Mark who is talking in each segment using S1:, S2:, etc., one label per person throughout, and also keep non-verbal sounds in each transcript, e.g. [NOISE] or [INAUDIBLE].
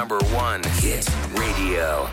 S1: on Hit Radio.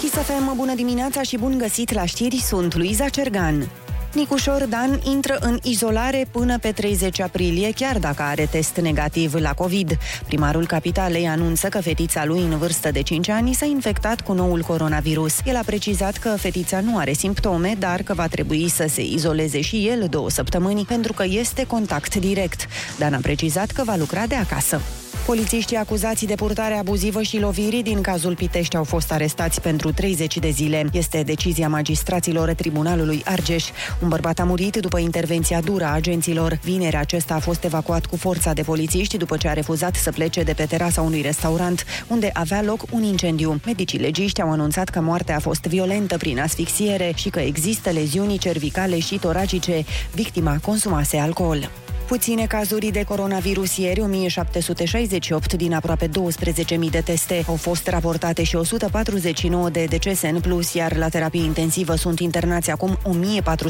S2: Kiss FM, bună dimineața și bun găsit la știri, sunt Luiza Cergan. Nicușor Dan intră în izolare până pe 30 aprilie, chiar dacă are test negativ la COVID. Primarul Capitalei anunță că fetița lui în vârstă de 5 ani s-a infectat cu noul coronavirus. El a precizat că fetița nu are simptome, dar că va trebui să se izoleze și el două săptămâni pentru că este contact direct. Dan a precizat că va lucra de acasă. Polițiștii acuzați de purtare abuzivă și lovirii din cazul Pitești au fost arestați pentru 30 de zile. Este decizia magistraților Tribunalului Argeș. Un bărbat a murit după intervenția dură a agenților. Vineri acesta a fost evacuat cu forța de polițiști după ce a refuzat să plece de pe terasa unui restaurant, unde avea loc un incendiu. Medicii legiști au anunțat că moartea a fost violentă prin asfixiere și că există leziuni cervicale și toracice. Victima consumase alcool. Puține cazuri de coronavirus ieri, 1768 din aproape 12.000 de teste. Au fost raportate și 149 de decese în plus, iar la terapie intensivă sunt internați acum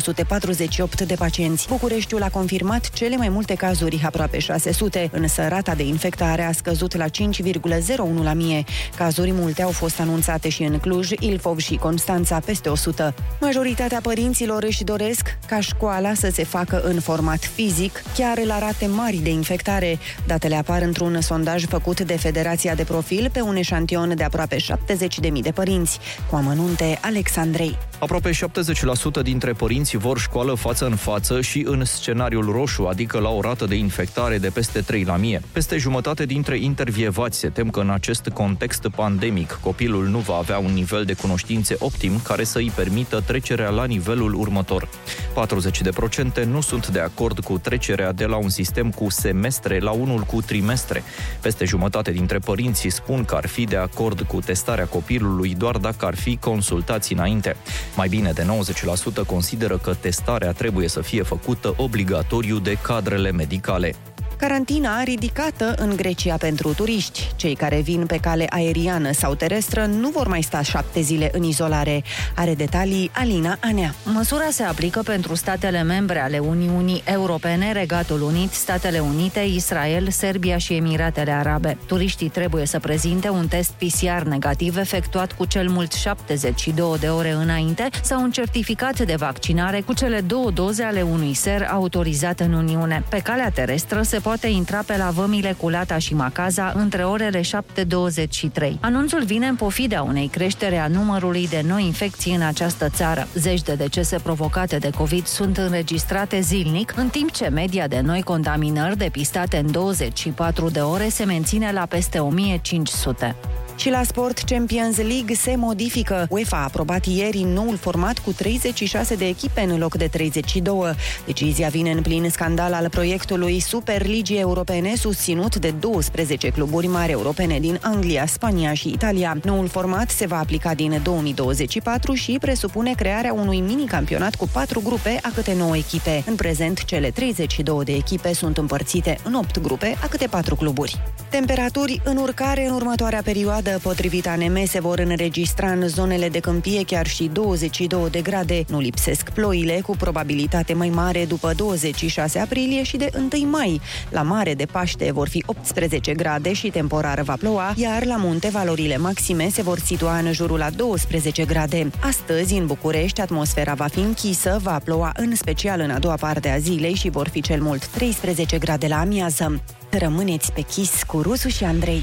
S2: 1448 de pacienți. Bucureștiul a confirmat cele mai multe cazuri, aproape 600, însă rata de infectare a scăzut la 5,01 la mie. Cazuri multe au fost anunțate și în Cluj, Ilfov și Constanța, peste 100. Majoritatea părinților își doresc ca școala să se facă în format fizic, chiar la rate mari de infectare. Datele apar într-un sondaj făcut de Federația de Profil pe un eșantion de aproape 70.000 de părinți. Cu amănunte, Alexandrei.
S3: Aproape 70% dintre părinți vor școală față în față și în scenariul roșu, adică la o rată de infectare de peste 3 la mie. Peste jumătate dintre intervievați se tem că în acest context pandemic copilul nu va avea un nivel de cunoștințe optim care să îi permită trecerea la nivelul următor. 40% nu sunt de acord cu trecerea de la un sistem cu semestre la unul cu trimestre. Peste jumătate dintre părinții spun că ar fi de acord cu testarea copilului doar dacă ar fi consultați înainte. Mai bine de 90% consideră că testarea trebuie să fie făcută obligatoriu de cadrele medicale.
S2: Carantina ridicată în Grecia pentru turiști. Cei care vin pe cale aeriană sau terestră nu vor mai sta șapte zile în izolare. Are detalii Alina Anea.
S4: Măsura se aplică pentru statele membre ale Uniunii Europene, Regatul Unit, Statele Unite, Israel, Serbia și Emiratele Arabe. Turiștii trebuie să prezinte un test PCR negativ efectuat cu cel mult 72 de ore înainte sau un certificat de vaccinare cu cele două doze ale unui ser autorizat în Uniune. Pe calea terestră se poate intra pe la vămile Culata și Macaza între orele 7.23. Anunțul vine în pofida unei creștere a numărului de noi infecții în această țară. Zeci de decese provocate de COVID sunt înregistrate zilnic, în timp ce media de noi contaminări depistate în 24 de ore se menține la peste 1500.
S2: Și la sport, Champions League se modifică. UEFA a aprobat ieri noul format cu 36 de echipe în loc de 32. Decizia vine în plin scandal al proiectului Superligii Europene susținut de 12 cluburi mari europene din Anglia, Spania și Italia. Noul format se va aplica din 2024 și presupune crearea unui mini-campionat cu 4 grupe a câte 9 echipe. În prezent, cele 32 de echipe sunt împărțite în 8 grupe a câte 4 cluburi. Temperaturi în urcare în următoarea perioadă grade. Potrivit ANM se vor înregistra în zonele de câmpie chiar și 22 de grade. Nu lipsesc ploile, cu probabilitate mai mare după 26 aprilie și de 1 mai. La mare de Paște vor fi 18 grade și temporar va ploua, iar la munte valorile maxime se vor situa în jurul la 12 grade. Astăzi, în București, atmosfera va fi închisă, va ploua în special în a doua parte a zilei și vor fi cel mult 13 grade la amiază. Rămâneți pe chis cu Rusu și Andrei.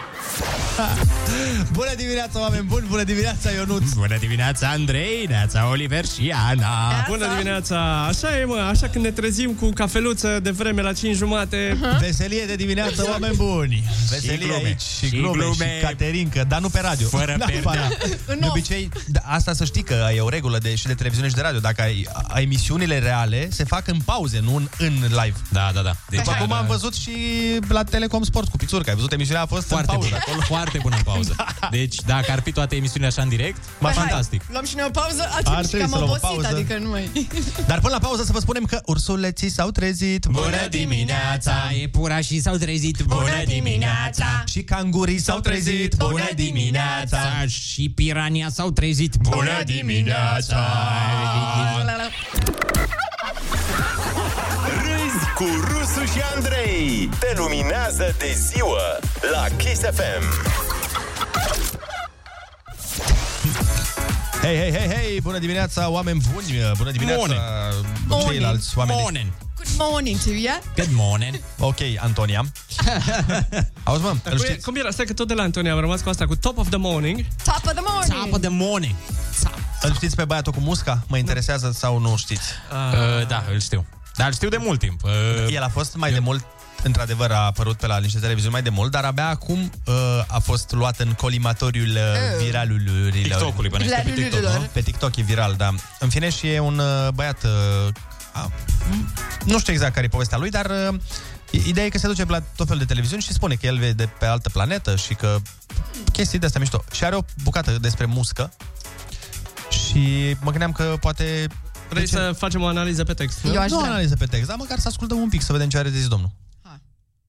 S5: Bună dimineața, oameni buni! Bună dimineața, Ionuț! Bună dimineața, Andrei, Neața, Oliver și Ana!
S6: Bună dimineața! Așa e, mă, așa când ne trezim cu cafeluță de vreme la 5 jumate.
S5: Uh-huh. Veselie de dimineață, oameni buni! Veselie
S7: glume.
S5: aici și
S7: Și
S5: glume, și,
S7: glume.
S5: caterincă, dar nu pe radio.
S7: Fără
S5: Da,
S7: perdea.
S5: para. De obicei, da, asta să știi că e o regulă de, și de televiziune și de radio. Dacă ai, ai emisiunile reale, se fac în pauze, nu în, în live.
S7: Da, da, da. Deci,
S5: După cum am văzut și la Telecom Sport cu Pițurca. Ai văzut, emisiunea a fost
S7: Foarte
S5: în pauză.
S7: bine.
S5: acolo.
S8: Foarte bună în pauză. Deci, dacă ar fi toate emisiunile așa în direct,
S5: Ba,
S8: fantastic.
S9: Păi Luăm și noi o pauză
S5: Ar
S9: atunci
S5: trebui
S9: că am
S5: să luăm o
S9: obosit,
S5: pauză.
S9: adică nu mai... [LAUGHS]
S5: Dar până la pauză să vă spunem că ursuleții s-au trezit.
S8: E pura și s-au trezit.
S5: Și cangurii s-au trezit.
S8: Și pirania s-au trezit. Bună dimineața!
S1: Râzi cu Rusu și Andrei. Te luminează de ziua la Kiss FM.
S5: Hei, hei, hei, hei, bună dimineața, oameni buni, bună dimineața
S9: Morning.
S5: ceilalți oameni. din-
S8: Morning.
S9: Good morning to you, yeah?
S8: Good morning.
S5: Ok, Antonia.
S9: [LAUGHS]
S5: Auzi, mă, îl
S6: Cum, e,
S5: știți?
S6: Păi, cum era? Stai că tot de la Antonia am rămas cu asta, cu top of the morning.
S9: Top of the morning!
S8: Top of the morning. Top.
S5: Îl știți pe băiatul cu musca? Mă interesează sau nu știți?
S8: Uh, da, îl știu. Dar îl știu de mult timp. Uh,
S5: El a fost mai de mult Într-adevăr a apărut pe la niște televiziuni mai de mult, dar abia acum uh, a fost luat în colimatoriul uh, viralului.
S8: TikTok-ului, bănuiesc că pe
S9: Viralului
S8: TikTok,
S9: lor.
S8: nu?
S5: Pe TikTok e viral, da. În fine și e un uh, băiat... uh, a- m- Nu știu exact care e povestea lui, dar uh, i- ideea e că se duce la tot felul de televiziuni și spune că el vede pe altă planetă și că chestii de astea mișto. Și are o bucată despre muscă și mă gândeam că poate...
S6: Vrei
S5: de ce-
S6: să facem o analiză pe text, nu?
S9: Eu aș
S5: Nu
S9: vrea.
S5: analiză pe text, dar măcar să ascultăm un pic, să vedem ce are de zis domnul.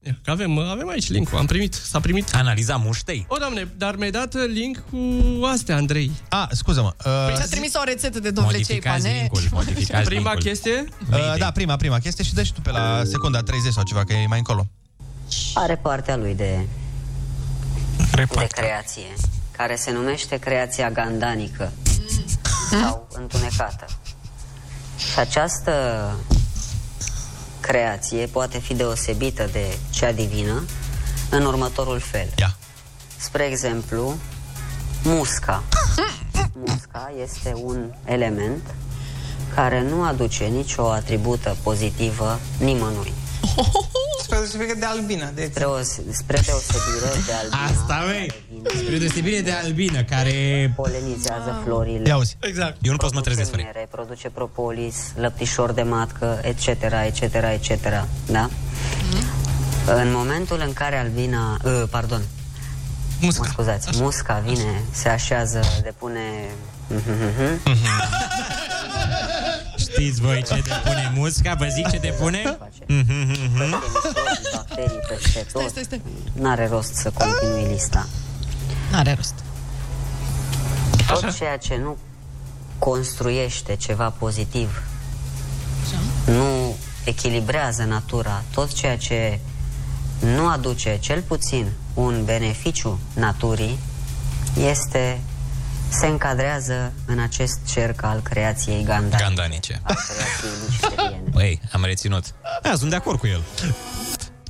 S6: Ia, Că avem, avem aici link Am primit, s-a primit.
S8: Analiza muștei.
S6: O, doamne, dar mi-ai dat uh, link cu astea, Andrei.
S5: A, scuză-mă. Uh,
S9: Și-a Păi trimis o rețetă de domnule cei
S8: Modificați
S9: pane.
S8: linkul. Modificați
S6: Deci, Prima
S8: linkul.
S6: chestie,
S5: uh, da, prima, prima chestie și dă și tu pe la secunda 30 sau ceva, că e mai încolo.
S10: Are partea lui de, de
S8: Repart.
S10: creație, care se numește creația gandanică sau întunecată. Și această creație poate fi deosebită de cea divină în următorul fel.
S5: Ia.
S10: Spre exemplu, musca. Musca este un element care nu aduce nicio atribută pozitivă nimănui. Spre, deosebire de albină, de spre deosebire de albină.
S8: [LAUGHS] Asta, vei. Spre deosebire de albină, care...
S10: polenizează florile.
S5: Ia uzi.
S6: exact.
S8: Eu nu pot să mă trezesc fără.
S10: Produce miere, produce propolis, lăptișor de matcă, etc., etc., etc., da?
S9: Mhm.
S10: În momentul în care albina, uh, pardon, musca. mă scuzați, musca vine, se așează, depune... Mhm.
S8: Știți voi ce depune musca? Vă zic ce depune? Mhm,
S10: Face. Peste microbii, bacterii, peste tot.
S9: stai, stai.
S10: N-are rost să continui lista.
S9: N-are rost.
S10: Tot ceea ce nu construiește ceva pozitiv, nu echilibrează natura, tot ceea ce nu aduce cel puțin un beneficiu naturii, este se încadrează în acest cerc al creației Gandhi.
S8: Gandanice.
S10: Al creației lichteriene.
S8: Băi, am reținut. Da, sunt de acord cu el.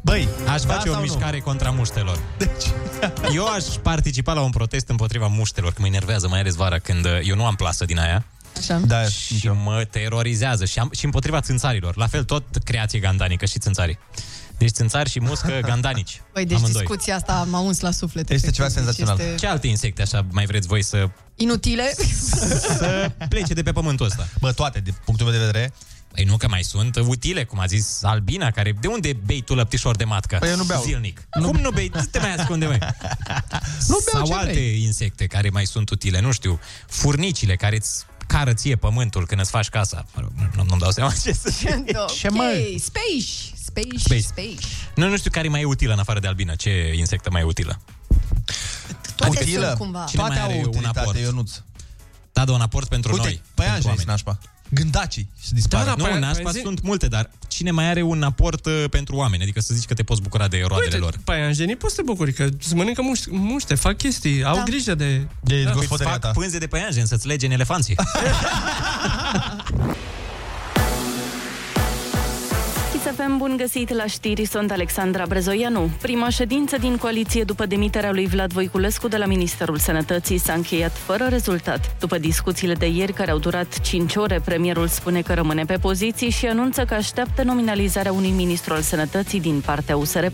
S5: Băi,
S8: Aș
S5: da
S8: face o
S5: sau nu?
S8: mișcare contra muștelor.
S5: Deci,
S8: [LAUGHS] Eu aș participa la un protest împotriva muștelor, că mă enervează, mai ales vara, când uh, eu nu am plasă din aia.
S9: Așa.
S5: da,
S8: Și mă terorizează și, am, și împotriva țânțarilor. La fel, tot creație gandanică și țânțarii. Deci țânțari și
S9: [LAUGHS]
S8: muscă gandanici.
S9: Băi, deci
S8: amândoi.
S9: discuția asta m-a uns la suflet.
S5: Este
S9: efectiv.
S5: ceva
S9: Deci
S5: senzațional.
S9: Este
S8: Ce alte insecte așa mai vreți voi să,
S9: inutile.
S8: să plece de pe pământul ăsta?
S5: Bă, toate, din punctul meu de vedere.
S8: Păi nu că mai sunt utile, cum a zis Albina, care... De unde bei tu lăptișor de matcă?
S5: Păi eu nu beau.
S8: Zilnic. Nu. Cum nu bei? Nu te mai ascunde, mai.
S5: Nu beau,
S8: Sau
S5: ce
S8: alte
S5: vrei?
S8: insecte care mai sunt utile, nu știu. Furnicile care îți cară ție pământul când îți faci casa. Mă rog, nu, nu-mi dau seama ce
S5: [LAUGHS]
S8: să
S9: Ce
S5: mă?
S9: Space, space,
S8: Space.
S9: space. space.
S8: Nu, nu știu care e mai utilă în afară de albină. Ce insectă mai e utilă?
S9: Toate sunt cumva.
S8: Cine
S5: Toate
S8: mai are
S5: au
S8: un aport?
S5: utilitate, Ionuț.
S8: Da, da, un aport pentru noi.
S5: Uite, pe aia
S8: pentru
S5: ești
S8: oameni.
S5: nașpa. Gândacii se dispar.
S6: Da, da,
S8: Nu,
S6: Păi,
S8: în nașpa
S6: păi zi-
S8: sunt multe, dar cine mai are un aport uh, pentru oameni? Adică să zici că te poți bucura de roadele
S6: Uite,
S8: lor.
S6: paianjenii poți să te bucuri, că se mănâncă muște, muște fac chestii, da. au grijă de...
S5: De
S9: Păi
S8: Da, îți
S5: gospodăria
S8: fac
S5: ta.
S8: pânze de păianjen să-ți lege în [LAUGHS] elefanții.
S11: Chisafem, bun găsit la știri, sunt Alexandra Brezoianu. Prima ședință din coaliție după demiterea lui Vlad Voiculescu de la Ministerul Sănătății s-a încheiat fără rezultat. După discuțiile de ieri, care au durat 5 ore, premierul spune că rămâne pe poziții și anunță că așteaptă nominalizarea unui ministru al sănătății din partea USR+.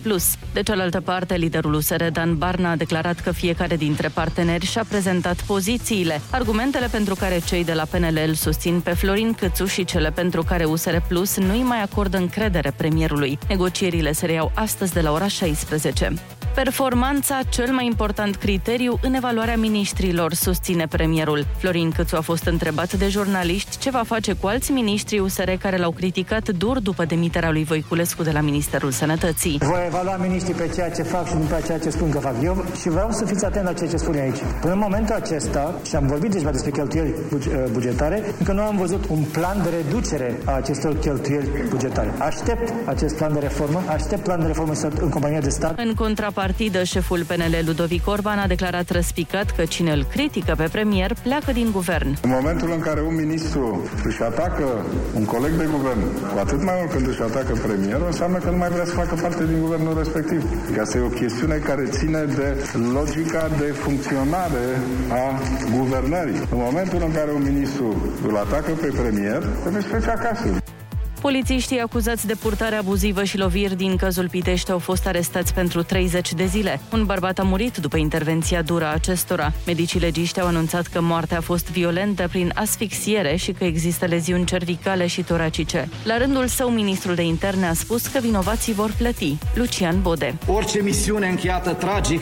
S11: De cealaltă parte, liderul USR, Dan Barna, a declarat că fiecare dintre parteneri și-a prezentat pozițiile, argumentele pentru care cei de la PNL îl susțin pe Florin Câțu și cele pentru care USR Plus nu-i mai acordă încredere premierului. Negocierile se reiau astăzi de la ora 16. Performanța, cel mai important criteriu în evaluarea miniștrilor, susține premierul. Florin Cățu a fost întrebat de jurnaliști ce va face cu alți miniștri USR care l-au criticat dur după demiterea lui Voiculescu de la Ministerul Sănătății.
S12: Voi evalua miniștrii pe ceea ce fac și nu pe ceea ce spun că fac eu și vreau să fiți atent la ceea ce spun eu aici. Până în momentul acesta, și am vorbit deja despre cheltuieli ă, bugetare, încă nu am văzut un plan de reducere a acestor cheltuieli bugetare. Aștept acest plan de reformă, aștept plan de reformă în compania de stat.
S11: În contrapartidă, șeful PNL Ludovic Orban a declarat răspicat că cine îl critică pe premier pleacă din guvern.
S13: În momentul în care un ministru își atacă un coleg de guvern, cu atât mai mult când își atacă premierul, înseamnă că nu mai vrea să facă parte din guvernul respectiv. Ca să e o chestiune care ține de logica de funcționare a guvernării. În momentul în care un ministru îl atacă pe premier, trebuie să plece acasă.
S11: Polițiștii acuzați de purtare abuzivă și loviri din cazul Pitești au fost arestați pentru 30 de zile. Un bărbat a murit după intervenția dură a acestora. Medicii legiști au anunțat că moartea a fost violentă prin asfixiere și că există leziuni cervicale și toracice. La rândul său, ministrul de interne a spus că vinovații vor plăti. Lucian Bode.
S14: Orice misiune încheiată tragic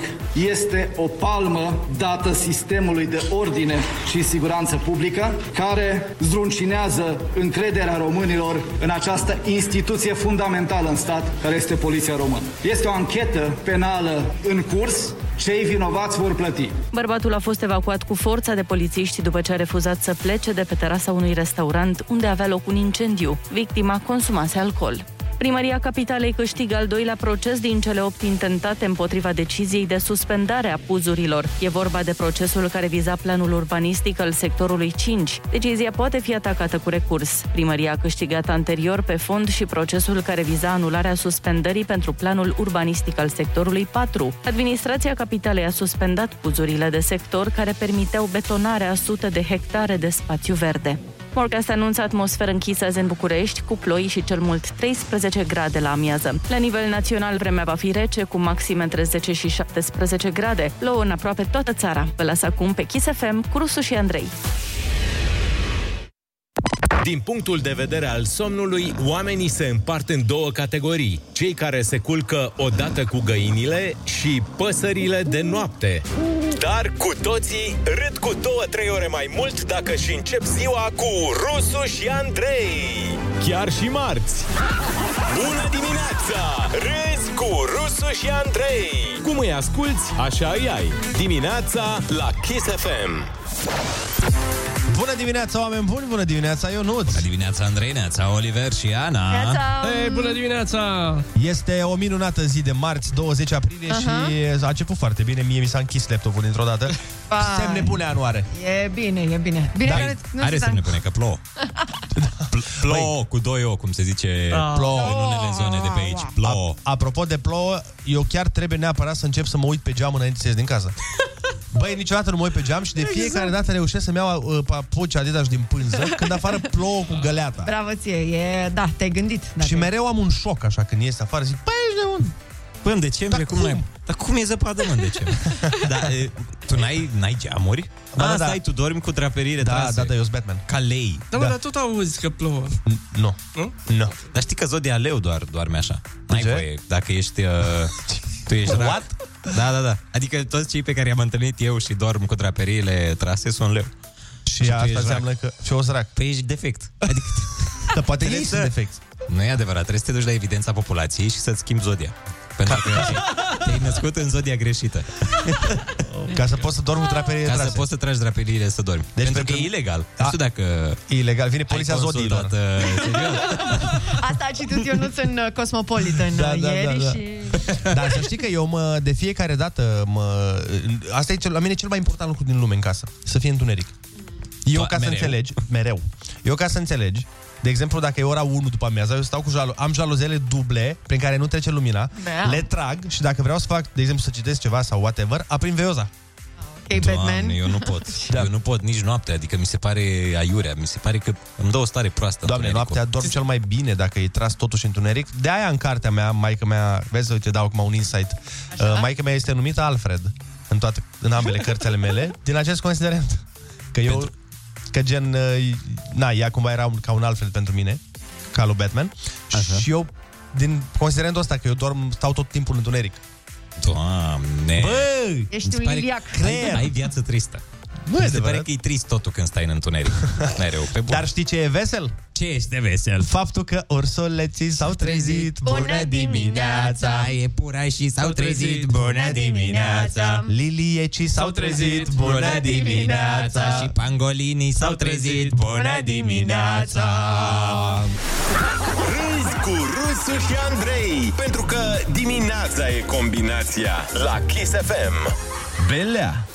S14: este o palmă dată sistemului de ordine și siguranță publică, care zdruncinează încrederea românilor în această instituție fundamentală în stat, care este Poliția Română. Este o anchetă penală în curs, cei vinovați vor plăti.
S11: Bărbatul a fost evacuat cu forța de polițiști după ce a refuzat să plece de pe terasa unui restaurant unde avea loc un incendiu. Victima consumase alcool. Primăria Capitalei câștigă al doilea proces din cele opt intentate împotriva deciziei de suspendare a puzurilor. E vorba de procesul care viza planul urbanistic al sectorului 5. Decizia poate fi atacată cu recurs. Primăria a câștigat anterior pe fond și procesul care viza anularea suspendării pentru planul urbanistic al sectorului 4. Administrația Capitalei a suspendat puzurile de sector care permiteau betonarea a sute de hectare de spațiu verde. Morcast anunță atmosferă închisă azi în București, cu ploi și cel mult 13 grade la amiază. La nivel național, vremea va fi rece, cu maxime între 10 și 17 grade. Plouă în aproape toată țara. Vă las acum pe Kiss FM cu Rusu și Andrei.
S15: Din punctul de vedere al somnului, oamenii se împart în două categorii. Cei care se culcă odată cu găinile și păsările de noapte.
S1: Dar cu toții râd cu 2-3 ore mai mult dacă și încep ziua cu Rusu și Andrei.
S15: Chiar și marți.
S1: Bună dimineața! Râzi cu Rusu și Andrei.
S15: Cum îi asculți, așa îi ai. Dimineața la Kiss FM.
S5: Bună dimineața, oameni buni! Bună dimineața, Ionuț! Bună
S8: dimineața, Andrei, neața, Oliver și Ana! Neața!
S6: Hei, bună dimineața!
S5: Este o minunată zi de marți, 20 aprilie
S9: Aha.
S5: și a început foarte bine. Mie mi s-a închis laptopul dintr-o dată.
S9: Vai.
S5: Semne bune anuare.
S9: E bine, e bine. Bine
S8: Da,
S9: că nu
S8: are
S9: se
S8: semne bune, că
S9: [LAUGHS]
S8: plouă. Pl- plouă
S5: Păi.
S8: cu doi o, cum se zice,
S5: Ah.
S8: plouă în unele
S9: Da.
S8: zone de pe aici. Plouă.
S5: Apropo de plouă, eu chiar trebuie neapărat să încep să mă uit pe geam înainte să ies din
S8: [LAUGHS]
S5: casă. Băi, niciodată nu mă uit pe geam și de
S9: Exact.
S5: fiecare dată reușesc să-mi iau uh, papuci Adidas din pânză când afară plouă cu găleata.
S9: Bravo ție, e, da, te-ai gândit.
S5: Și mereu am un șoc așa când ies afară, zic, băi, ești de unde?
S8: Păi în decembrie, cum, cum? Dar cum e zăpadă, mă, în decembrie? da, e, tu n-ai, n-ai geamuri? Da, da, da, stai, tu dormi cu draperire
S5: Da,
S8: trase.
S5: da, da, eu sunt Batman.
S8: Ca lei.
S6: Da, mă, dar tot auzi că plouă.
S5: Nu. Nu.
S8: Dar știi că zodia leu doar doarme așa. N-ai
S6: Ce?
S8: voie. Dacă ești... Uh, tu ești
S6: What?
S8: rat. Da, da, da. Adică toți cei pe care i-am întâlnit eu și dorm cu draperiile trase sunt leu.
S5: Și,
S8: tu
S5: asta
S8: ești
S5: înseamnă
S8: rac.
S5: că... Și o sărac.
S8: Păi ești defect.
S5: [LAUGHS]
S8: Adică...
S5: Dar poate ei
S8: Trebuie
S5: sunt
S8: să-
S5: defecți.
S8: Nu e adevărat, trebuie să te duci la evidența populației și să-ți schimbi zodia. Pentru că te-ai născut în zodia greșită.
S5: [LAUGHS] Ca să poți să dormi cu draperiile
S8: Ca
S5: trase.
S8: să poți să tragi draperiile să dormi. Deci pentru că e ilegal. Nu știu dacă...
S5: Ilegal, vine poliția
S8: ai
S5: zodiilor.
S8: consultat, uh, serios.
S9: Asta a citit Ionuț în uh,
S5: [LAUGHS]
S9: Cosmopolitan da, ieri da, da, da. și...
S5: Dar să știi că eu mă, de fiecare dată mă, Asta e cel, la mine e cel mai important lucru din lume în casă Să fie întuneric Eu
S8: Ba,
S5: ca să
S8: mereu.
S5: înțelegi, mereu Eu ca să înțelegi de exemplu, dacă e ora 1 după amiaza, eu stau cu jalo- am jaluzele duble prin care nu trece lumina,
S9: Da.
S5: le trag și dacă vreau să fac, de exemplu, să citesc ceva sau whatever, aprind veioza.
S9: Ok, Batman.
S8: Doamne, eu nu
S5: [LAUGHS]
S8: pot. da. Eu nu pot nici noaptea, adică mi se pare aiurea, mi se pare că îmi dă o stare proastă.
S5: Doamne, noaptea dorm cel mai bine dacă e tras totuși întuneric. De aia în cartea mea, maica mea, vezi, uite, dau acum un insight. Uh, maica mea este numită Alfred în, toate, în ambele cărțile mele, din acest considerent. Că eu, că gen, uh, na, ea cumva era un, ca un Alfred pentru mine, ca lui Batman. Așa. Și eu, din considerentul ăsta, că eu dorm, stau tot timpul întuneric.
S8: Doamne!
S5: Bă!
S9: Ești un liliac.
S8: Ai, ai viață tristă. Bă, Mi se pare că e trist totul când stai în întuneric. Mereu, pe bun.
S5: Dar știi ce e vesel?
S8: Ce este vesel?
S5: Faptul că orsoleții s-au trezit.
S8: E pura și s-au trezit
S5: Bună dimineața! Liliecii s-au trezit. Bună dimineața!
S8: Și pangolinii s-au trezit Bună dimineața
S1: Râzi cu Rusu și Andrei Pentru că dimineața e combinația La Kiss FM
S5: Belea!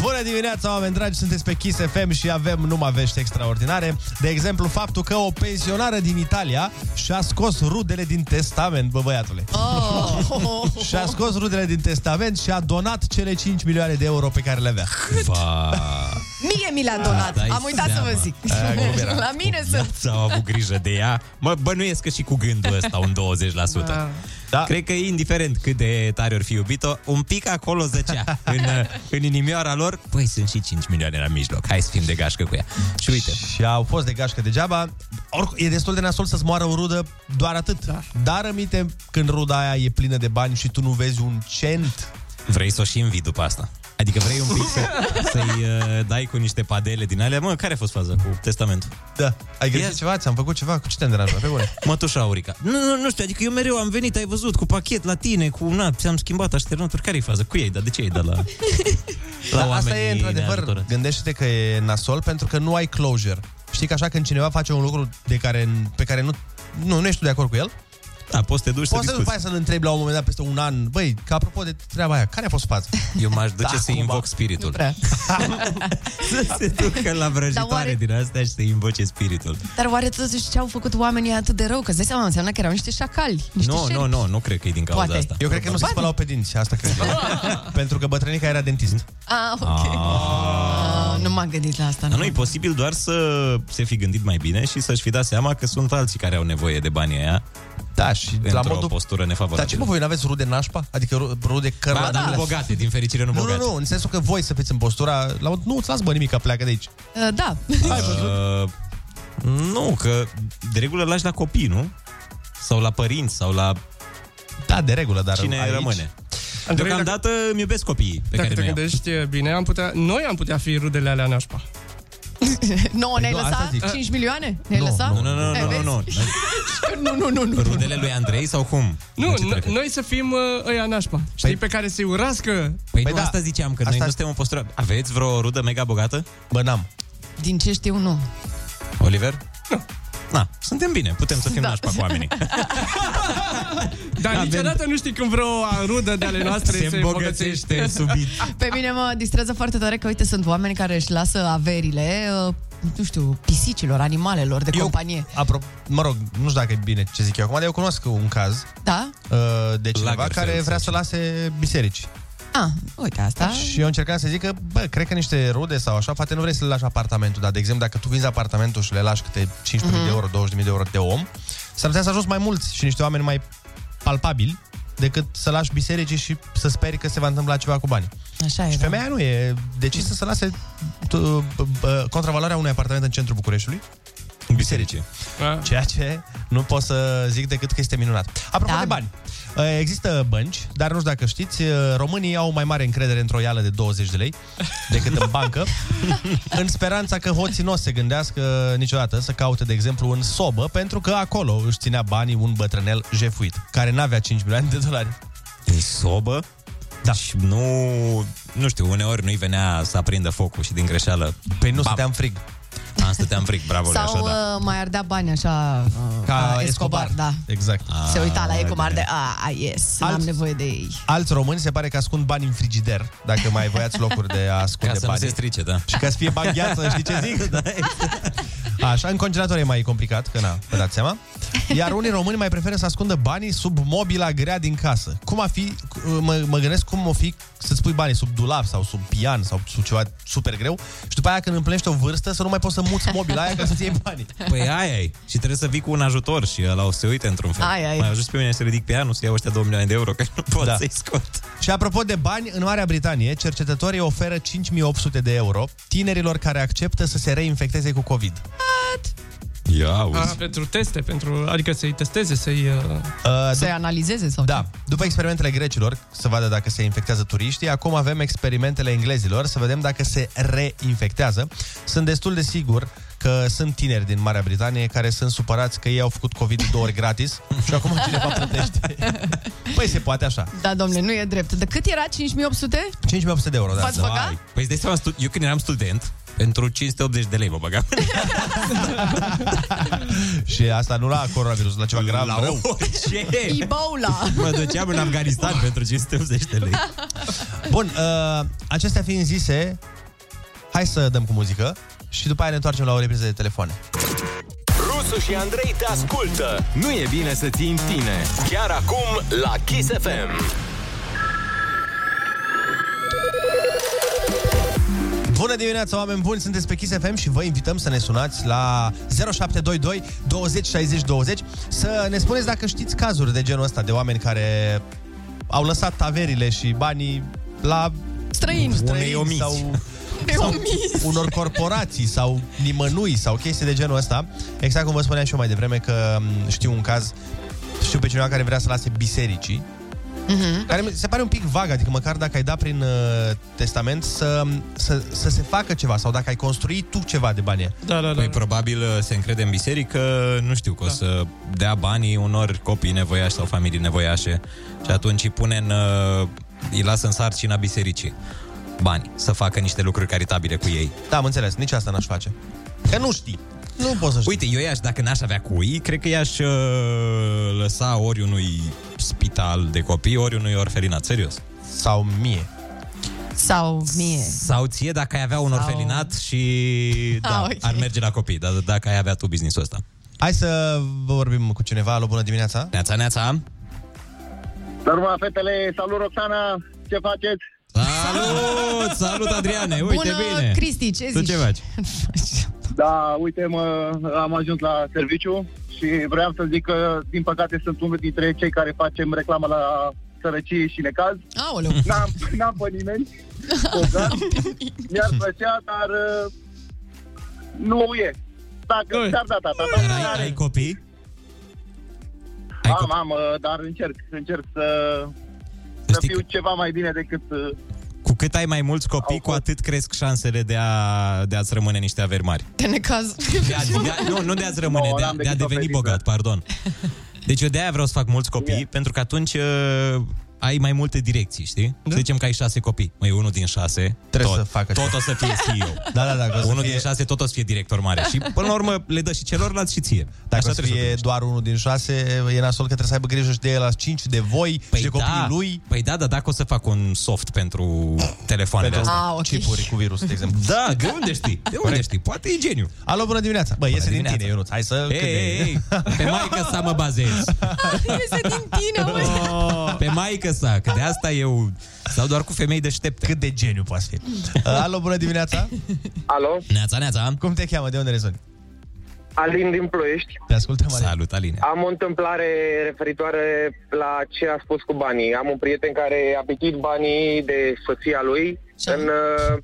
S5: Bună dimineața, oameni dragi! Sunteți pe Kiss FM și avem numai vești extraordinare. De exemplu, faptul că o pensionară din Italia și-a scos rudele din testament, bă băiatule.
S9: Oh.
S5: Și-a scos rudele din testament și a donat cele 5 milioane de euro pe care le avea.
S8: Va.
S9: Mie mi le-a donat.
S8: dai
S9: Am uitat
S8: Ah, da,
S9: să
S8: seama.
S9: vă zic.
S8: Aia
S9: [LAUGHS]
S8: cum era.
S9: La mine sunt.
S8: Viața au avut grijă de ea. Mă bănuiesc că și cu gândul ăsta un 20%. Da. Da. Cred că indiferent cât de tare ori fi iubit-o, un pic acolo
S9: [LAUGHS]
S8: zăcea în, în inimioara lor. Păi sunt și 5 milioane la mijloc, hai să fim de gașcă cu ea. Și uite.
S5: Și au fost de gașcă degeaba. Oricum, e destul de nasol să-ți moară o rudă doar atât. Da. Dar aminte când ruda aia e plină de bani și tu nu vezi un cent.
S8: Vrei să o și învii după asta. Adică vrei un pic să, să-i uh, dai cu niște padele din alea. Mă, care a fost faza cu testamentul?
S5: Da. Ai găsit ceva? Ți-am făcut ceva? Cu ce te-am deranjat? Pe bune.
S8: Mătușa Aurica. Nu, nu, nu știu, adică eu mereu am venit, ai văzut, [LAUGHS] cu pachet la tine, cu una, ți-am schimbat așternuturi. Care-i faza? Cu ei, dar de ce ei dat
S5: [LAUGHS]
S8: la...
S5: La
S8: la
S5: asta e
S8: oamenii
S5: într-adevăr,
S8: neajutorați?
S5: gândește-te că e nasol pentru că nu ai closure. Știi că așa când cineva face un lucru de care, pe care nu, nu, nu ești tu de acord cu el,
S8: da, poți să te duci
S5: Poți
S8: să
S5: să după aia să-l întrebi la un moment dat peste un an Băi, că apropo de treaba aia, care a fost faza?
S8: Eu m-aș duce
S5: Da,
S8: să
S5: cumva.
S8: invoc spiritul.
S9: prea.
S8: [LAUGHS] să se ducă la vrăjitoare
S9: Dar oare-
S8: din astea și să invoce spiritul.
S9: Dar oare totuși ce au făcut oamenii atât de rău? Că îți dai seama, înseamnă că erau niște șacali. Niște
S8: Nu, nu, nu, nu cred că e din cauza
S9: Poate.
S8: Da, asta.
S5: Eu cred că nu se spălau pe dinți, asta cred eu. Pentru că bătrânica era dentist
S9: Ah, ok. Ah, nu m-am gândit la asta.
S8: Dar Da, nu e posibil doar să se fi gândit mai bine și să-și fi dat seama că sunt alții care au nevoie de banii aia.
S5: Da, și
S8: într-o
S5: la modul-
S8: postură
S5: Dar ce
S8: nefavorabilă.
S5: mă, voi n-aveți rude nașpa? Adică ru- rude cărla
S8: Ba,
S5: de
S8: da,
S5: alea?
S8: nu bogate, din fericire nu
S5: Nu, nu,
S8: bogate.
S5: nu, în sensul că voi să fiți în postura la, un- Nu, îți las bă nimica, pleacă de aici
S9: Uh, da. [LAUGHS]
S8: Uh, nu, că de regulă lași la copii, nu? Sau la părinți, sau la...
S5: Da, de regulă, dar
S8: Cine
S5: aici-
S8: rămâne?
S9: Adică
S6: Andrei,
S8: Deocamdată îmi iubesc copiii pe
S6: Dacă
S8: care
S6: te
S8: mi-au.
S6: gândești e, bine, am putea, noi am putea fi rudele alea nașpa.
S8: Păi
S9: Nouă ne-ai
S6: nu, asta zic.
S9: lăsat? 5 milioane? Ne-ai lăsat?
S8: Uh, Nu, nu, nu,
S9: Eh,
S8: nu, nu,
S9: vezi?
S8: nu.
S9: nu, nu, nu, nu.
S8: Rudele lui Andrei sau cum?
S6: Nu, n- noi să fim uh, ăia nașpa. Știi, pe care să-i urască.
S8: Păi, nu, asta ziceam, că noi nu suntem în postură... Aveți vreo rudă mega bogată?
S5: Bă, n-am.
S9: Din ce știu, nu.
S8: Oliver? Nu. Na, suntem bine, putem să fim da. nașpa cu oamenii.
S6: Dar
S8: Da, Avem-
S6: niciodată nu știi când vreo a, rudă de ale noastre se,
S8: Se îmbogățește subit.
S6: [LAUGHS]
S9: Pe mine mă distrează foarte tare că, uite, sunt oameni care își lasă averile, uh, nu știu, pisicilor, animalelor de companie.
S5: Apro- mă rog, nu știu dacă e bine ce zic eu acum, dar eu cunosc un caz
S9: Da?
S5: uh, de cineva
S8: Lagerfeld,
S5: care vrea să lase biserici.
S9: Ah, uite asta.
S5: Și eu încercam să zic că, bă, cred că niște rude sau așa, poate nu vrei să le lași apartamentul, dar, de exemplu, dacă tu vinzi apartamentul și le lași câte 15.000
S9: Mhm.
S5: de euro, 20.000 de euro de om, s-ar putea să ajungi mai mulți și niște oameni mai palpabili decât să lași bisericii și să speri că se va întâmpla ceva cu bani.
S9: Așa e. da.
S5: Și femeia nu e decisă să lase tu, b- b- contravaloarea unui apartament în centrul Bucureștiului. Biserice. Ceea ce nu pot să zic decât că este minunat. Apropo
S9: Da.
S5: de bani. ă, Există bănci, dar nu știu dacă știți, ă, românii au mai mare încredere într-o ială de 20 de lei decât în
S9: [LAUGHS]
S5: bancă, în speranța că hoții nu o să se gândească niciodată să caute, de exemplu, în sobă, pentru că acolo își ținea banii un bătrânel jefuit, care n-avea 5 milioane de dolari.
S8: În sobă? Da. Și nu, nu știu, uneori nu-i venea să aprindă focul și din greșeală...
S5: Păi nu, stăteam frig.
S8: Am stăteam frig, bravo, lui,
S9: Sau
S8: așa, da.
S9: uh, mai ardea bani așa uh,
S5: Ca
S9: uh,
S5: Escobar.
S9: da.
S5: Exact.
S9: Se uita la ei cum arde Ah, yes, n-am
S5: Alt-
S9: nevoie de ei
S5: Alți români se pare că ascund bani în frigider, dacă mai voiați locuri de a ascunde
S8: Ca să nu
S5: banii.
S8: se strice, da.
S5: Și ca să fie bagheață, știi ce
S9: [LAUGHS]
S5: zic? Așa, în congelator e mai complicat, că na, vă dați seama. Iar unii români mai preferă să ascundă banii sub mobila grea din casă. Cum a fi, mă, mă gândesc cum o fi să-ți pui banii sub dulap sau sub pian sau sub ceva super greu și după aia când împlinești o vârstă să nu mai poți să muți mobila aia ca să-ți iei banii.
S8: Păi aia e. Și trebuie să vii cu un ajutor și ăla o să se uite într-un fel.
S9: Aia e.
S8: Mai ajuns pe mine să ridic pe ea, nu să iau ăștia 2 milioane de euro, că nu pot
S5: Da.
S8: da. să-i scot.
S5: Și apropo de bani, în Marea Britanie, cercetătorii oferă 5800 de euro tinerilor care acceptă să se reinfecteze cu COVID.
S8: Ia
S6: A, pentru teste, pentru, adică să-i testeze, să-i... Uh...
S5: Uh,
S9: Să-i analizeze sau
S5: Da. După experimentele grecilor, să vadă dacă se infectează turiștii, acum avem experimentele englezilor, să vedem dacă se reinfectează. Sunt destul de sigur că sunt tineri din Marea Britanie care sunt supărați că ei au făcut COVID două ori
S6: [LAUGHS]
S5: gratis și acum cineva plătește. Păi se poate așa.
S9: Da, domnule, nu e drept. De cât era? 5800?
S5: 5800 de euro, da.
S9: V-ați băgat?
S8: Vai. Păi îți dai seama, stu- eu când eram student, pentru 580 de lei mă băgam.
S5: [LAUGHS] și asta nu la coronavirus, la ceva grav.
S8: La
S5: rău.
S9: [LAUGHS]
S8: orice.
S9: Ebola.
S8: [LAUGHS] Mă duceam în Afganistan pentru 580 de lei.
S5: Bun, uh, acestea fiind zise, hai să dăm cu muzică și după aia ne întoarcem la o repriză de telefoane.
S1: Rusu și Andrei te ascultă. Nu e bine să ții în tine. Chiar acum la Kiss FM.
S5: Bună dimineața, oameni buni! Sunteți pe Kiss FM și vă invităm să ne sunați la 0722 20 60 20 să ne spuneți dacă știți cazuri de genul ăsta de oameni care au lăsat taverile și banii la
S9: Străini.
S5: străini
S9: Unei omiți.
S5: sau,
S9: Unei
S5: [LAUGHS] sau
S9: omiți.
S5: unor corporații sau nimănui sau chestii de genul ăsta. Exact cum vă spuneam și eu mai devreme că m, știu un caz, știu pe cineva care vrea să lase bisericii
S9: Mhm.
S5: care mi se pare un pic vag, adică măcar dacă ai dat prin uh, testament să, să, să se facă ceva sau dacă ai construit tu ceva de bani.
S6: Da, da, da.
S8: Păi probabil uh, se încrede în biserică, nu știu, că da. o să dea banii unor copii nevoiași sau familii nevoiașe și atunci îi pune în, uh, îi lasă în sarcina bisericii bani, să facă niște lucruri caritabile cu ei.
S5: Da, am înțeles, nici asta n-aș face. Că nu știi. Nu poți să știi.
S8: Uite, eu i-aș, dacă n-aș avea cui, cred că i-aș uh, lăsa ori unui spital de copii, ori unui orfelinat, serios.
S5: Sau mie.
S9: Sau mie.
S8: Sau ție dacă ai avea un
S9: Sau-
S8: orfelinat și
S9: [LAUGHS]
S8: da,
S9: Ah,
S8: ah,
S9: ok.
S8: okay. ar merge la copii, dar dacă ai avea tu businessul ăsta.
S5: Hai să vorbim cu cineva. Alo, bună dimineața.
S8: Neața, neața.
S16: Norma, fetele, salut Roxana, ce faceți?
S8: Salut, salut Adriane, uite
S9: Bună,
S8: bine.
S9: Cristi, ce
S8: Tu
S9: zici?
S8: ce faci?
S16: Da, uite, mă, am ajuns la serviciu și vreau să zic că, din păcate, sunt unul dintre cei care facem reclamă la sărăcie și necaz.
S9: Aoleu!
S16: [LAUGHS] N-am, n-am pe nimeni. bogat. Mi-ar plăcea, dar uh, nu e. Dacă ți-ar da tata, tata nu are.
S8: Ai copii?
S16: Am, am, uh, dar încerc, încerc să, să fiu ceva mai bine decât... uh,
S8: Cu cât ai mai mulți copii, cu atât cresc șansele de, a, de a-ți rămâne niște averi
S9: [LAUGHS]
S8: mari.
S9: [LAUGHS] Te necaz.
S8: De a, de a, nu, nu de a-ți rămâne,
S9: No,
S8: de, a,
S9: n-am
S8: de a
S9: decât o
S8: deveni bogat, pardon. Deci eu de-aia vreau să fac mulți copii, yeah. pentru că atunci uh, ai mai multe direcții, știi? Da. Să zicem că ai șase copii. Măi, unul din șase, Trebuie tot, să facă tot o să fie CEO.
S5: Da, da, da. că o să
S8: unul
S5: fie-
S8: din șase tot o să fie director mare. Și până la urmă le dă și celorlalți și ție.
S5: Dacă
S8: Așa
S5: Așa
S8: trebuie să
S5: fie doar unul din șase, e nasol că trebuie să aibă grijă și de el la cinci, de voi, păi și de copiii
S8: da,
S5: lui.
S8: Păi da, dar dacă o să fac un soft pentru telefoanele
S5: Pentru
S8: astea.
S5: Ah, ok. chipuri cu virus, de exemplu.
S8: Da, de unde știi? De unde știi? Poate e geniu.
S5: Alo, bună dimineața. Băi, iese din tine, Ionuț. Hai să...
S8: Ei, ei, ei, pe
S5: [LAUGHS]
S8: maică sa mă bazez.
S9: Iese din tine, mă.
S5: Oh.
S8: Pe maică sa, că de asta eu... Sau doar cu femei deștepte.
S5: Cât de geniu poate fi.
S8: [LAUGHS]
S5: Alo, bună dimineața.
S16: Alo.
S8: Neața, neața.
S5: Cum te cheamă? De unde rezoni?
S17: Alin din Ploiești.
S5: Te ascultăm, Alin.
S8: Salut, Aline.
S17: Am o întâmplare referitoare la ce a spus cu banii. Am un prieten care a pitit banii de soția lui în uh,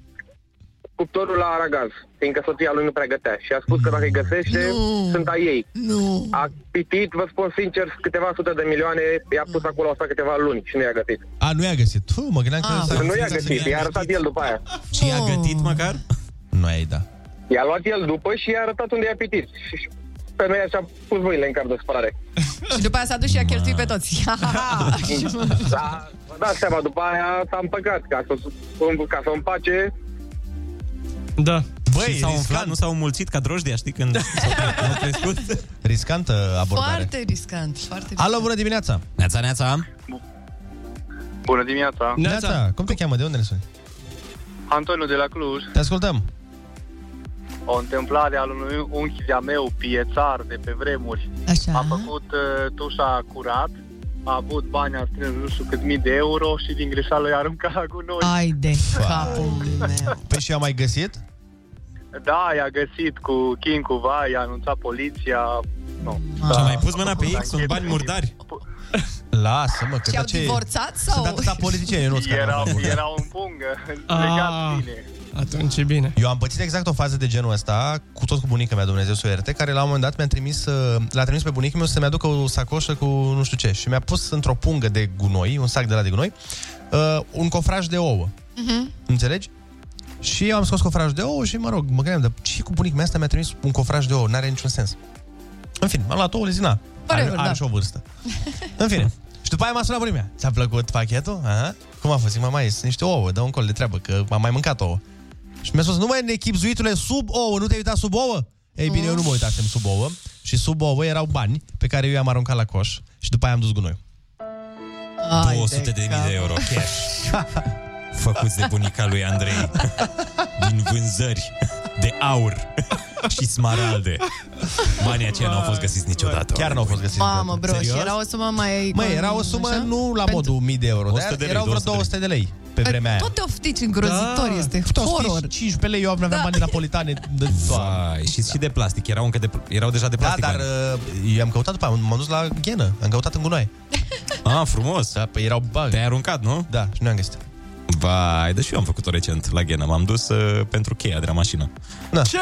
S17: cuptorul la aragaz, fiindcă soția lui nu prea gătea și a spus că dacă îi găsește, sunt a ei.
S9: Nu.
S17: A pitit, vă spun sincer, câteva sute de milioane, i-a
S8: Mm.
S17: pus acolo asta câteva luni și nu i-a găsit.
S5: A, nu i-a găsit. Tu, mă gândeam că...
S8: Ah.
S5: s-a
S17: nu i-a
S5: gândit să
S17: găsit,
S5: ne ia.
S17: i-a arătat el după aia. Oh.
S8: Și i-a gătit măcar?
S5: Nu ai, da.
S17: I-a luat el după și i-a arătat unde i-a pitit. Și- și Pe noi așa pus mâinile în cap de spărare.
S9: Și după aia s-a dus și a cheltuit pe
S8: [LAUGHS]
S9: toți.
S17: Da, vă dați seama, după aia s-a împăcat ca să, ca să împace.
S6: Da.
S8: Băi, și s-au umflat, nu s-au mulțit ca drojdia, știi, când
S5: [LAUGHS]
S8: s-au au crescut.
S5: Riscantă abordare.
S9: Foarte riscant, foarte riscant.
S5: Alo, bună dimineața.
S8: Neața, neața.
S16: Bună dimineața!
S5: Neața, cum te cheamă? De unde ne suni?
S16: Antonio de la Cluj.
S5: Te ascultăm.
S16: o întâmplare al unui unchi de-a meu, piețar de pe vremuri.
S9: Așa.
S16: A făcut uh, tușa curat, a avut bani, a strâns nu știu cât mii de euro și din greșeală i-a aruncat la gunoi.
S9: Ai de capul meu.
S5: Păi și a mai găsit?
S16: Da, i-a găsit cu chin cu vai, i-a anunțat poliția. Nu. Da.
S8: Și-a mai pus mâna pe ei, sunt bani murdari.
S5: Lasă-mă, că
S9: Și au
S5: ce...
S9: divorțat sau?
S5: Sunt atâta politicieni, nu
S16: Era, era un pungă legat bine.
S6: Ah, Atunci e bine.
S5: Eu am pățit exact o fază de genul ăsta, cu tot cu bunica mea, Dumnezeu să o ierte, care la un moment dat mi-a trimis, uh, l-a trimis pe bunicul meu să-mi aducă o sacoșă cu nu știu ce și mi-a pus într-o pungă de gunoi, un sac de la de gunoi, uh, un cofraj de ouă.
S18: Mhm.
S5: Înțelegi? Și eu am scos cofraj de ouă și mă rog, mă gândeam, dar ce cu bunicul meu asta mi-a trimis un cofraj de ouă? N-are niciun sens. În fine, am luat ouăle, zi, na, are,
S18: Whatever,
S5: are
S18: da.
S5: și o vârstă. În fine. Și după aia m-a sunat bunica mea. Ți-a plăcut pachetul? Aha. Cum a fost? Zic, mama, sunt niște ouă, dă un col de treabă, că am mai mâncat ouă. Și mi-a spus, nu mai nechipzuitule, sub ouă, nu te-ai uitat sub ouă? Ei bine, eu nu mă uitasem sub ouă și sub ouă erau bani pe care eu i-am aruncat la coș și după aia am dus gunoiul.
S9: Ai
S8: 200 de mii
S9: cap.
S8: de euro cash. [LAUGHS] Făcuți de bunica lui Andrei. Din vânzări de aur și smaralde. Banii aceia n-au fost găsiți niciodată.
S5: Chiar n-au fost găsiți
S9: Mamă, bro, și era o sumă mai...
S5: Mă, era o sumă așa? nu la modul 1000 de euro, dar
S8: 100 de lei,
S5: erau vreo 200 de lei pe vremea aia.
S9: Păi Tot te oftici îngrozitor,
S5: Da.
S9: este
S5: Tot oftici,
S9: horror.
S5: 15 lei, eu aveam da. bani [LAUGHS] napolitane. De...
S8: Vai, și, și de plastic. Erau, încă de, erau deja de
S5: Da,
S8: plastic.
S5: dar uh, eu am căutat după aia, m-am dus la ghenă, am căutat în gunoaie.
S8: Ah, frumos.
S5: Da, păi erau bag.
S8: Te-ai aruncat, nu?
S5: Da, și nu am găsit.
S8: Vai, deși eu am făcut-o recent la Ghena. M-am dus uh, pentru cheia de la mașină.
S5: Da.
S8: Ce?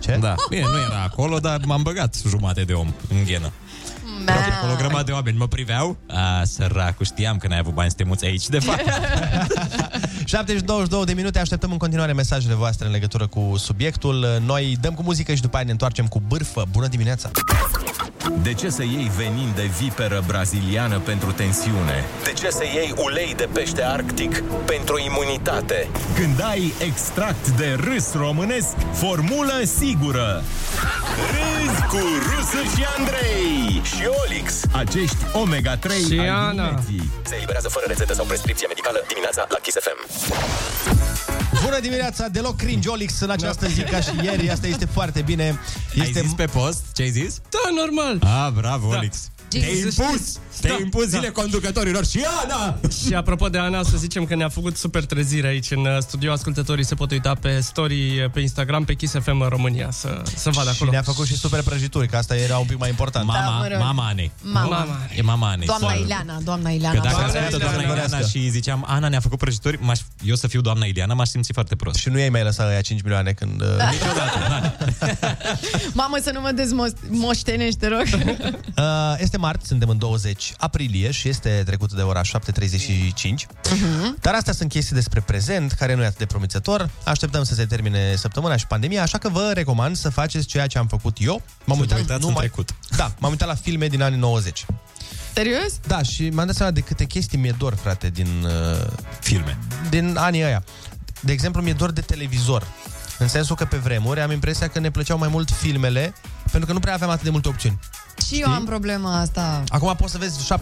S5: Ce?
S8: Da. [LAUGHS] Bine, nu era acolo, dar m-am băgat jumate de om în Ghena. Probabil acolo o grămadă de oameni mă priveau. A, săracu, știam că n-ai avut bani să te muți aici, de fapt.
S5: 7 și 22 de minute, așteptăm în continuare mesajele voastre în legătură cu subiectul. Noi dăm cu muzică și după aia ne întoarcem cu bârfă. Bună dimineața!
S15: De ce să iei venin de viperă braziliană pentru tensiune? [LAUGHS] De ce să iei ulei de pește arctic pentru imunitate?
S7: Când ai extract de râs românesc, formulă sigură.
S15: Râzi cu Rusu și Andrei și Olix.
S7: Acești omega-3
S15: Și
S7: ai
S15: Ana.
S7: dimineții.
S15: Se eliberează fără rețetă sau prescripție medicală dimineața la Kiss FM.
S5: Bună dimineața! Deloc cringe Olix în această zi ca și ieri. Asta este foarte bine.
S8: Este... Ai zis pe post? Ce ai zis?
S6: Da, normal.
S8: Ah, bravo, da. Olix. Te-ai impus! Te-ai
S5: Da,
S8: impus zile conducătorilor și Ana!
S6: Și apropo de Ana, să zicem că ne-a făcut super trezire aici în uh, studio. Ascultătorii se pot uita pe story, uh, pe Instagram, pe Kiss FM în România să, să vadă acolo.
S5: Și ne-a făcut și super prăjituri, că asta era un pic mai important.
S8: Mama, Da, mă rog. mama Anei.
S9: Mama.
S8: E mama Anei.
S9: Doamna
S8: soarele.
S9: Ileana, doamna
S8: Că
S9: Ileana.
S8: dacă
S5: [LAUGHS]
S9: doamna
S8: ascultă
S9: Ileana.
S8: doamna Ileana și ziceam Ana ne-a făcut prăjituri, m-aș, eu să fiu doamna Ileana, m-aș simți foarte prost.
S5: Și nu i-ai mai lăsat aia 5 milioane când...
S8: [LAUGHS]
S5: Uh...
S9: Mamă, să nu mă dezmoștenești, te
S5: [LAUGHS]
S9: rog.
S5: Uh, este marți, suntem în 20 aprilie și este trecut de ora 7.35. Dar astea sunt chestii despre prezent, care nu e atât de promițător. Așteptăm să se termine săptămâna și pandemia, așa că vă recomand să faceți ceea ce am făcut eu. M-am
S8: Să vă
S5: uitat
S8: uitați în trecut.
S5: Da, m-am uitat la filme din anii 90.
S9: Serios?
S5: Da, și mi-am dat seama de câte chestii mi-e dor, frate, din... Uh,
S8: Filme.
S5: Din anii aia. De exemplu, mi-e dor de televizor. În sensul că pe vremuri am impresia că ne plăceau mai mult filmele, pentru că nu prea aveam atât de multe opțiuni.
S9: Și eu am problema asta.
S5: Acum poți să vezi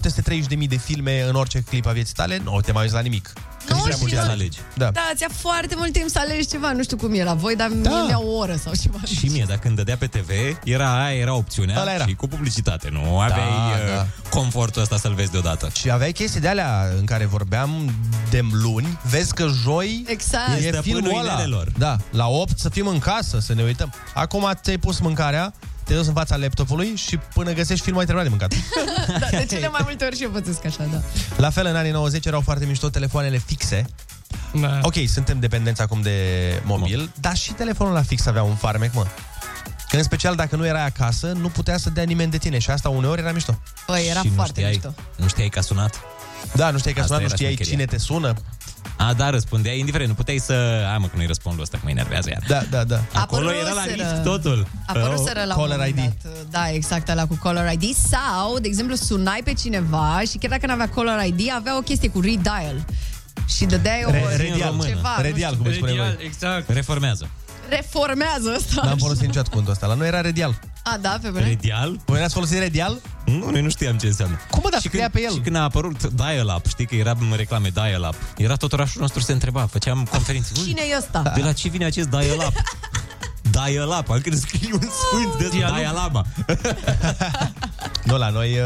S5: 730.000 de filme în orice clip a vieții tale, nu te mai uiți la nimic. Că nu prea multe să alegi. Da.
S9: Da, ți-a foarte mult timp să alegi ceva, nu știu cum e la voi, dar
S5: Da.
S9: da. mi o oră sau ceva.
S8: Și mie, dacă îmi dădea pe TV, era aia, era opțiunea era. și cu publicitate, nu? Aveai da, da. confortul ăsta să-l vezi deodată.
S5: Și aveai chestii de alea în care vorbeam de luni, vezi că joi
S9: Exact.
S5: e
S8: Stăpânul
S5: filmul ăla.
S8: inelelor.
S5: Da, la 8 să fim în casă, să ne uităm. Acum ți-ai pus mâncarea, te duci în fața laptopului și până găsești filmul ai terminat de mâncat.
S9: [LAUGHS] da, de cele
S5: [LAUGHS]
S9: mai multe ori și eu pățesc așa, da.
S5: La fel, în anii 90 erau foarte mișto telefoanele fixe.
S6: Da.
S5: Ok, suntem dependenți acum de mobil, dar și telefonul la fix avea un farmec, mă. Că în special dacă nu erai acasă, nu putea să dea nimeni de tine și asta uneori era mișto.
S9: Păi, era
S8: și nu
S9: foarte
S8: știai,
S9: mișto.
S8: Nu știai că a sunat?
S5: Da, nu știai că a
S8: Asta
S5: sunat,
S8: era
S5: nu știai
S8: șmecheria.
S5: cine te sună.
S8: A, da, răspundeai, indiferent, nu puteai să... Hai mă, că nu-i răspund lui ăsta, că mă enervează iar.
S5: Da, da, da.
S8: Acolo era la
S9: Apăruseră-
S8: risc totul.
S9: Apăruseră la un
S8: Caller
S9: moment
S8: ID.
S9: dat, Da, exact, la cu Caller ID. Sau, de exemplu, sunai pe cineva și chiar dacă n-avea Caller ID, avea o chestie cu redial. Și dădeai o
S8: Re- redial,
S9: ceva. nu
S5: Redial, cum îi spunem noi.
S6: exact.
S8: Reformează.
S9: știu. Reformează asta.
S5: N-am folosit niciodată cuvântul ăsta, la noi era redial.
S9: A, da, pe bune?
S8: Redial?
S5: Voi n-ați folosit redial?
S8: Nu, noi nu știam ce înseamnă.
S5: Cum mă, dar
S8: scria pe el? Și când a apărut Dial-Up, știi că era în reclame Dial-Up, era tot orașul nostru se întreba, făceam conferințe. Ui,
S9: Cine e ăsta?
S8: De la ce vine acest Dial-Up? Dial-Up, am crezut că e un sfânt de
S5: Dialog.
S8: Dial-Up.
S5: Nu, la noi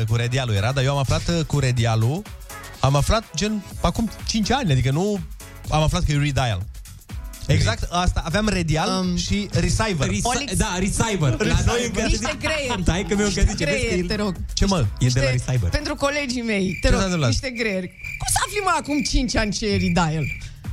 S5: uh, cu redialul era, dar eu am aflat uh, cu redialul, am aflat gen acum 5 ani, adică nu am aflat că e redial. Exact, asta, aveam redial și receiver.
S8: Resi- Um, da, receiver. La noi încă
S9: Niște greieri.
S8: Tai că mi-o că zice, vezi că
S9: Greieri, te
S8: el...
S9: rog.
S5: Ce mă?
S8: E de la receiver.
S9: Pentru colegii mei, te
S8: Ce s-a
S9: rog,
S8: întâmplat?
S9: niște greieri. Cum să aflim acum 5 ani ce e redial?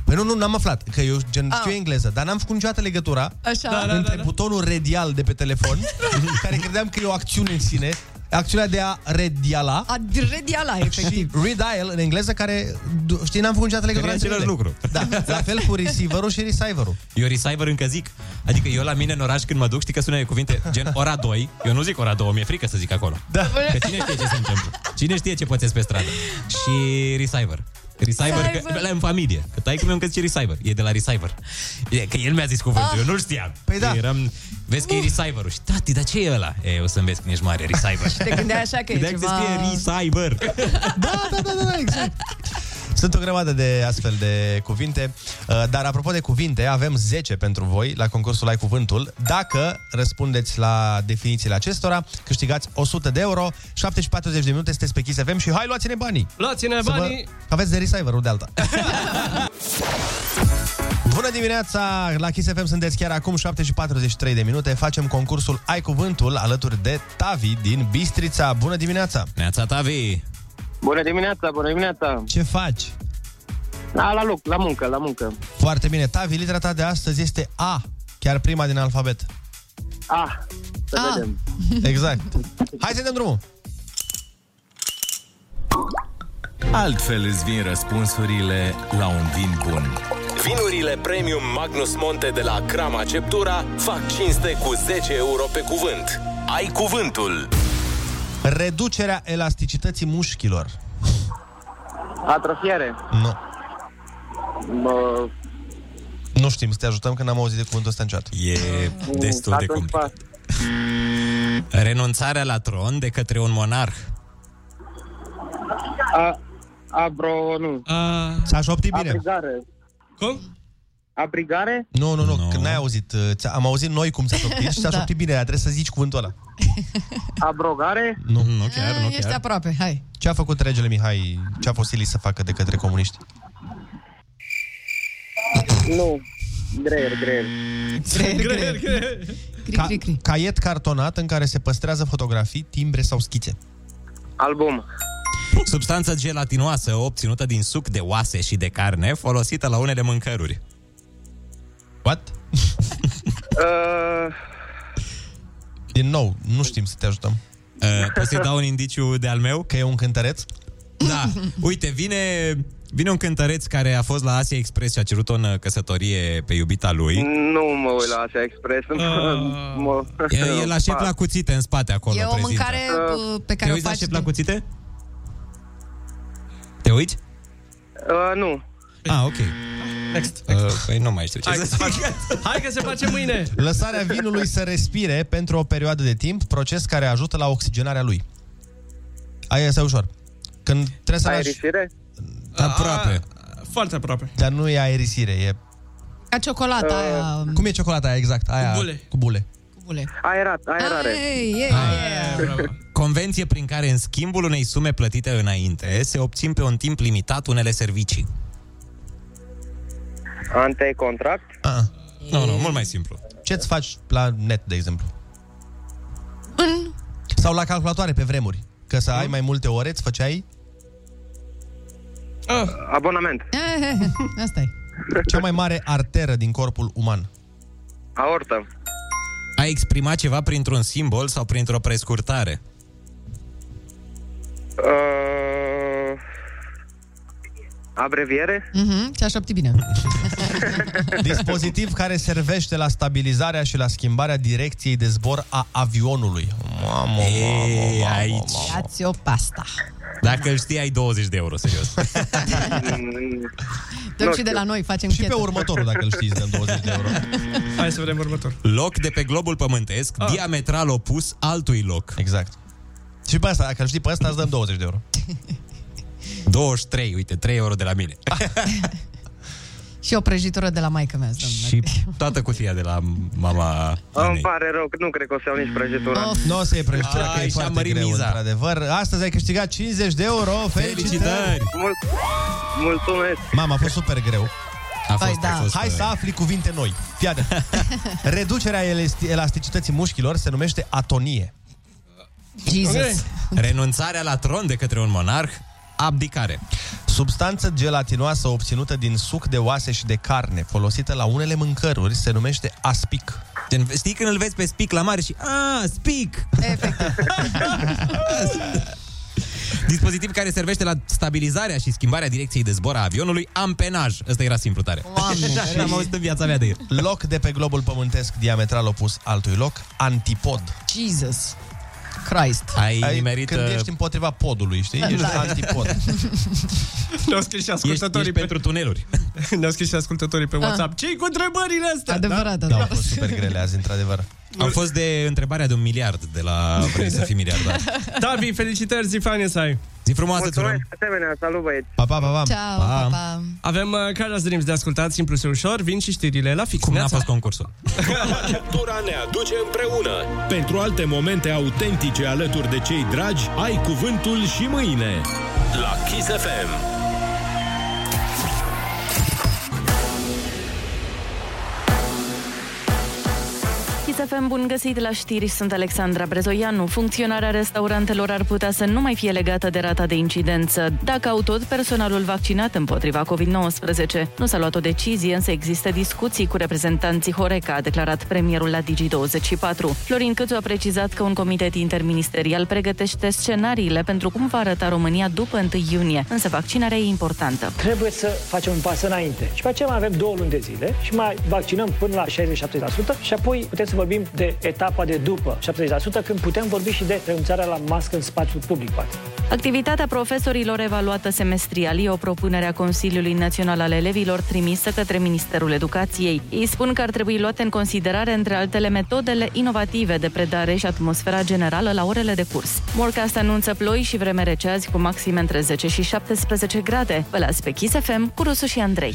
S5: Păi nu, nu, n-am aflat, că eu gen știu engleză, dar n-am făcut niciodată legătura
S9: Ah. Așa. Da, da, da,
S5: între
S9: da.
S5: butonul redial de pe telefon,
S9: [LAUGHS]
S5: care credeam că e o acțiune în sine, acțiunea de a rediala,
S9: A rediala, efectiv.
S5: și redial în engleză, care, du- știi, n-am făcut niciodată legătura
S8: Care e
S5: între
S8: același
S5: ele. Da, la fel cu receiverul și receiverul.
S8: Eu receiver încă zic. Adică eu la mine în oraș când mă duc, știi că sună de cuvinte gen ora 2. Eu nu zic ora 2, mi-e frică să zic acolo.
S5: Da. [LAUGHS]
S8: Că cine știe ce se întâmplă? Cine știe ce pățesc pe stradă? Și receiver. Receiver, că,
S9: Receiver.
S8: la în familie. Că tai mi-am că zice receiver. E de la receiver. E, că el mi-a zis cuvântul,
S9: Ah.
S8: eu nu-l știam.
S9: Păi da.
S8: Eu Eram, vezi că e receiverul. Și tati, dar ce e ăla? E, o să înveți când ești mare, receiver. Și
S9: te gândeai așa că e ceva-
S8: se scrie receiver.
S5: Da, da, da, da, da, exact. Sunt o grămadă de astfel de cuvinte, Uh, dar apropo de cuvinte, avem 10 pentru voi la concursul Ai Cuvântul. Dacă răspundeți la definițiile acestora, câștigați 100 de euro, 740 de minute, sunteți pe Kiss FM și hai, luați-ne banii!
S6: Luați-ne
S5: Să vă-
S6: banii!
S5: Aveți de receiverul de
S6: [LAUGHS]
S5: alta. Bună dimineața! La Kiss FM sunteți chiar acum 7 și 43 de minute. Facem concursul Ai Cuvântul alături de Tavi din Bistrița. Bună dimineața!
S8: Neața, Tavi!
S18: Bună dimineața, bună dimineața.
S5: Ce faci?
S18: Da, la loc, la muncă, la muncă.
S5: Foarte bine. Tavi, litera ta de astăzi este A, chiar prima din alfabet.
S18: Ah, să
S9: Ah.
S18: vedem.
S5: Exact. Hai să dăm drumul.
S15: Altfel îți vin răspunsurile la un vin bun.
S1: Vinurile premium Magnus Monte de la Crama Ceptura fac cinste cu 10 euro pe cuvânt. Ai cuvântul!
S5: Reducerea elasticității mușchilor.
S18: Atrofiere.
S5: Nu.
S18: Bă,
S5: Nu știm să te ajutăm că n-am auzit de cuvântul ăsta niciodată.
S8: E destul de
S18: atunci
S8: complicat. Renunțarea la tron de către un monarh.
S18: A, abro, nu.
S5: S-a șoptit bine.
S18: Abrigare.
S6: Cum?
S18: Abrigare?
S5: Nu, nu, nu, no. că n-ai auzit. uh, ți-a- Am auzit noi cum s-a șoptit și s-a
S9: Da.
S5: șoptit bine. Trebuie să zici cuvântul ăla.
S18: Abrogare?
S5: Nu, nu
S9: Ah, Ești aproape, hai.
S5: Ce a făcut regele Mihai? Ce a fost silit să facă de către comuniști?
S18: Nu. Greier, greier.
S9: Greier,
S6: greier.
S5: Ca- caiet cartonat în care se păstrează fotografii, timbre sau schițe.
S18: Album.
S8: Substanță gelatinoasă obținută din suc de oase și de carne folosită la unele mâncăruri.
S5: What?
S18: Uh,
S5: Din nou, nu știm să te ajutăm.
S8: Uh, poți să-i dau un indiciu de al meu?
S5: Că e un cântăreț?
S8: Da. Uite, vine, vine un cântăreț care a fost la Asia Express și a cerut-o în uh, căsătorie pe iubita lui.
S18: nu mă uit la Asia Express.
S17: [LAUGHS]
S18: mă,
S8: E, e la șef la cuțite în spate acolo.
S9: E o
S8: prezintă.
S9: mâncare uh, pe
S8: Te
S9: care o
S8: uiți la
S9: faci
S8: șef
S9: tu.
S8: la cuțite? Te uiți?
S18: Uh, nu.
S8: Ah, ok. Next. Uh, păi nu mai știu ce
S6: Hai
S8: să
S6: că, se
S8: zic.
S6: face, hai că se face mâine!
S5: Lăsarea
S6: [LAUGHS]
S5: vinului să respire pentru o perioadă de timp, proces care ajută la oxigenarea lui. Aia este ușor. Când trebuie să lași...
S18: Aerisire?
S5: Aproape.
S6: Foarte aproape.
S5: Dar nu e aerisire, e...
S9: Ca ciocolata aia.
S5: Cum e ciocolata aia exact? Aia...
S9: Cu bule.
S5: Cu bule.
S9: Bule.
S18: Aerat, aerare.
S9: Ei, ei,
S8: Convenție prin care în schimbul unei sume plătite înainte se obțin pe un timp limitat unele servicii.
S18: Antecontract?
S5: Ah.
S8: Nu, nu, mult mai simplu.
S5: Ce-ți faci la net, de exemplu? Sau la calculatoare pe vremuri. Că să ai mai multe ore, îți făceai...
S6: Ah.
S18: Abonament.
S9: Eh, Asta e.
S5: Cea mai mare arteră din corpul uman.
S18: Aortă.
S8: A exprima ceva printr-un simbol sau printr-o prescurtare.
S18: Uh, abreviere?
S9: Mhm, ți-a șoptit bine.
S5: Dispozitiv care servește la stabilizarea și la schimbarea direcției de zbor a avionului. Mamă, mamă, mamă, aici.
S9: Ia-ți o pasta.
S8: Dacă îl știi, ai 20 de euro,
S18: [LAUGHS]
S8: serios. [LAUGHS]
S9: Dăm și de la noi, facem
S5: Și pe următorul, dacă îl știți, dăm 20 de euro.
S6: [LAUGHS] Hai să vedem următor.
S8: Loc de pe globul pământesc, ah. diametral opus altui loc.
S5: Exact. Și pe asta, dacă îl știi pe asta, îți dăm 20 de
S8: [LAUGHS]
S5: euro.
S8: 23, uite, 3 euro de la mine.
S9: [LAUGHS] Și o prăjitură de la maică mea.
S8: Și toată cutia de la mama...
S18: Îmi pare rău, că nu cred că o să iau nici prăjitura.
S5: Nu o să iei prăjitura, că e
S8: Ai, și-a
S5: foarte
S8: mărit
S5: greu,
S8: miza.
S5: într-adevăr. Astăzi ai câștigat 50 de euro. Felicitări!
S8: Felicitări!
S18: Mul- mulțumesc!
S5: Mama, a fost super greu.
S8: A fost,
S9: da.
S8: a fost,
S5: Păi Hai să afli cuvinte noi. Fiadă. uh, [LAUGHS] Reducerea elasti- elasticității mușchilor se numește atonie.
S9: Jesus.
S8: Renunțarea la tron de către un monarh, abdicare.
S5: Substanță gelatinoasă obținută din suc de oase și de carne, folosită la unele mâncăruri, se numește aspic. Gen, știi când îl vezi pe spic la mare și...
S8: Ah, speak! [LAUGHS] Dispozitiv care servește la stabilizarea și schimbarea direcției de zbor a avionului, ampenaj. Ăsta era simplu tare. [LAUGHS]
S5: [LAUGHS] Da,
S8: Așa am auzit în viața mea de el.
S5: Loc de pe globul pământesc diametral opus altui loc, antipod.
S9: Jesus. Christ.
S8: Ai, Exact. ai nimerit... uh,
S5: Când ești
S8: [LAUGHS]
S5: împotriva podului, știi? Ești
S6: Da.
S5: antipod.
S9: Da.
S6: Ne-au scris și ascultătorii
S5: ești
S6: pe...
S8: pentru tuneluri.
S6: [LAUGHS] Ne-au scris și ascultătorii pe
S9: Ah.
S6: WhatsApp. Ce-i cu întrebările astea?
S9: Adevărat,
S6: da?
S8: da.
S5: Au fost
S6: [LAUGHS]
S5: super grele azi, într-adevăr.
S8: Am fost de întrebarea de un miliard de la Vrei să fii miliardar.
S6: Davi, felicitări, zi faine să ai.
S8: Zi frumoasă,
S18: Mulțumesc, asemenea, salut băieți.
S5: Pa, pa, pa, pa.
S9: Ciao, pa, pa.
S6: Avem uh, Carlos Dreams de ascultat, simplu și ușor, vin și știrile la fix. Cum n-a fost
S8: concursul?
S15: Cultura ne aduce împreună. Pentru alte momente autentice alături de cei dragi, ai cuvântul și mâine. La Kiss FM.
S11: Chisafem, bun găsit la știri, sunt Alexandra Brezoianu. Funcționarea restaurantelor ar putea să nu mai fie legată de rata de incidență, dacă au tot personalul vaccinat împotriva COVID-19. Nu s-a luat o decizie, însă există discuții cu reprezentanții Horeca, a declarat premierul la Digi24. Florin Cățu a precizat că un comitet interministerial pregătește scenariile pentru cum va arăta România după 1 iunie, însă vaccinarea e importantă.
S12: Trebuie să facem un pas înainte. Și pe aceea mai avem două luni de zile și mai vaccinăm până la 60-70% și apoi putem să vorbim de etapa de după 70% când putem vorbi și de renunțarea la mască în spațiul public, poate.
S11: Activitatea profesorilor evaluată semestrial e o propunere a Consiliului Național al Elevilor trimisă către Ministerul Educației. Ei spun că ar trebui luate în considerare, între altele, metodele inovative de predare și atmosfera generală la orele de curs. Morcast anunță ploi și vreme rece azi cu maxime între 10 și 17 grade. Vă las pe Kiss FM cu Rusu și Andrei.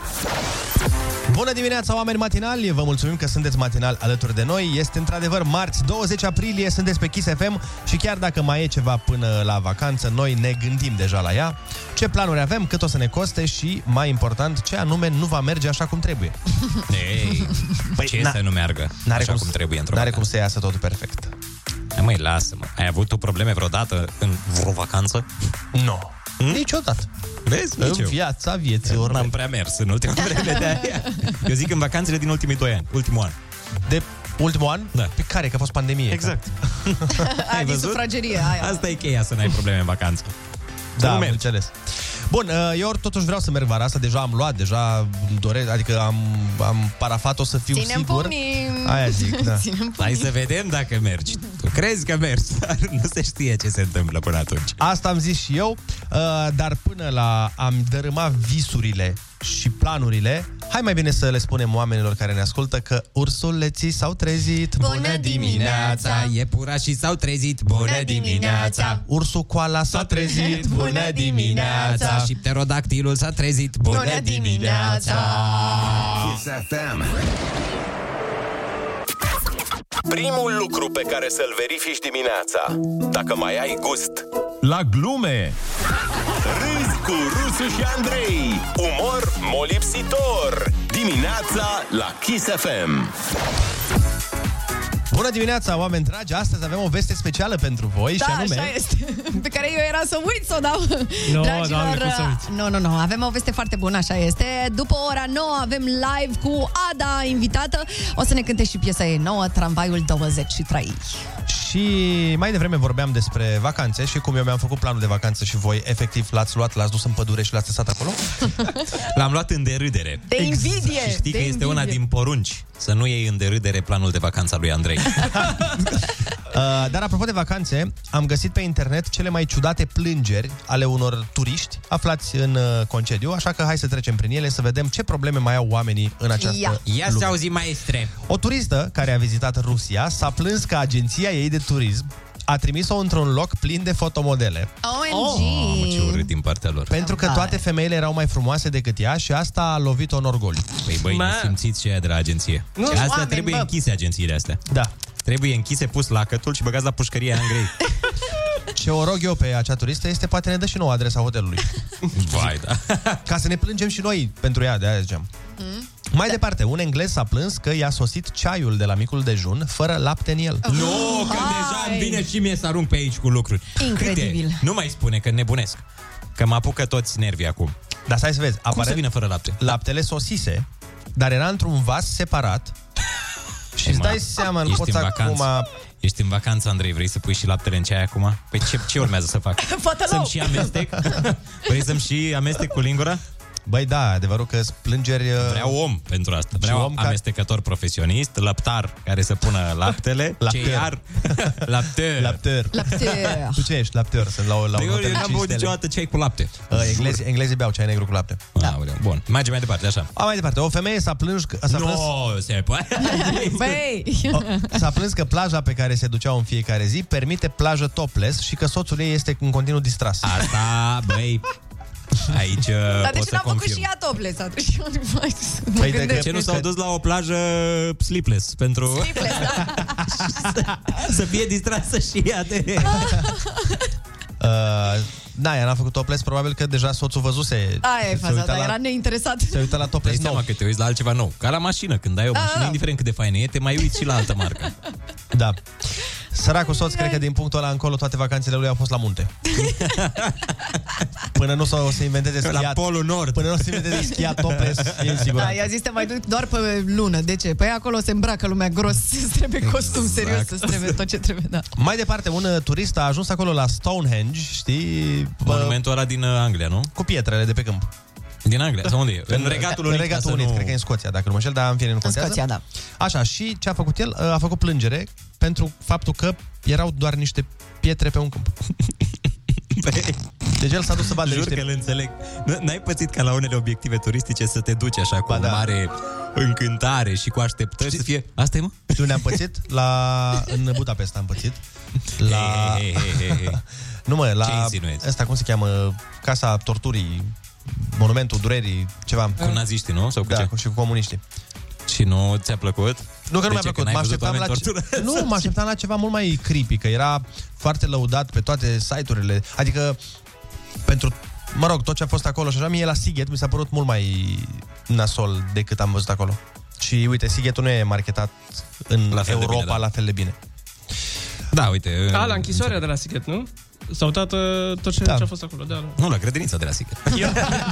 S5: Bună dimineața, oameni matinali! Vă mulțumim că sunteți matinal alături de noi. Este într-adevăr marți, 20 aprilie, sunteți pe Kiss FM și chiar dacă mai e ceva până la vacanță, noi ne gândim deja la ea, ce planuri avem, cât o să ne coste și, mai important, ce anume nu va merge așa cum trebuie.
S8: Ei, păi, ce
S5: na-
S8: să nu meargă
S5: n-are
S8: așa
S5: cum
S8: cum
S5: să-
S8: trebuie într-o
S5: N-are cum să iasă totul perfect.
S8: Hai, Măi, lasă-mă. Ai avut tu probleme vreodată în vreo vacanță?
S5: Nu. No. Hmm? Niciodată.
S8: Vezi?
S5: În
S8: Nici eu.
S5: viața vieților
S8: N-am prea mers în
S5: [LAUGHS]
S8: ultima vreme de aia. Eu zic în vacanțele din ultimii doi ani. Ultimul an.
S5: De ultimul an? Da. Pe care? Că a fost pandemie.
S8: Exact. [LAUGHS]
S9: Ai din sufragerie aia.
S8: Asta e cheia să n-ai probleme în vacanță.
S5: Da, am înțeles. Bun, uh, eu totuși vreau să merg vara asta, deja am luat, deja îmi doresc, adică am, am parafat, o să fiu
S9: Ținem
S5: sigur.
S9: pumnii.
S5: Aia zic,
S8: [LAUGHS]
S5: da.
S9: Ținem
S8: Hai să vedem dacă mergi. Tu crezi că mergi, [LAUGHS] dar nu se știe ce se întâmplă până atunci.
S5: Asta am zis și eu, uh, dar până la am dărâmat visurile și planurile, hai mai bine să le spunem oamenilor care ne ascultă că ursuleții s-au trezit.
S8: Bună dimineața! Iepurașii s-au trezit. Bună dimineața!
S5: Ursul coala s-a trezit.
S8: Bună dimineața! Și pterodactilul s-a trezit. Bună dimineața!
S1: Kiss FM. Primul lucru pe care să-l verifici dimineața, dacă mai ai gust.
S7: La glume!
S1: Râzi cu Rusu și Andrei. Umor molipsitor. Dimineața la Kiss FM.
S5: Bună dimineața, oameni dragi! Astăzi avem o veste specială pentru voi
S9: da,
S5: și anume...
S9: așa este. Pe care eu era să uit să o dau.
S5: Nu,
S9: Dragilor,
S5: doamne, cum să uiți?
S9: nu, nu, nu, avem o veste foarte bună, așa este. După ora 9 avem live cu Ada invitată. O să ne cânte și piesa ei nouă, Tramvaiul 23.
S5: Și mai devreme vorbeam despre vacanțe și cum eu mi-am făcut planul de vacanță și voi efectiv l-ați luat, l-ați dus în pădure și l-ați lăsat acolo?
S8: L-am luat în derâdere.
S9: De invidie!
S8: Și știi
S9: de
S8: că este una
S9: invidie.
S8: din porunci să nu iei în derâdere planul de vacanță al lui Andrei.
S9: Exact.
S5: Uh, dar apropo de vacanțe, am găsit pe internet cele mai ciudate plângeri ale unor turiști aflați în uh, concediu, așa că hai să trecem prin ele să vedem ce probleme mai au oamenii în această
S8: Ia, Ia
S5: lume.
S8: să auzi, maestre.
S5: O turistă care a vizitat Rusia s-a plâns că agenția ei de turism a trimis-o într-un loc plin de fotomodele.
S9: OMG!
S8: Mamă, ce urât din partea lor.
S5: Pentru că toate femeile erau mai frumoase decât ea și asta a lovit-o în orgoliu.
S8: Păi băi,
S5: Ma-
S8: ne simțiți și aia de la agenție.
S5: Nu,
S8: Nu, și asta
S5: oameni,
S8: trebuie
S5: bă.
S8: închise agențiile astea.
S5: Da.
S8: Trebuie închise, pus lacătul și băgați la pușcărie în grei.
S5: Ce o rog eu pe acea turistă este poate ne dă și nouă adresa hotelului.
S8: [LAUGHS] Vai, da.
S5: Ca să ne plângem și noi pentru ea, de aia ziceam. Mai departe, un englez s-a plâns că i-a sosit ceaiul de la micul dejun fără lapte în el.
S8: Nu, că deja îmi vine și mie să arunc pe aici cu lucruri.
S9: Incredibil.
S8: Câte? Nu mai spune că nebunesc. Că mă apucă toți nervii acum.
S5: Dar stai să vezi.
S8: Cum să vină fără lapte?
S5: Laptele sosise, dar era într-un vas separat și îți dai seama, nu poți acum...
S8: Ești în vacanță, Andrei, vrei să pui și laptele în ceai acum? Păi ce, ce urmează să fac?
S9: Fata
S8: Să-mi și amestec? Vrei să-mi Păi și amestec cu lingura?
S5: Băi, da, adevărul că plângeri... uh,
S8: Vreau om pentru asta. Vreau
S5: om
S8: om
S5: care-
S8: amestecător profesionist, lăptar care să pună
S5: [LAUGHS]
S8: laptele,
S5: Lapter.
S8: ceiar, lapter.
S5: Lapter.
S9: Lapter.
S5: Tu ce ești? Lapter. Sunt la, la
S8: Păi
S5: un
S8: eu
S5: hotel de
S8: n-am
S5: cinci
S8: băut
S5: stele.
S8: niciodată ceai cu lapte.
S5: Uh, englezii, englezii beau ceai negru cu lapte.
S8: Da. Bun, mergem mai departe, așa.
S5: A, mai departe, o femeie s-a plâns că... S-a
S8: Nu, [LAUGHS]
S5: plâns...
S8: se poate.
S9: [LAUGHS]
S8: [LAUGHS]
S9: Băi!
S5: S-a plâns că plaja pe care se duceau în fiecare zi permite plajă topless și că soțul ei este în continuu distras.
S8: Asta, băi,
S5: [LAUGHS]
S8: aici uh,
S9: Dar
S8: pot
S9: deci
S8: să
S9: n-a făcut
S8: confirm. Păi,
S9: și ea topless atunci. [LAUGHS] Mă
S5: Păi,
S8: de
S9: gândesc.
S8: ce nu s-au dus la o plajă sleepless pentru
S9: Sleepless, da.
S8: [LAUGHS] să, să fie distrasă și ea de...
S5: Uh, da, ea n-a făcut topless, probabil că deja soțul văzuse.
S9: Aia
S5: Se
S9: e faza,
S5: uita
S9: dar
S5: la-
S9: era neinteresat.
S5: Se uită la topless
S8: Dai seama că te uiți la altceva nou. Ca la mașină, când ai o
S9: Da,
S8: mașină,
S9: da.
S8: indiferent cât de faină e, te mai uiți și la altă marcă.
S5: [LAUGHS] Da. Săracul soț, cred că din punctul ăla încolo toate vacanțele lui au fost la
S9: [LAUGHS]
S5: munte. până nu s-o, o să inventeze
S8: La
S5: schiat.
S8: Polul Nord.
S5: Până nu o să inventeze
S9: [LAUGHS]
S5: schiat topless, e în siguranță.
S9: Da, i-a zis te mai duc doar pe lună. De ce? Păi acolo se îmbracă lumea gros, [LAUGHS] se trebuie costum serios, se trebuie tot ce trebuie, da.
S5: Exact. Mai departe, un uh, turist a ajuns acolo la Stonehenge, știi? Bă,
S8: Monumentul ăla din uh, Anglia, nu?
S5: Cu pietrele de pe câmp.
S8: Din Anglia, sau unde e? În Regatul Unit. ca să
S5: În Regatul Unit,
S8: nu-
S5: cred
S8: [LAUGHS]
S5: că e în Scoția, dacă nu mă înșel, dar în fine nu contează.
S9: Scoția, da.
S5: Așa, și ce a făcut el? A făcut plângere pentru faptul că erau doar niște pietre pe un câmp. Deci el s-a dus să bată
S8: Jur
S5: niște-
S8: că îl înțeleg. N- N-ai pățit ca la unele obiective turistice să te duci așa cu o
S5: da.
S8: mare încântare și cu așteptări să fie... Asta e, Păi mă?
S5: Tu ne-am pățit la... În Budapesta am pățit. La...
S8: Hei, hei, hei, hei, hei.
S5: [LAUGHS] nu mă,
S8: Ce
S5: la...
S8: insinuezi?
S5: Asta cum se cheamă? Casa torturii, monumentul durerii, ceva.
S8: Cu naziștii, nu? Sau cu
S5: da,
S8: ce?
S5: cu- și cu comuniștii.
S8: Și nu ți-a plăcut?
S5: Nu că
S8: De
S5: nu mi-a
S8: ce?
S5: plăcut,
S8: Deci n-ai
S5: mă
S8: văzut
S5: așteptam la
S8: oameni
S5: ce...
S8: torturați?
S5: Nu, mă așteptam la ceva mult mai creepy, că era foarte lăudat pe toate site-urile. Adică pentru mă rog, tot ce a fost acolo și așa, mie la Siget mi s-a părut mult mai nasol decât am văzut acolo. Și uite, Sigetul nu e marketat în la
S8: fel de
S5: Europa
S8: bine, da.
S5: la fel de bine.
S8: Da, uite.
S6: A, la închisoarea de la Sighet, nu? S-a uitat uh, tot ce,
S5: Da.
S6: ce a fost acolo. Da,
S8: Nu, la grădinița de la Sighet.
S6: eu,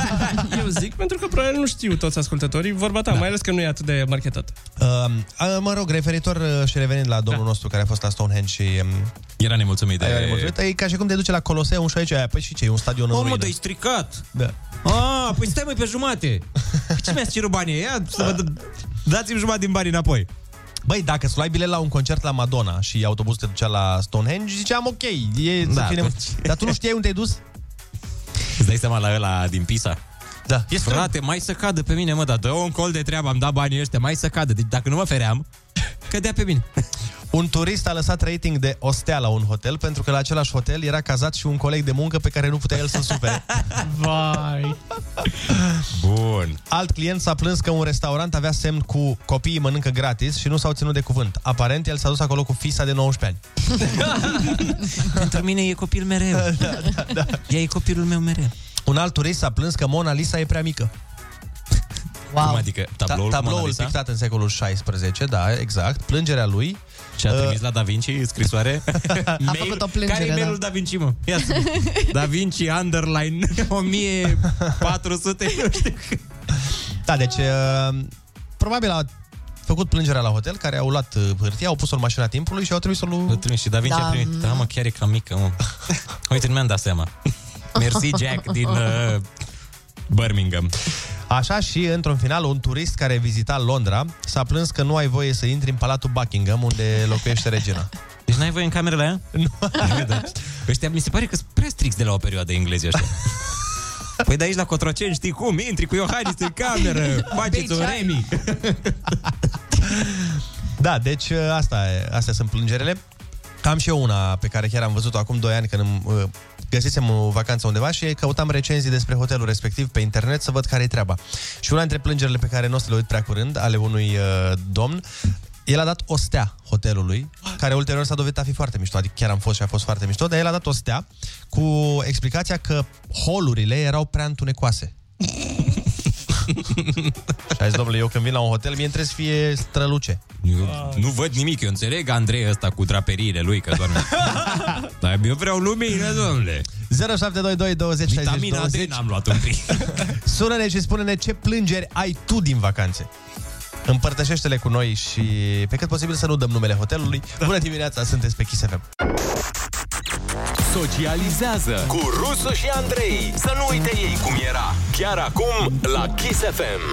S6: [LAUGHS] eu zic, pentru că probabil nu știu toți ascultătorii, vorba ta, da. mai ales că nu e atât de marketat.
S5: Um, a, mă rog, referitor uh, și revenind la domnul da. nostru care a fost la Stonehenge și... Um,
S8: Era nemulțumit de...
S5: aia, mulțumit, e ca și cum te duce la Coloseum și aici, aia, păi și ce, e un stadion în
S8: Omul,
S5: ruină.
S8: dar e stricat! [LAUGHS]
S5: Da.
S8: Ah, păi stai mai pe jumate! Ce mi-ați cerut banii? Ia să vă dă- dați-mi jumătate din banii înapoi.
S5: Băi, dacă îți luai bilet la un concert la Madonna și autobuzul te ducea la Stonehenge, ziceam ok, e, da,
S8: Da,
S5: fine,
S8: deci-
S5: dar tu nu știai unde ai dus?
S8: Îți dai seama la ăla din Pisa?
S5: Da.
S8: E Frate, mai să cadă pe mine, mă, dar dă un col de treabă, am dat banii ăștia, mai să cadă. Deci dacă nu mă
S5: [LAUGHS]
S8: feream, cădea pe mine.
S5: Un turist a lăsat rating de ostea la un hotel pentru că la același hotel era cazat și un coleg de muncă pe care nu putea el să supere.
S6: Vai!
S8: Bun.
S5: Alt client s-a plâns că un restaurant avea semn cu copiii mănâncă gratis și nu s-au ținut de cuvânt. Aparent, el s-a dus acolo cu fisa de 19 ani.
S8: [LAUGHS] Pentru mine e copil mereu. Da, da, da. Ea e copilul meu mereu.
S5: Un alt turist s-a plâns că Mona Lisa e prea mică.
S8: Wow. Cum adică? Tabloul,
S5: Ta-
S8: cu Mona
S5: tabloul
S8: Lisa?
S5: pictat în secolul 16, da, exact. Plângerea lui.
S8: Și a trimis la Da Vinci scrisoare? [LAUGHS]
S9: A făcut o plângere,
S8: Care e mailul
S9: da.
S8: Da Vinci, mă? Ia să- Da Vinci underline [LAUGHS] 1400, nu știu.
S5: Da, deci uh, probabil a făcut plângerea la hotel, care au luat uh, hârtia, au pus-o în mașina timpului și au trimis-o lui...
S8: trimis și Da Vinci a primit. Da, mă, chiar e cam mică,
S5: [LAUGHS]
S8: mă. Uite, nu mi-am dat seama. Mersi, Jack, din uh, Birmingham.
S5: Așa și, într-un final, un turist care vizita Londra s-a plâns că nu ai voie să intri în Palatul Buckingham, unde
S8: [LAUGHS]
S5: locuiește regina.
S8: Deci n-ai voie în camerele aia? Nu. da. Ăștia mi se pare că sunt prea strict de la o perioadă englezii ăștia. Păi de aici la Cotroceni știi cum, intri cu Iohannis în cameră, faceți un
S9: Beach Eye.
S8: remi.
S5: ă, Da, deci uh, asta e, astea sunt plângerele. Am și eu una pe care chiar am văzut-o acum 2 ani când îmi, uh, găsisem o vacanță undeva și căutam recenzii despre hotelul respectiv pe internet să văd care e treaba. Și una dintre plângerile pe care nu o să le uit prea curând, ale unui uh, domn, el a dat o stea hotelului, care ulterior s-a dovedit a fi foarte mișto, adică chiar am fost și a fost foarte mișto, dar el a dat o stea cu explicația că holurile erau prea întunecoase. și a zis, domnule, eu când vin la un hotel, mie îmi trebuie să fie străluce.
S8: Eu nu văd nimic, eu înțeleg Andrei ăsta cu draperiile lui că [LAUGHS] doarme. Dar eu vreau lumină, domnule.
S5: 0722 20 60
S8: Vitamina D
S5: 20
S8: n-am luat un pic.
S5: Sună-ne și spune-ne ce plângeri ai tu din vacanțe. Împărtășește-le cu noi și pe cât posibil să nu dăm numele hotelului. Bună dimineața, sunteți pe Kiss FM.
S7: Socializează
S1: Cu Rusu și Andrei. Să nu uite ei cum era. Chiar acum la Kiss FM.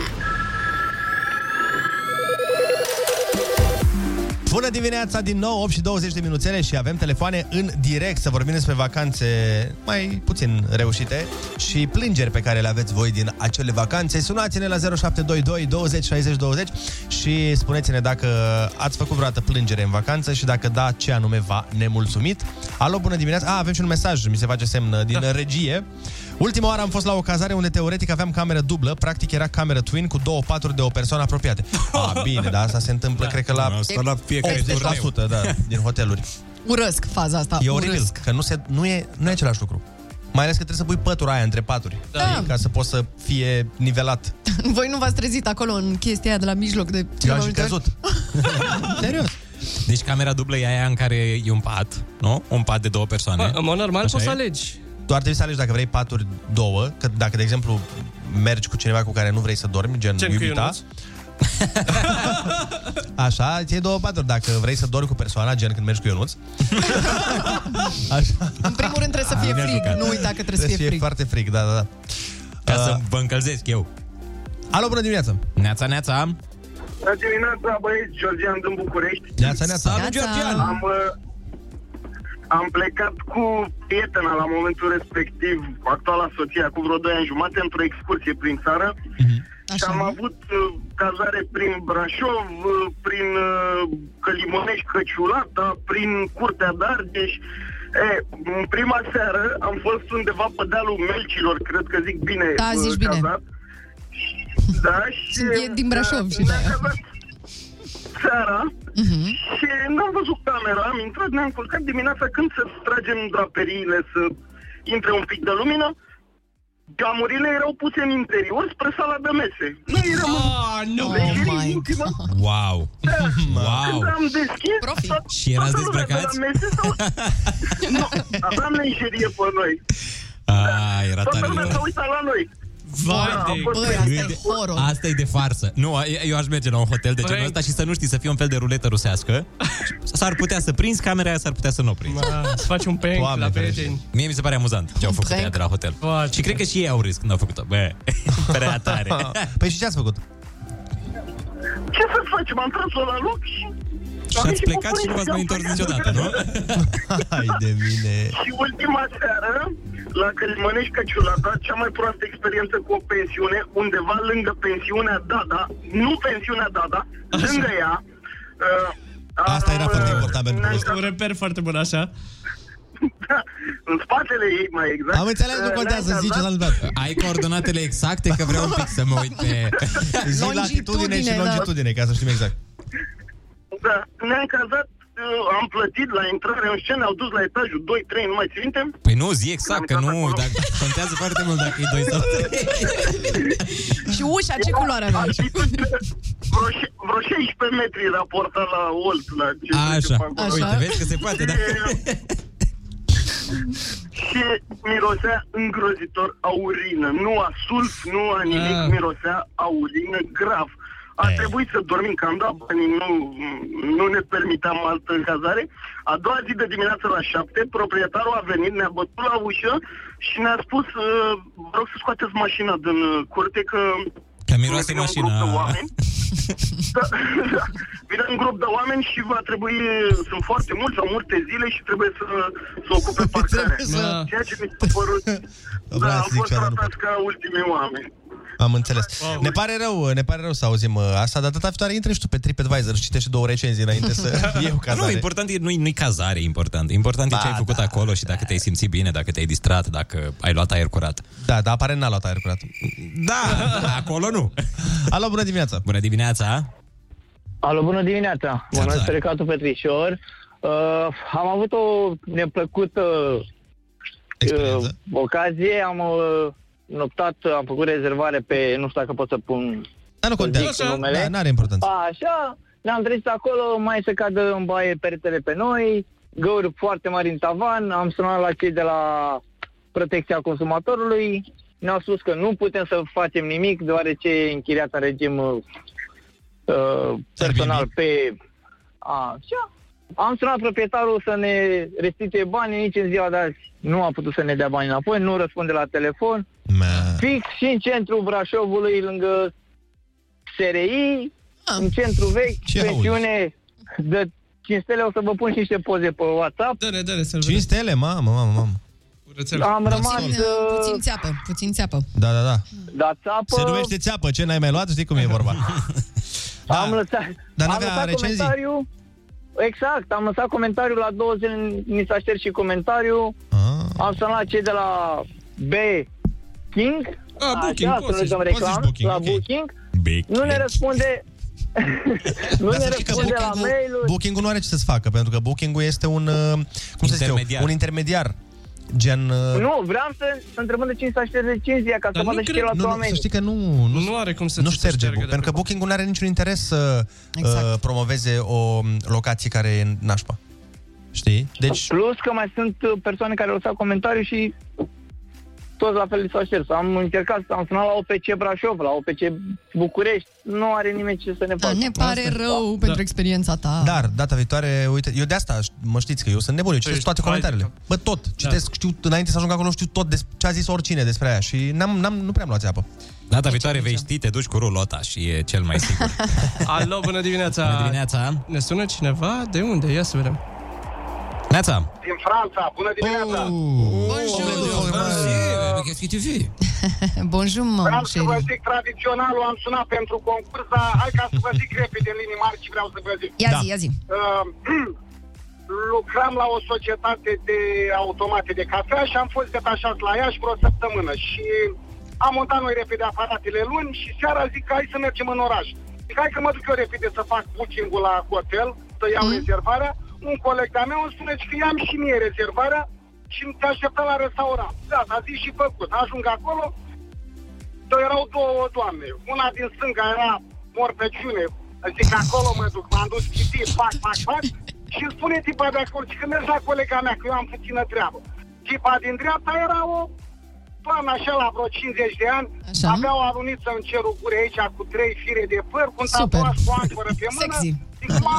S5: Bună dimineața din nou, 8 și 20 de minuțele și avem telefoane în direct să vorbim despre vacanțe mai puțin reușite și plângeri pe care le aveți voi din acele vacanțe. Sunați-ne la 0722 20 60 20 și spuneți-ne dacă ați făcut vreodată plângere în vacanță și dacă da, ce anume v-a nemulțumit. Alo, bună dimineața! A, avem și un mesaj, mi se face semn din da. regie. Ultima oară am fost la o cazare unde teoretic aveam cameră dublă, practic era cameră twin cu două paturi de o persoană [LAUGHS] apropiate. A, bine, dar asta se întâmplă, da. cred că la,
S9: Asta la fiecare
S5: 80% da, din hoteluri.
S9: Urăsc faza asta.
S5: E oribil,
S9: Da, urăsc. [LAUGHS]
S5: că nu, se, nu, e, nu e același lucru. Mai ales că trebuie să pui pătura aia între paturi, da. ca să poți să fie nivelat.
S9: Voi nu v-ați trezit acolo în chestia aia de la mijloc de
S5: Eu
S9: cele
S5: am
S9: mai
S5: și
S9: multe ori?
S5: căzut.
S9: [LAUGHS]
S5: Serios?
S8: Deci camera dublă e aia în care e un pat, nu? Un pat de două persoane.
S5: Bă, în mod normal poți să
S8: alegi.
S5: Doar trebuie să alegi dacă vrei paturi două, că dacă, de exemplu, mergi cu cineva cu care nu vrei să dormi, gen,
S6: Gen
S5: gen
S6: cu
S5: iubita,
S6: Ionuț.
S5: [LAUGHS] așa, ți două paturi. Dacă vrei să dormi cu persoana, gen când mergi cu Ionuț, așa.
S9: În primul rând trebuie să fie frig. Nu uita că trebuie să fie frig.
S5: foarte frig, da, da, da. Uh,
S8: Ca să vă încălzesc eu.
S5: Alo, bună dimineața!
S8: Neața, neața!
S18: Bună dimineața, băieți, Georgian din București.
S5: Neața, neața. Salut, Neața. Georgian.
S18: Am, uh, am plecat cu prietena la momentul respectiv, actuala soție, acum vreo 2 ani jumate, într-o excursie prin țară.
S5: Mhm.
S18: Și am avut uh, cazare prin Brașov, uh, prin uh, Călimonești, Căciulata, prin Curtea de Argeș. E, în prima seară am fost undeva pe dealul Melcilor, cred că zic bine.
S9: Da,
S18: uh,
S9: zici bine.
S18: cazat. Da, și...
S9: E din Brașov și de aia. Mhm.
S18: seara și n-am văzut camera, am intrat, ne-am culcat dimineața când să tragem draperiile, să intre un pic de lumină, geamurile erau puse în interior spre sala de mese. Noi eram oh, no, lejerii intimă.
S8: Wow! Wow!
S18: Când am deschis, tot-
S8: Și erați
S18: toată lumea de la
S8: dezbrăcați?
S18: mese
S8: [LAUGHS]
S18: sau... nu, aveam lejerie pe noi.
S8: A, era
S18: Toată
S8: tare.
S18: lumea
S8: tare.
S18: s-a uitat la noi. Da, a fost-
S8: Gânde- Asta e de farsă. Nu, eu- eu aș merge la un hotel de genul ăsta și să nu știi să fie un fel de ruletă rusească. S-ar putea să prinzi camera aia, s-ar putea să nu o prinzi.
S6: [LAUGHS] Să faci un penc
S8: Doamne
S6: la
S8: ferește.
S6: prieteni.
S8: Mie mi se pare amuzant ce au făcut
S6: prank?
S8: ea de la hotel. și cred că și ei au râs când au făcut-o. Bă, [LAUGHS] prea tare.
S5: Păi și ce ați făcut?
S18: Ce să facem? Am tras-o la loc și...
S8: Și ați plecat și nu v-ați mai întors
S9: Da,
S8: niciodată, nu?
S5: Hai de mine!
S18: Și ultima seară, la Călimănești Căciulata, cea mai proastă experiență cu o pensiune, undeva lângă pensiunea Dada, nu pensiunea Dada, lângă ea, uh,
S5: Asta era foarte important pentru poveste.
S6: Un reper foarte bun, așa.
S18: Da, în spatele ei mai exact. uh, ne-am cazat.
S8: Ai coordonatele exacte că vreau un pic să mă uit pe...
S5: [LAUGHS] Zi latitudine și
S18: da.
S5: longitudine, ca să știm exact.
S18: Da, ne-am cazat, uh, am plătit la intrare în scenă, au dus la etajul 2-3, nu mai țin minte.
S8: Păi nu, zi exact, că nu, dar contează foarte mult dacă e 2 sau 3.
S9: [LAUGHS] Și ușa, ce culoare avea?
S18: Vreo, șe- vreo 16 metri raportat la Olt, la ce
S8: Așa.
S18: ce fac
S8: Uite,
S18: acolo.
S8: vezi că se poate, da?
S18: Și mirosea îngrozitor a urină. Nu a sulf, nu a nimic,
S8: Ah. Eh.
S18: mirosea a urină grav. A trebuit să dormim, că am dat banii, nu, nu ne permiteam altă încazare. A doua zi de dimineață la șapte, proprietarul a venit, ne-a bătut la ușă și ne-a spus, "Uh, vă rog să scoateți mașina din uh, curte, că
S8: Că miroase mașina.
S18: vine un grup de oameni și va trebui, sunt foarte mulți, au multe zile și trebuie să, să ocupe parcarea.
S5: să-
S18: Ceea ce mi s-a părut, da, am fost tratați ca ultimii oameni.
S5: Am înțeles. Ne pare rău, ne pare rău să auzim uh, asta, dar data viitoare intră și tu pe TripAdvisor și citește două recenzii înainte [LAUGHS] să
S8: [LAUGHS]
S5: iei o cazare.
S8: Nu, important e, nu-i, nu-i cazare, e important. Important ba, e ce ai făcut da, acolo și dacă te-ai simțit bine, dacă te-ai distrat, dacă ai luat aer curat.
S5: Da, dar apare n-a luat aer curat.
S8: Da, acolo nu.
S5: Alo, bună dimineața!
S8: Bună dimineața!
S19: Alo, bună dimineața! Mă numesc Recatul Petrișor. Uh, am avut o neplăcută uh, ocazie. Am uh, noptat, am făcut rezervare pe, nu știu dacă pot să pun...
S5: Dar nu contează, da, n-are importanță.
S19: Așa, ne-am trezit acolo, mai se cadă în baie peretele pe noi, găuri foarte mari în tavan, am sunat la cei de la protecția consumatorului, ne-au spus că nu putem să facem nimic, deoarece e închiriat în regim uh, personal pe... Așa. Am sunat proprietarul să ne restituie banii, nici în ziua de azi nu a putut să ne dea bani înapoi, nu răspunde la telefon. Ma. Fix și în centrul Brașovului, lângă SRI, ah. în centru vechi, Ce pensiune auzi? de 5 stele, o să vă pun și niște poze pe WhatsApp.
S5: Dă-ne, dă-ne, 5 stele, mamă, mamă, mamă.
S19: Rețele. Am
S9: puțin,
S19: rămas...
S9: uh, puțin țeapă, puțin țeapă.
S5: Da, da, da.
S19: Da, țeapă...
S5: Se numește țeapă, ce n-ai mai luat, știi cum e vorba.
S19: da. Am lăsat,
S5: Dar
S19: am lăsat
S5: recenzii.
S19: comentariu, exact, am lăsat comentariul la două zile, mi s-a șters și comentariu, ah. am sunat cei de la B King,
S5: ah, booking,
S19: așa,
S5: poți
S19: să nu
S5: zici-
S19: dăm
S5: poți zici
S19: reclamă,
S5: Booking,
S19: la
S5: ok.
S19: Booking, nu ne
S5: [LAUGHS]
S19: răspunde... nu
S5: Dar
S19: ne
S5: să știi că
S19: răspunde la
S5: booking-ul-
S19: mail-uri.
S5: Booking-ul nu are ce să-ți facă, pentru că Booking-ul este un, uh, cum să zic eu,
S8: Intermediar.
S5: un intermediar. Gen... uh,
S19: Nu, vreau să, să întrebăm de 565 zile ca să vadă și ceilalți
S5: nu, nu,
S19: oameni.
S5: să știi că nu, nu, nu are cum să nu șterge, bu- pentru că Booking-ul nu are niciun interes să exact. uh, promoveze o m, locație care e nașpa. Știi? Deci,
S19: Plus că mai sunt uh, persoane care au lăsat comentarii și toți la fel li s-au șters. Am încercat, am sunat la OPC Brașov, la OPC București, nu are nimeni ce să ne facă.
S9: Da, Ne pare rău da. pentru experiența
S8: Ah.
S9: ta.
S5: dar data viitoare, uite, eu de asta ș- mă știți că eu sunt nebun, eu citesc
S8: Păi,
S5: toate comentariile. Bă,
S8: Da.
S5: tot, citesc, știu, înainte să ajung acolo, știu tot des- ce a zis oricine despre aia și n-am, n-am, nu prea am luat apă.
S8: Data viitoare vei ști, te duci cu rulota și e cel mai sigur.
S6: [LAUGHS] Alo, bună dimineața! Bună
S8: dimineața!
S6: Ne sună cineva? De unde? Ia să vedem.
S8: Neața!
S20: Din Franța, bună dimineața!
S8: Oh,
S9: Bonjour,
S20: Vreau
S9: mă,
S20: să vă
S9: chérie.
S20: zic tradiționalul, am sunat pentru concurs, dar hai ca să vă zic repede în linii mari ce vreau să vă zic.
S9: Ia Da. zi, ia zi.
S20: Uh, [CLEARS THROAT] lucram la o societate de automate de cafea și am fost detașat la ea și vreo săptămână și am montat noi repede aparatele luni și seara zic că hai să mergem în oraș. Zic hai că mă duc eu repede să fac booking-ul la hotel, să iau mm. rezervarea. Un coleg de-a meu îmi spune că i-am și mie rezervarea și te așteptăm la restaurant. Gata, zi și făcut. Ajung acolo, Doi erau două doamne. Una din stânga era mortăciune. Zic, acolo mă duc, m-am dus citit, fac, fac, fac. Și îmi spune tipa de acolo, că mergi la colega mea, că eu am puțină treabă. Tipa din dreapta era o doamnă așa la vreo 50 de ani, așa. avea o aluniță în cerul gurei aici cu trei fire de păr, cu un tatuaj cu ancoră pe mână. Sexy. Zic, "Ma,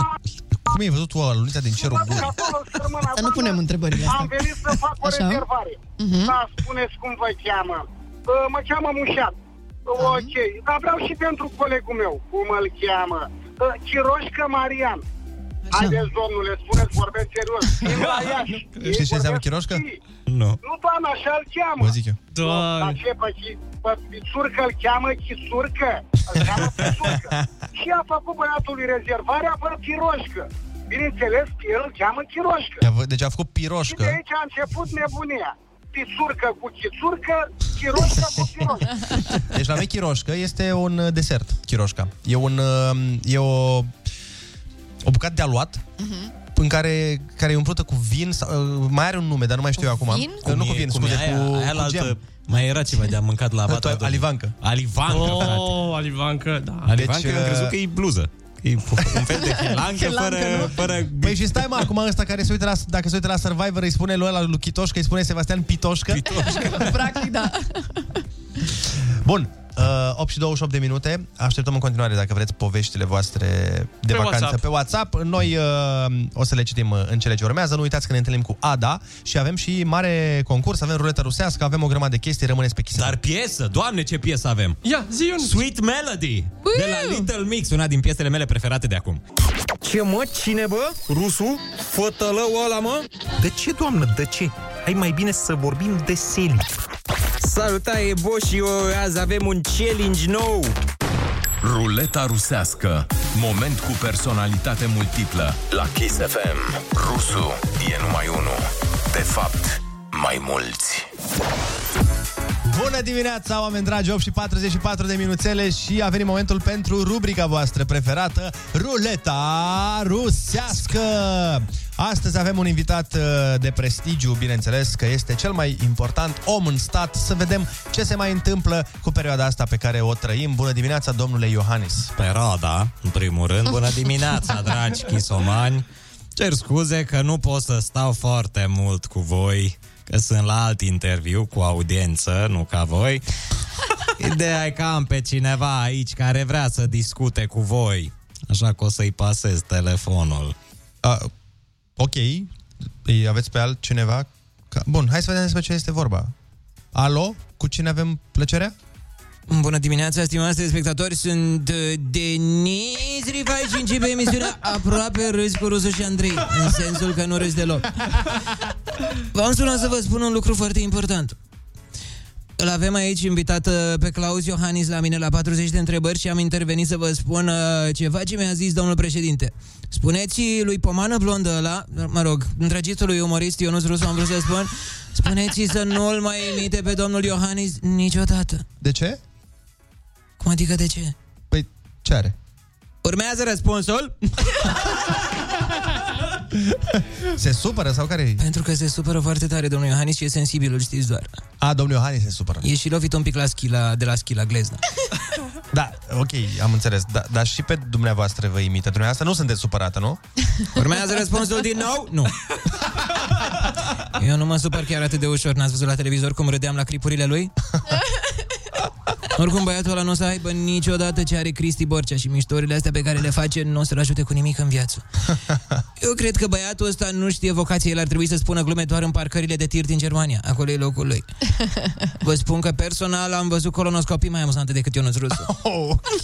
S5: Cum ai văzut tu alunița din cerul
S20: Mă duc
S5: gurii?
S20: acolo, să rămân
S9: Să nu punem întrebările astea.
S20: Am venit să fac o
S9: Așa.
S20: rezervare.
S9: Mhm.
S20: Da, spuneți cum vă cheamă. Uh, Mă cheamă Mușat.
S9: Da.
S20: Uh, Ok, dar vreau și pentru colegul meu. Cum îl cheamă? Uh, Chiroșcă Marian. Haideți, domnule, spuneți, vorbesc
S5: [LAUGHS]
S20: serios. Vin la Iași.
S5: Știi ce înseamnă chiroșcă?
S8: Nu.
S20: Nu, doamna, așa îl cheamă.
S5: Vă zic eu.
S20: Dar ce, pe, chi- pe Chisurcă îl cheamă Chisurcă? Îl cheamă
S5: [LAUGHS]
S20: Chisurcă. și a făcut băiatului rezervarea fără Chiroșcă. Bineînțeles, că el îl cheamă Chiroșcă.
S5: Ia vă- Deci a făcut
S20: Și de
S5: piroșcă.
S20: aici a început nebunia. Pisurcă cu chisurcă, chiroșcă cu
S5: [LAUGHS]
S20: chiroșcă.
S5: Deci la noi chiroșcă este un uh, desert, chiroșca. E un uh, e o o bucată de aluat în care, care e umplută cu vin, sau, uh, mai are un nume, dar nu mai știu eu acum.
S8: vin?
S5: Uh, Nu cu vin, scuze,
S8: aia,
S5: cu,
S8: aia
S5: cu
S8: la altă,
S5: gem.
S8: mai era ceva de a mâncat la
S5: tu ai-
S8: vata.
S5: alivancă.
S8: Alivancă,
S6: oh,
S8: frate.
S6: Alivancă, da.
S8: Alivancă, deci, am
S5: uh,
S8: crezut că e bluză. E un fel de helancă
S5: Helancă,
S8: fără,
S5: nu?
S8: fără...
S5: Păi și stai mă, acum ăsta care se uită la, dacă se uită la Survivor îi spune lui ăla lui Chitoșcă, îi spune Sebastian Pitoșcă. Pitoșcă.
S9: [LAUGHS] Practic, da.
S5: Bun, uh, 8 și 28 de minute. Așteptăm în continuare, dacă vreți, poveștile voastre de
S8: Pe
S5: vacanță
S8: WhatsApp.
S5: pe WhatsApp. Noi uh, o să le citim uh, în cele ce urmează. Nu uitați că ne întâlnim cu Ada și avem și mare concurs, avem ruletă rusească, avem o grămadă de chestii, rămâneți pe chestii.
S8: Dar piesă, doamne ce piesă avem!
S6: Ia, zi
S8: Sweet Melody! De la Little Mix, una din piesele mele preferate de acum.
S21: Ce mă? Cine bă? Rusu? Fătălău ăla mă? De ce, doamnă, de ce? Hai mai bine să vorbim de Seli. Salutare, Bo și eu, azi avem un challenge nou.
S1: Ruleta rusească. Moment cu personalitate multiplă. La Kiss FM. Rusu e numai unul. De fapt, mai mulți.
S5: Bună dimineața, oameni dragi, 8 și 44 de minuțele și a venit momentul pentru rubrica voastră preferată, Ruleta Rusească! Astăzi avem un invitat uh, de prestigiu, bineînțeles că este cel mai important om în stat, să vedem ce se mai întâmplă cu perioada asta pe care o trăim. Bună dimineața, domnule Iohannis!
S21: Perada, Da, în primul rând, bună dimineața, dragi chisomani. Cer scuze că nu pot să stau foarte mult cu voi, că sunt la alt interviu cu audiență, nu ca voi. Ideea e că am pe cineva aici care vrea să discute cu voi, așa că o să-i pasez telefonul.
S5: A, ok, îi aveți pe altcineva? Ca- Bun, hai să vedem despre ce este vorba. Alo, cu cine avem plăcerea?
S21: Bună dimineața, stimați spectatori, sunt uh, Denis Rifai și începe emisiunea Aproape râs cu Rusu și Andrei, în sensul că nu râs deloc. V-am sunat să vă spun un lucru foarte important. Îl avem aici invitat uh, pe Claus Iohannis la mine la 40 de întrebări și am intervenit să vă spun uh, ceva ce mi-a zis domnul președinte. Spuneți lui Pomană Blondă ăla, uh, mă rog, îndrăgitului umorist Ionuț Rusu am vrut să spun, spuneți să nu-l mai imite pe domnul Iohannis niciodată.
S5: De ce?
S21: Cum adică de ce?
S5: Păi ce are?
S21: Urmează răspunsul.
S5: Se supără sau care e?
S21: Pentru că se supără foarte tare domnul Iohannis și e sensibil, îl știți doar.
S5: A, domnul Iohannis se supără.
S21: E și lovit un pic la schila, de la schila glezna.
S5: Da, ok, am înțeles. Da, dar și pe dumneavoastră vă imită. Dumneavoastră nu sunteți supărată, nu?
S21: Urmează răspunsul din nou? Nu. Eu nu mă supăr chiar atât de ușor. N-ați văzut la televizor cum râdeam la clipurile lui? Oricum, băiatul ăla nu o să aibă niciodată ce are Cristi Borcea și miștorile astea pe care le face nu o să-l ajute cu nimic în viață. Eu cred că băiatul ăsta nu știe vocație, el ar trebui să spună glume doar în parcările de tir din Germania. Acolo e locul lui. Vă spun că personal am văzut colonoscopii mai amuzante decât Ionuț Rusu.
S5: Ok.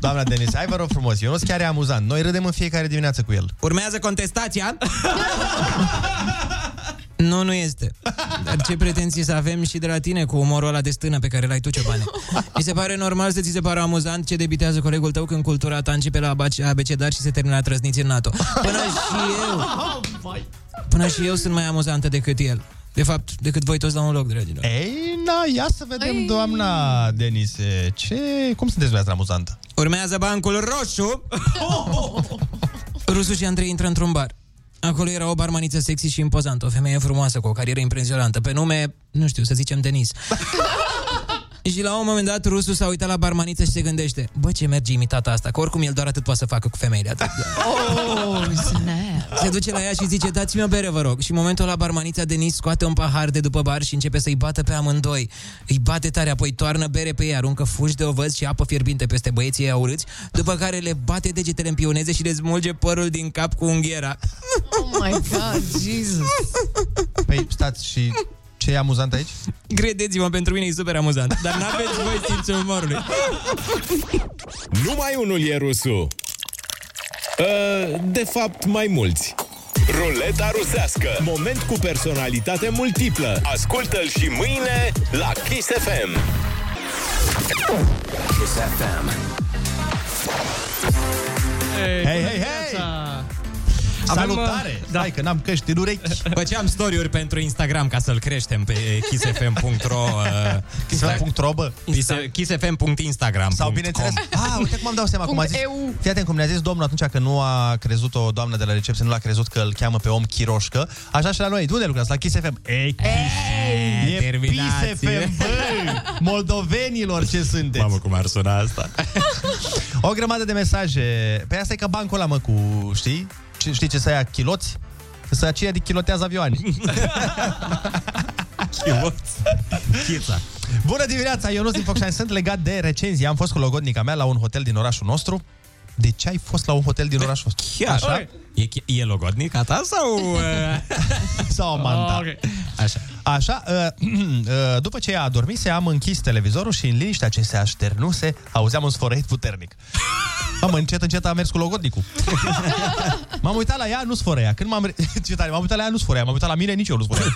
S5: Doamna Denis, hai vă rog frumos. Eu nu chiar e amuzant. Noi râdem în fiecare dimineață cu el.
S21: Urmează contestația. Nu, nu este. Dar ce pretenții să avem și de la tine cu umorul ăla de stână pe care l-ai tu, Ciobane? Mi se pare normal să ți se pară amuzant ce debitează colegul tău când cultura ta începe la abac- abecedar și se termină la trăsniți în NATO. Până
S5: Ah!
S21: și eu... Până și eu sunt mai amuzantă decât el. De fapt, decât voi toți la un loc, dragilor.
S5: Ei, na, ia să vedem, Ai... doamna Denise, ce... Cum sunteți dumneavoastră amuzantă?
S21: Urmează bancul roșu. [LAUGHS] Rusu și Andrei intră într-un bar. Acolo era o barmaniță sexy și impozantă, o femeie frumoasă cu o carieră impresionantă, pe nume, nu știu, să zicem [LAUGHS] Denis. și la un moment dat rusul s-a uitat la barmaniță și se gândește Bă, ce merge imitata asta, că oricum el doar atât poate să facă cu femeile atât. da."
S22: Oh, snap.
S21: Se duce la ea și zice, dați-mi o bere, vă rog. Și în momentul la barmanița Denis scoate un pahar de după bar și începe să-i bată pe amândoi. Îi bate tare, apoi toarnă bere pe ei, aruncă fugi de ovăz și apă fierbinte peste băieții ei urâți, după care le bate degetele în pioneze și le smulge părul din cap cu unghiera.
S23: Oh my God, Jesus.
S5: Păi, stați și... Ce e amuzant aici?
S21: Credeți-mă, pentru mine e super amuzant, dar n-aveți voi simțul umorului.
S1: Numai unul e rusul. Uh, De fapt, mai mulți. Ruleta rusească. Moment cu personalitate multiplă.
S24: Ascultă-l și mâine la Kiss FM.
S1: Kiss FM.
S5: Hei, hei, hei!
S6: uh,
S5: Salutare! Da. Stai că n-am căști în
S8: [LAUGHS]
S5: urechi.
S21: Făceam story-uri pentru Instagram ca să-l creștem pe
S5: [LAUGHS]
S21: kissfm.ro uh,
S5: kissfm.ro, bă?
S21: Kisse- kissfm.instagram
S5: Sau bineînțeles... Ah, [LAUGHS] uite cum am dau seama cum a zis. Fii atent cum ne-a zis domnul atunci că nu a crezut o doamnă de la recepție, nu l-a crezut că îl cheamă pe om Chiroșcă. Așa și la noi. De Unde lucrați? La Kiss FM. Ei,
S21: Ei,
S5: e
S21: terminație.
S5: Kiss FM, băi! Moldovenilor ce sunteți!
S21: Mamă, cum ar suna [LAUGHS] asta.
S5: O grămadă de mesaje. Pe asta e ca bancul ăla, mă, cu, știi? Ce, știi ce să ia chiloți? Să aceia de chilotează avioane.
S21: [LAUGHS] Chiloți. Chița.
S5: Bună dimineața, Ionuț din Focșani. Sunt legat de recenzii. Am fost cu logodnica mea la un hotel din orașul nostru. De ce ai fost la un hotel din orașul nostru?
S21: Păi Chiar. Așa? E, chi- e logodnica ta sau... Uh...
S5: [LAUGHS] sau amanta.
S21: Ah, ok. Așa.
S5: Așa, uh, [CLEARS THROAT] uh, după ce
S21: [LAUGHS]
S5: ea adormise, am închis televizorul și în liniștea ce se așternuse, auzeam un sfărăit puternic. Mamă, încet, încet a mers cu logodnicul. m-am uitat la ea, nu sfărăia. Când m-am... ri- [LAUGHS] Ce tare, m-am uitat la ea, nu sfărăia. M-am uitat la mine, nici eu nu sfărăia.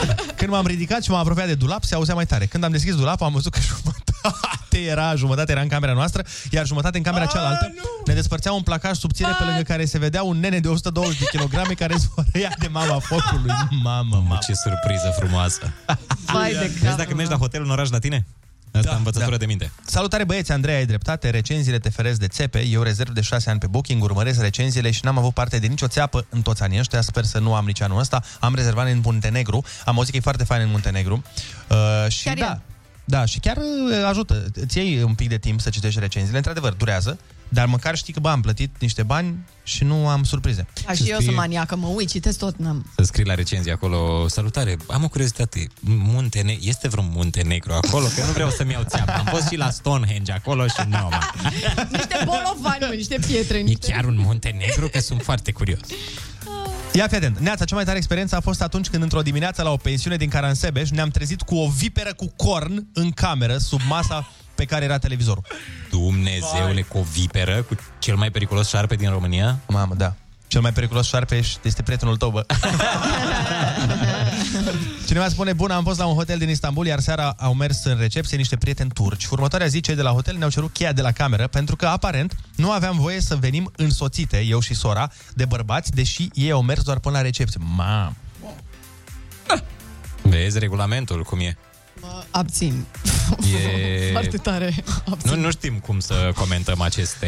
S21: [LAUGHS]
S5: Când m-am ridicat și m-am apropiat de dulap, se auzea mai tare. Când am deschis dulapul, am văzut că jumătate era, jumătate era în camera noastră, iar jumătate în camera cealaltă. Ne despărțea un placaj subțire pe lângă care se vedea un nene de 120 de kilograme care sfărăia de mama focului. Mamă, mamă.
S8: Ce surpriză
S5: [LAUGHS]
S8: frumoasă.
S9: Vai de
S8: Vezi dacă mergi la hotel în oraș la tine? Asta da, învățătură da. de minte.
S5: Salutare băieți, Andrei, ai dreptate, recenziile te feresc de țepe, eu rezerv de 6 ani pe Booking, urmăresc recenziile și n-am avut parte de nicio țeapă în toți anii ăștia, sper să nu am nici anul ăsta, am rezervat în Muntenegru, am auzit că e foarte fain în Muntenegru uh, și da, da, și chiar uh, ajută, îți iei un pic de timp să citești recenziile, într-adevăr, durează, dar măcar știi că, bă, am plătit niște bani și nu am surprize.
S9: A, Da, și eu sunt maniacă, mă uit, citesc tot, n-am...
S8: Să scrii la recenzie acolo, salutare, am o curiozitate, Muntene- este vreun Muntenegru acolo? Că nu vreau să-mi iau țeapă. Am fost și la Stonehenge acolo și nu am
S9: Niște bolovani, mă, niște pietre,
S8: E chiar un Muntenegru că sunt foarte curios.
S5: Ia fi atent. Neața, cea mai tare experiență a fost atunci când într-o dimineață la o pensiune din Caransebeș ne-am trezit cu o viperă cu corn în cameră sub masa pe care era televizorul.
S8: Dumnezeule, cu o viperă, cu cel mai periculos șarpe din România?
S5: Mamă, da. Cel mai periculos șarpe este prietenul tău, bă. Cineva spune, bun, am fost la un hotel din Istanbul, iar seara au mers în recepție niște prieteni turci. Următoarea zi, cei de la hotel ne-au cerut cheia de la cameră, pentru că, aparent, nu aveam voie să venim însoțite, eu și sora, de bărbați, deși ei au mers doar până la recepție. Mam!
S8: [LAUGHS] Vezi regulamentul cum e?
S9: Mă abțin.
S5: [LAUGHS]
S8: E-
S9: Foarte tare.
S8: Nu, nu știm cum să comentăm aceste...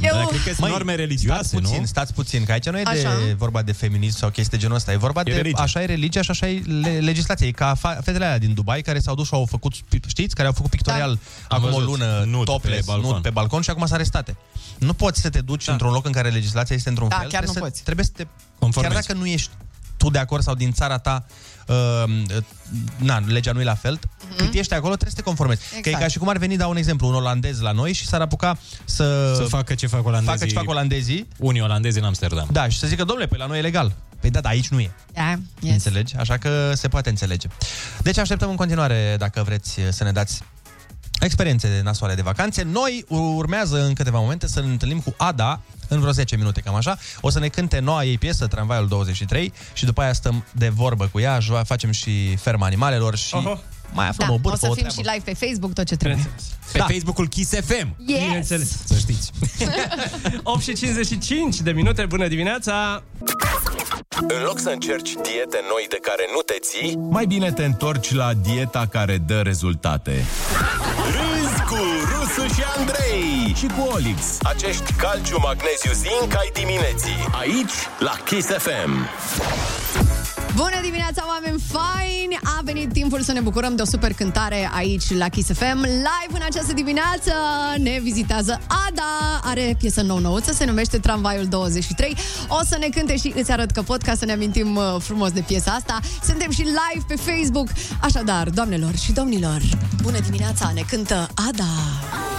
S9: Eu-
S8: Da, cred că sunt
S9: Măi,
S8: norme religioase,
S5: stați
S8: nu?
S5: puțin, stați puțin, că aici nu e
S8: Așa.
S5: de vorba de feminism sau chestii de genul ăsta, e vorba de
S8: religie.
S5: așa e religia și așa e le, legislația. E ca fa- fetele alea din Dubai care s-au dus și au făcut, știți, care au făcut pictorial da. acum o
S8: văzut.
S5: lună,
S8: Nude pe
S5: topless, pe
S8: balcon.
S5: balcon. pe balcon și acum sunt arestate. Nu poți să te duci da. într-un loc în care legislația este într-un
S9: Da,
S5: fel.
S9: chiar nu
S5: trebuie
S9: poți.
S5: Să, trebuie să te...
S8: Conformezi.
S5: Chiar dacă nu ești tu de acord sau din țara ta, uh, uh, na, legea nu e la fel,
S9: Mhm.
S5: mm-hmm. cât ești acolo trebuie să te conformezi. Exact. Că e
S8: Exact.
S5: ca și cum ar veni, dau un exemplu, un olandez la noi și s-ar apuca să...
S8: Să facă ce fac olandezii.
S5: Facă ce fac olandezii.
S8: Unii olandezi în Amsterdam.
S5: Da, și să zică, domnule, păi la noi e legal. Păi da, da, aici nu e.
S9: Da,
S5: Yes. Înțelegi? Așa că se poate înțelege. Deci așteptăm în continuare, dacă vreți să ne dați experiențe de nasoale de vacanțe. Noi urmează în câteva momente să ne întâlnim cu Ada în vreo 10 minute, cam așa. O să ne cânte noua ei piesă, Tramvaiul 23, și după aia stăm de vorbă cu ea, joa- facem și ferma animalelor și Oho. mai aflăm
S9: Da,
S5: o
S9: o
S5: bârfă,
S9: să
S5: o
S9: fim
S5: treabă.
S9: și live pe Facebook, tot ce trebuie.
S8: Pe da. Facebook-ul Kiss FM.
S9: Yes!
S6: Bineînțeles.
S8: Să știți.
S6: [LAUGHS] 8 și 55 de minute, bună dimineața!
S1: În loc să încerci diete noi de care nu te ții,
S15: Mai bine te întorci la dieta care dă rezultate.
S1: râzi cu Rusu și Andrei
S15: și cu Olix.
S1: Acești calciu, magneziu, zinc ai dimineții. Aici, la Kiss FM.
S9: Bună dimineața, oameni faini! A venit timpul să ne bucurăm de o super cântare aici la Kiss FM. Live în această dimineață ne vizitează Ada. Are piesă nou nouță, se numește Tramvaiul 23. O să ne cânte și îți arăt că pot ca să ne amintim uh, frumos de piesa asta. Suntem și live pe Facebook. Așadar, doamnelor și domnilor, bună dimineața, ne cântă Ada.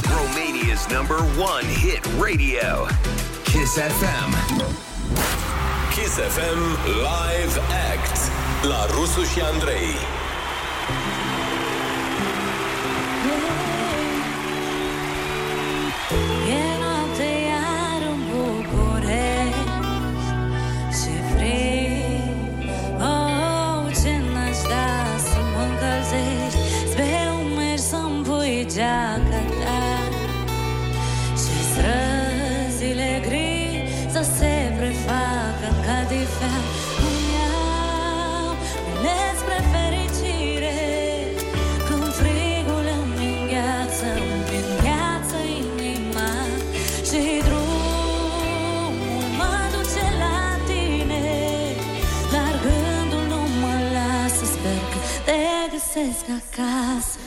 S3: Romania's number one hit radio. Kiss FM.
S1: Kiss FM Live Act la Rusu și Andrei.
S25: E noapte iar în București Ce frig Oh, ce n-aș da să mă încălzești Spre umeri să-mi pui geaca ta Și străzile gri Să se prefacă ca difea Îmi iau bilet spre fericire când frigul îmi îngheață, îmi îngheață inima Și drumul mă duce la tine Dar gândul nu mă lasă, sper că te găsesc acasă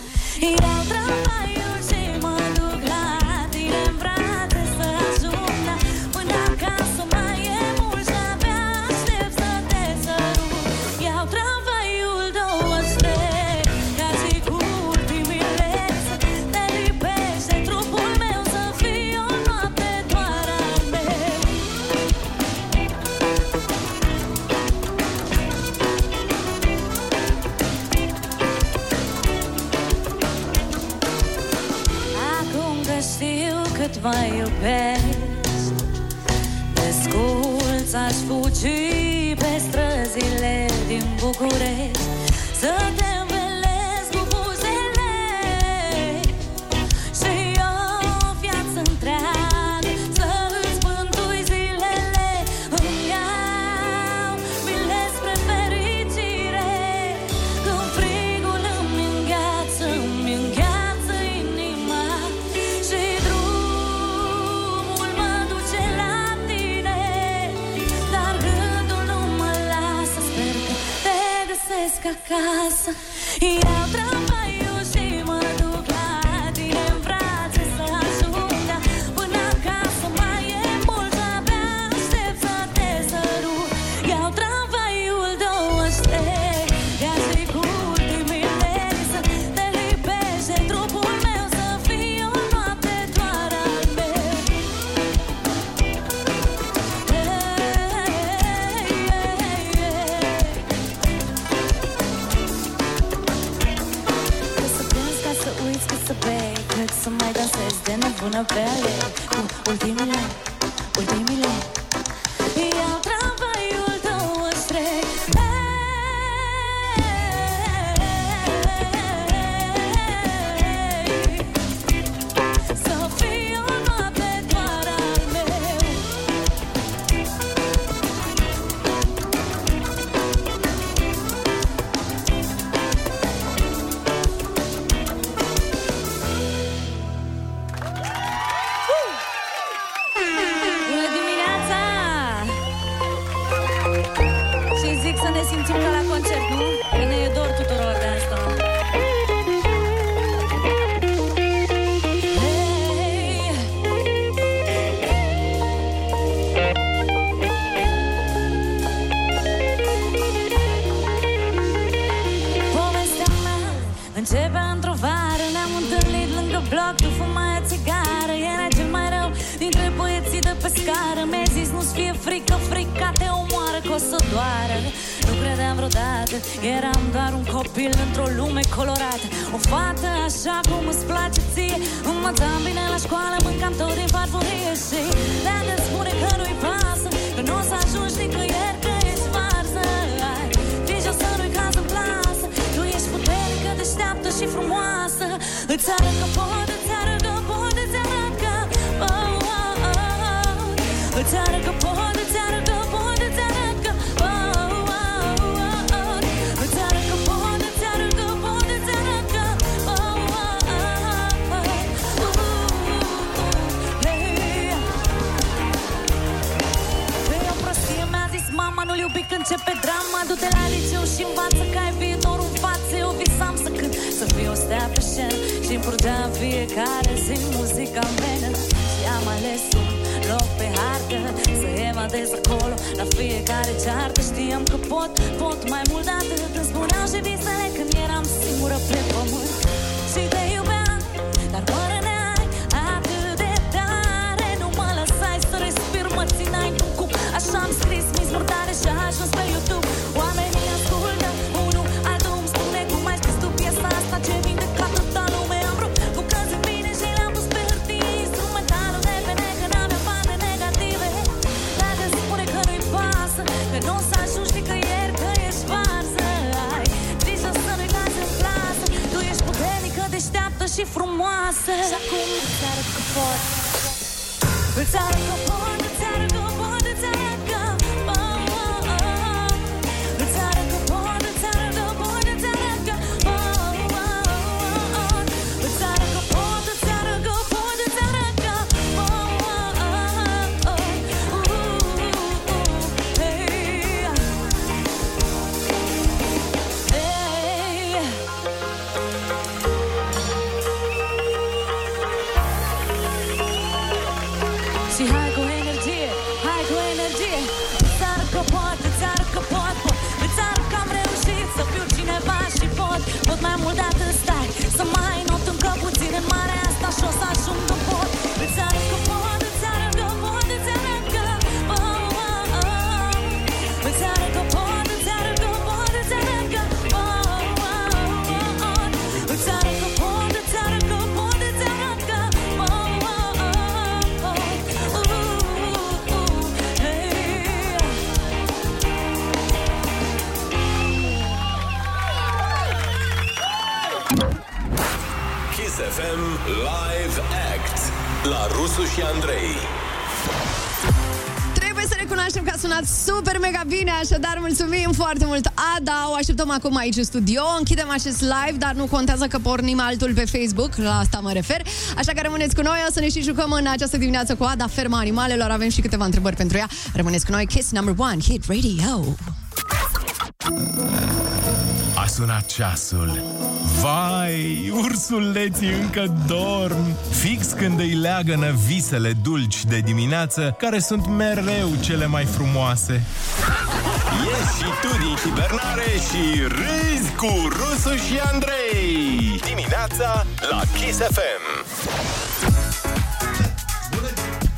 S25: Iau tramvaiul și mă duc la tine în brațe să ajung dar Până acasă mai e mult și abia aștept să te sărut Iau tramvaiul 23 Ca și cu ultimile să te lipește Trupul meu să fie o noapte doar al meu mă iubești Desculț aș fugi pe străzile din București Să te învelesc cu buzele Și o viață întreagă Să îți pântui zilele Îmi iau mile spre fericire când frigul îmi îngheață, îmi îngheață inima Și drumul mă duce la tine Dar gândul nu mă lasă Sper că te găsesc acasă Iau tramvaiul și mă duc la tine în brațe Să ajung, dar până acasă mai e mult Abia aștept să te sărut Iau tramvaiul două stele Ca și cu ultimile Să te lipești de trupul meu Să fie o noapte doar al meu Cât să plângi ca să uiți cât să bei Cât să mai dansezi de nebună pe ale Cu ultimile, ultimile Iau tramvaiul două trei Să fie o noapte doar al meu Bună dimineața! Și zic să ne simțim ca la concert, nu? Că ne e dor tuturor de asta. Hey! Povestea mea Începe într-o vară Ne-am întâlnit lângă bloc Tu fumai o țigară Era cel mai rău Dintre băieții de pe scară Mi-ai zis nu-ți fie frică Frica te omoară Că o să doară Nu credeam vreodată Eram doar un copil Într-o lume colorată O fată așa cum îți place ție Învățam bine la școală Mâncam tot din farfurie Și dacă îți spune că nu-i pasă Că nu o să ajungi nicăieri Că ești farsă Ai grijă să nu-i caz în plasă Tu ești puternică, deșteaptă și frumoasă Îți arăt că pot, îți arăt că pot Îți arăt că oh, oh, oh. Îți arăt că pot, îți arăt că pot Îți arăt că oh, oh, oh, oh. Îți arăt că pot, îți arăt că pot Îți arăt că oh, oh, oh, oh. Uh, hey. Pe o prostie mi-a zis mama Nu-l iubi când începe drama Du-te la liceu și învață că ai viitorul în față Eu visam să cânt, să fiu o stea pe scenă Și îmi purgea în fiecare zi muzica mea Și am ales un loc pe hartă Să evadez acolo la fiecare ceartă Știam că pot, pot mai mult de atât Îmi spuneau și visele când eram singură pe pământ Și te iubeam, dar mă răneai atât de tare Nu mă lăsai să respir, mă țineai în cup Așa am scris mis murdare și a ajuns pe YouTube Oamenii ascultă unul, altul îmi spune Cum ai scris tu piesa asta ce vindecat atâta lume Am rupt bucăți în mine și le-am pus pe hârtie Instrumentalul de pe negă, n-avea bani de negative Dacă îți spune că nu-i pasă, că nu o să ajungi nicăieri Că ești varză, ai grijă să nu-i lași în plasă Tu ești puternică, deșteaptă și frumoasă Și acum îți arăt că pot Îți arăt că pot, îți arăt că pot, îți arăt că pot Îți arăt că pot, îți arăt că pot, îți arăt că pot Îți arăt că pot, îți arăt că pot, îți arăt că pot Uh, hey. Hey. Și hai cu energie
S1: FM Live Act la Rusu și Andrei.
S9: Trebuie să recunoaștem că a sunat super mega bine, așadar mulțumim foarte mult, Ada. O așteptăm acum aici în studio. Închidem acest live, dar nu contează că pornim altul pe Facebook, la asta mă refer. Așa că rămâneți cu noi, o să ne și jucăm în această dimineață cu Ada, ferma animalelor. Avem și câteva întrebări pentru ea. Rămâneți cu noi, Kiss Number One, Hit Radio.
S26: A sunat ceasul. Vai, ursuleții încă dorm. Fix când îi leagănă visele dulci de dimineață, care sunt mereu cele mai frumoase.
S1: Ieși și tu din hibernare și râzi cu Rusu și Andrei. Dimineața la Kiss FM.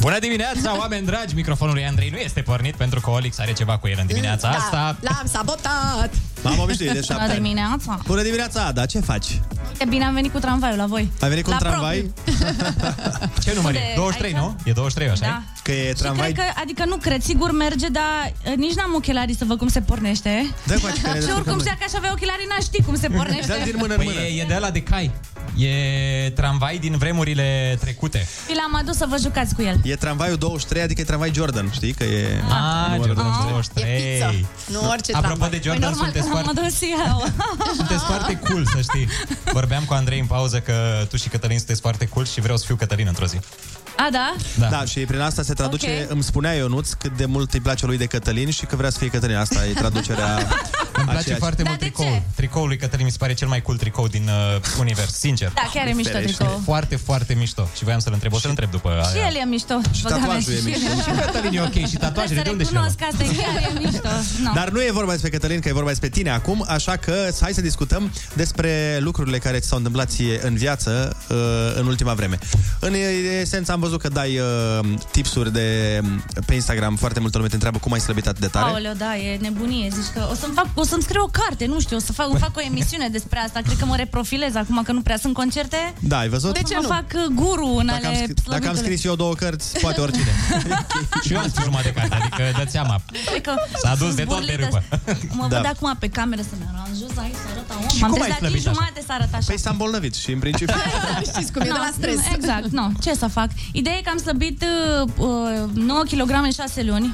S8: Bună dimineața, oameni dragi! Microfonul lui Andrei nu este pornit pentru că Olix are ceva cu el în dimineața asta.
S9: L-am sabotat!
S5: M-am obișnuit de șapte
S27: La
S5: ani.
S27: dimineața.
S5: Bună dimineața, Ada, ce faci?
S27: E bine, am venit cu tramvaiul la voi.
S5: Ai venit cu un
S27: La
S5: tramvai?
S27: propriu.
S8: Ce număr e?
S27: Unde?
S8: 23,
S27: Aici?
S8: nu? E 23, așa
S27: Da.
S5: Că e
S27: Cred
S5: [LAUGHS] tramvai...
S27: că, adică nu cred, sigur merge, dar eh, nici n-am ochelarii să văd cum se pornește.
S5: Dă cu aici, că ne
S27: Și
S5: descurcăm
S27: oricum
S5: noi.
S27: știa că aș avea ochelarii, n-aș ști cum
S5: [LAUGHS]
S27: se pornește.
S8: păi E, e de la de cai. E tramvai din vremurile trecute.
S27: Și l-am adus să vă jucați cu el.
S5: E tramvaiul 23, adică e tramvai Jordan, știi? Că e...
S27: Ah,
S5: numărul
S27: Jordan
S5: 23.
S9: Nu orice
S8: Apropo
S9: tramvai.
S8: de Jordan,
S27: Păi normal că
S8: sunteți
S27: l-am
S8: foarte-
S27: adus eu.
S8: [LAUGHS] Sunteți foarte cool, să știi. Vorbeam cu Andrei în pauză că tu și Cătălin sunteți foarte cool și vreau să fiu Cătălin într-o zi.
S27: A, da?
S5: Da. da, și prin asta se traduce, okay.
S27: Ok.
S5: îmi spunea Ionuț cât de mult îi place lui de Cătălin și că vrea să fie Cătălin. Asta e
S27: [LAUGHS]
S5: traducerea
S8: Îmi place foarte mult tricoul. Tricoul lui Cătălin mi se pare cel mai cool tricou din uh, univers, sincer.
S27: Da, chiar e mișto
S8: Ferește.
S27: tricou.
S8: Foarte, foarte mișto. Și voiam să-l întreb, o să-l întreb după
S27: Și el e mișto. Și
S5: tatuajul e mișto.
S8: Și Cătălin e ok, și tatuajele, de unde și
S27: Recunosc că asta e chiar e
S8: [LAUGHS]
S27: mișto. No.
S5: Dar nu e vorba despre Cătălin, că e vorba despre tine acum, așa că hai să discutăm despre lucrurile care ți s-au întâmplat ție în viață uh, în ultima vreme. În esență am văzut că dai uh, tipsuri de pe Instagram, foarte multă lume te întreabă cum ai slăbit atât de tare.
S27: Aoleo, da, e nebunie. Zici că o să-mi, fac, o să-mi scriu o carte, nu știu, o să fac, îmi fac o emisiune despre asta. Cred că mă reprofilez acum că nu prea sunt concerte.
S5: Da, ai văzut?
S27: De ce nu? fac uh, guru în
S5: Dacă am,
S27: ale
S5: scris, dacă am
S27: slăbitului.
S5: scris eu două cărți, poate oricine.
S8: Și eu am scris jumătate de carte, adică dați seama.
S27: Cred Păi că
S8: S-a dus de tot pe
S27: zburlită.
S8: râpă.
S27: Mă
S5: Da.
S27: văd acum pe cameră să-mi aranjez aici, să arăt om.
S5: Și
S27: M-am
S5: cum ai
S27: trezit la 5
S5: slăbit așa?
S27: jumate să arăt [LAUGHS] așa.
S5: Păi s-a îmbolnăvit și în
S27: [LAUGHS]
S5: principiu...
S9: Știți cum e,
S27: No,
S9: de la stres.
S27: nu, Exact, nu. Ce să fac? Ideea e că am slăbit uh, uh, 9 kg în 6 luni.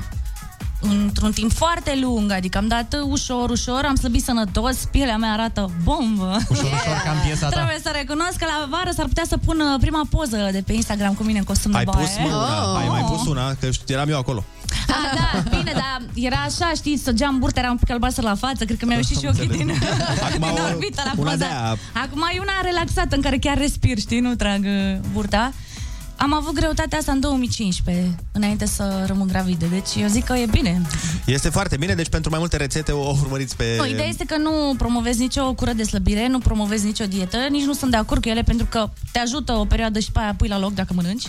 S27: Într-un timp foarte lung, adică am dat uh, ușor, ușor, am slăbit sănătos, pielea mea arată bombă.
S8: Ușor, ușor, cam piesa ta.
S27: [LAUGHS] Trebuie să recunosc că la vară s-ar putea să pun uh, prima poză de pe Instagram cu mine în costum
S5: Ai
S27: de baie. Oh.
S5: pus mă,
S27: Ah.
S5: una, ai mai pus una, că știu- eram eu acolo.
S27: A, da, bine, dar era așa, știi, săgeam burta, eram un pic albastră la față, cred că mi-au ieșit și ochii din,
S5: Acum
S27: [LAUGHS] din
S5: o-
S27: orbită la
S5: una
S27: poza.
S5: de aia.
S27: Acum e una relaxată în care chiar respir, știi, nu trag uh, burta. Am avut greutatea asta în 2015, înainte să rămân gravidă, deci eu zic că e bine.
S5: Este foarte bine, deci pentru mai multe rețete o urmăriți pe...
S27: Nu, ideea este că nu promovez nicio cură de slăbire, nu promovez nicio dietă, nici nu sunt de acord cu ele pentru că te ajută o perioadă și pe aia pui la loc dacă mănânci.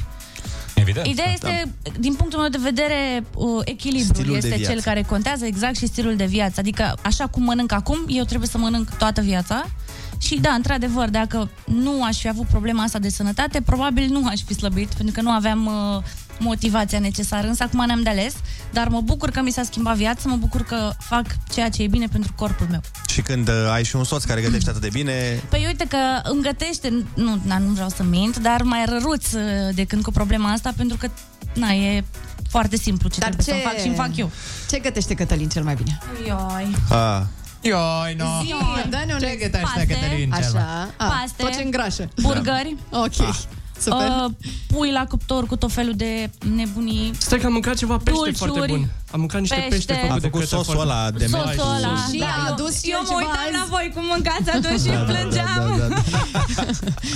S8: Evident.
S27: Ideea este, din punctul meu de vedere, uh, echilibrul
S5: da. Stilul de
S27: este
S5: viață.
S27: cel care contează exact și stilul de viață. Adică, așa cum mănânc acum, eu trebuie să mănânc toată viața. Și da, într-adevăr, dacă nu aș fi avut problema asta de sănătate, probabil nu aș fi slăbit, pentru că nu aveam uh, motivația necesară. Însă acum ne-am de ales, dar mă bucur că mi s-a schimbat viața, mă bucur că fac ceea ce e bine pentru corpul meu.
S5: Și când uh, ai și un soț care gătește atât de bine,
S27: Păi uite că îmi gătește, nu, na, nu vreau să mint, dar mai răruț uh, de când cu problema asta, pentru că, na, e foarte simplu ce
S9: Dar
S27: trebuie
S9: ce-
S27: să fac și îmi fac eu.
S9: Ce gătește Cătălin cel mai bine?
S27: Ioi.
S5: a,
S8: Ioi,
S27: no.
S9: Zi,
S27: Ioi.
S9: dă-ne un
S27: Ce
S9: exemplu.
S27: gătește Paste. Cătălin cel mai-
S9: Așa. A,
S27: Paste.
S9: Tot ce îngrașă.
S27: Burgări.
S9: Ok.
S6: Ah.
S9: Super.
S27: Uh, pui la cuptor cu tot felul de nebunii.
S6: Stai că am mâncat ceva pește
S27: Dulciuri.
S6: foarte bun. Am mâncat niște pește,
S27: Pește.
S6: făcut
S5: A
S6: de
S5: făcut
S6: către
S5: sosul
S6: foarte-
S5: ăla de mea
S27: Soțul ăla.
S9: Și
S27: da,
S9: a
S27: eu-
S9: adus și
S27: eu
S9: el
S27: mă
S9: ceva
S27: uitam
S9: azi.
S27: la voi cum mâncați atunci
S6: [LAUGHS]
S27: și
S5: Da, da,
S27: plângeam.
S5: da, da,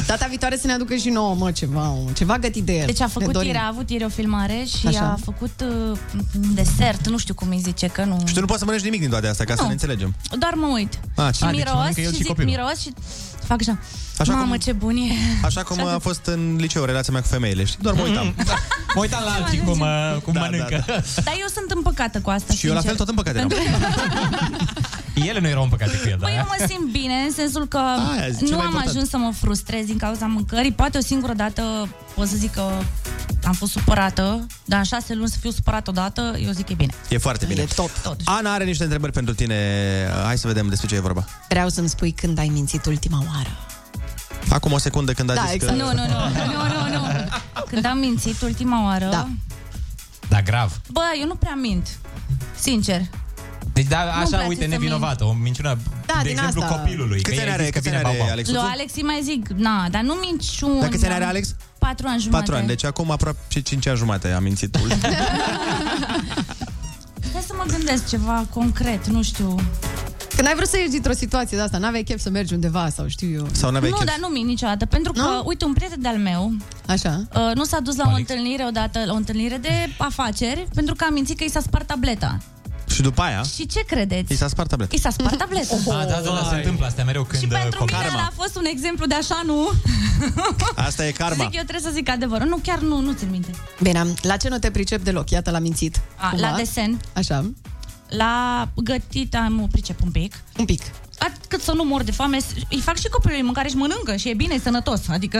S9: Data viitoare să ne aducă și nouă, mă, ceva, mă, ceva gătit de el.
S27: Deci a
S9: Ne
S27: făcut
S9: dorim.
S27: ieri, a avut ieri o filmare și
S9: Așa.
S27: a făcut uh, un desert, nu știu cum îi zice, că nu...
S5: Și tu nu poți să mănânci nimic din toate astea, ca să
S27: Nu.
S5: ne înțelegem.
S27: Doar mă uit.
S5: A,
S27: și
S5: a, deci
S27: miros
S5: mănâncă el
S27: și
S5: și
S27: zic
S5: copilul.
S27: miros și fac așa.
S5: Așa
S27: Mamă,
S5: cum-
S27: ce bun e.
S5: Așa cum a fost în liceu relația mea cu femeile, știi? Doar mă uitam.
S8: Mă uitam la alții cum, uh, cum da, mănâncă. Da, da.
S27: Dar eu sunt împăcată cu asta,
S5: Și eu la fel tot împăcat eram.
S8: [LAUGHS] Ele nu erau împăcate cu el, da?
S27: Păi eu mă simt bine, în sensul că
S8: Aia, zi, ce
S27: nu
S8: mai
S27: am
S8: important.
S27: ajuns să mă frustrez din cauza mâncării. Poate o singură dată pot să zic că am fost supărată, dar în șase luni să fiu supărată odată, eu zic că e bine.
S5: E foarte bine. Ana are niște întrebări pentru tine. Hai să vedem despre ce e vorba.
S9: Vreau să-mi spui când ai mințit ultima oară.
S2: Acum o secundă când a
S27: da,
S2: zis
S27: exact.
S2: că...
S27: Nu, nu, nu, nu, nu, nu. Când am mințit ultima oară, da.
S8: Da, grav.
S27: bă, eu nu prea mint. Sincer.
S8: Deci, da, așa,
S27: place
S8: uite,
S27: să mint.
S8: nevinovată, o minciună,
S27: Da,
S8: de
S27: din
S8: exemplu,
S27: asta.
S8: copilului.
S2: Câți
S8: că
S2: ani
S8: i-ai
S2: are-
S8: zis că
S2: câți
S8: vine
S2: ani are
S8: baba.
S2: Alex?
S27: Lui Alex îi mai zic, na, dar nu minciun.
S2: Dar câți ani are Alex?
S27: Patru ani jumate.
S2: Patru ani, deci acum aproape 5 ani jumate am mințit ultimul.
S27: Hai să mă gândesc ceva concret, nu știu.
S9: Când ai vrut să ieși dintr-o situație de asta, n-aveai chef să mergi undeva sau știu eu.
S2: Sau
S27: nu, dar nu mint niciodată, pentru că,
S9: Nu?
S27: uite, un prieten de-al meu
S9: Așa.
S27: uh, nu s-a dus la o întâlnire odată, la o întâlnire de afaceri, pentru că a mințit că i s-a spart tableta.
S2: Și după aia...
S27: Și ce credeți?
S2: I s-a spart tableta.
S27: I s-a spart
S8: [LAUGHS]
S27: tableta.
S8: Ah, da, da, da, se întâmplă astea mereu când... uh, Și pentru
S27: Ăla a fost un exemplu de așa nu.
S2: [LAUGHS] Asta e karma.
S27: Zic, eu trebuie să zic adevărul. Nu, chiar nu, nu țin minte.
S9: Bine, am- la ce nu te pricep deloc? Iată, l-am mințit.
S27: A,
S9: Cumva.
S27: la desen.
S9: Așa.
S27: La gătit am pricep un pic.
S9: Un pic.
S27: At, cât să nu mor de foame, s- îi fac și copilului mâncare și mănâncă și e bine, e sănătos. Adică...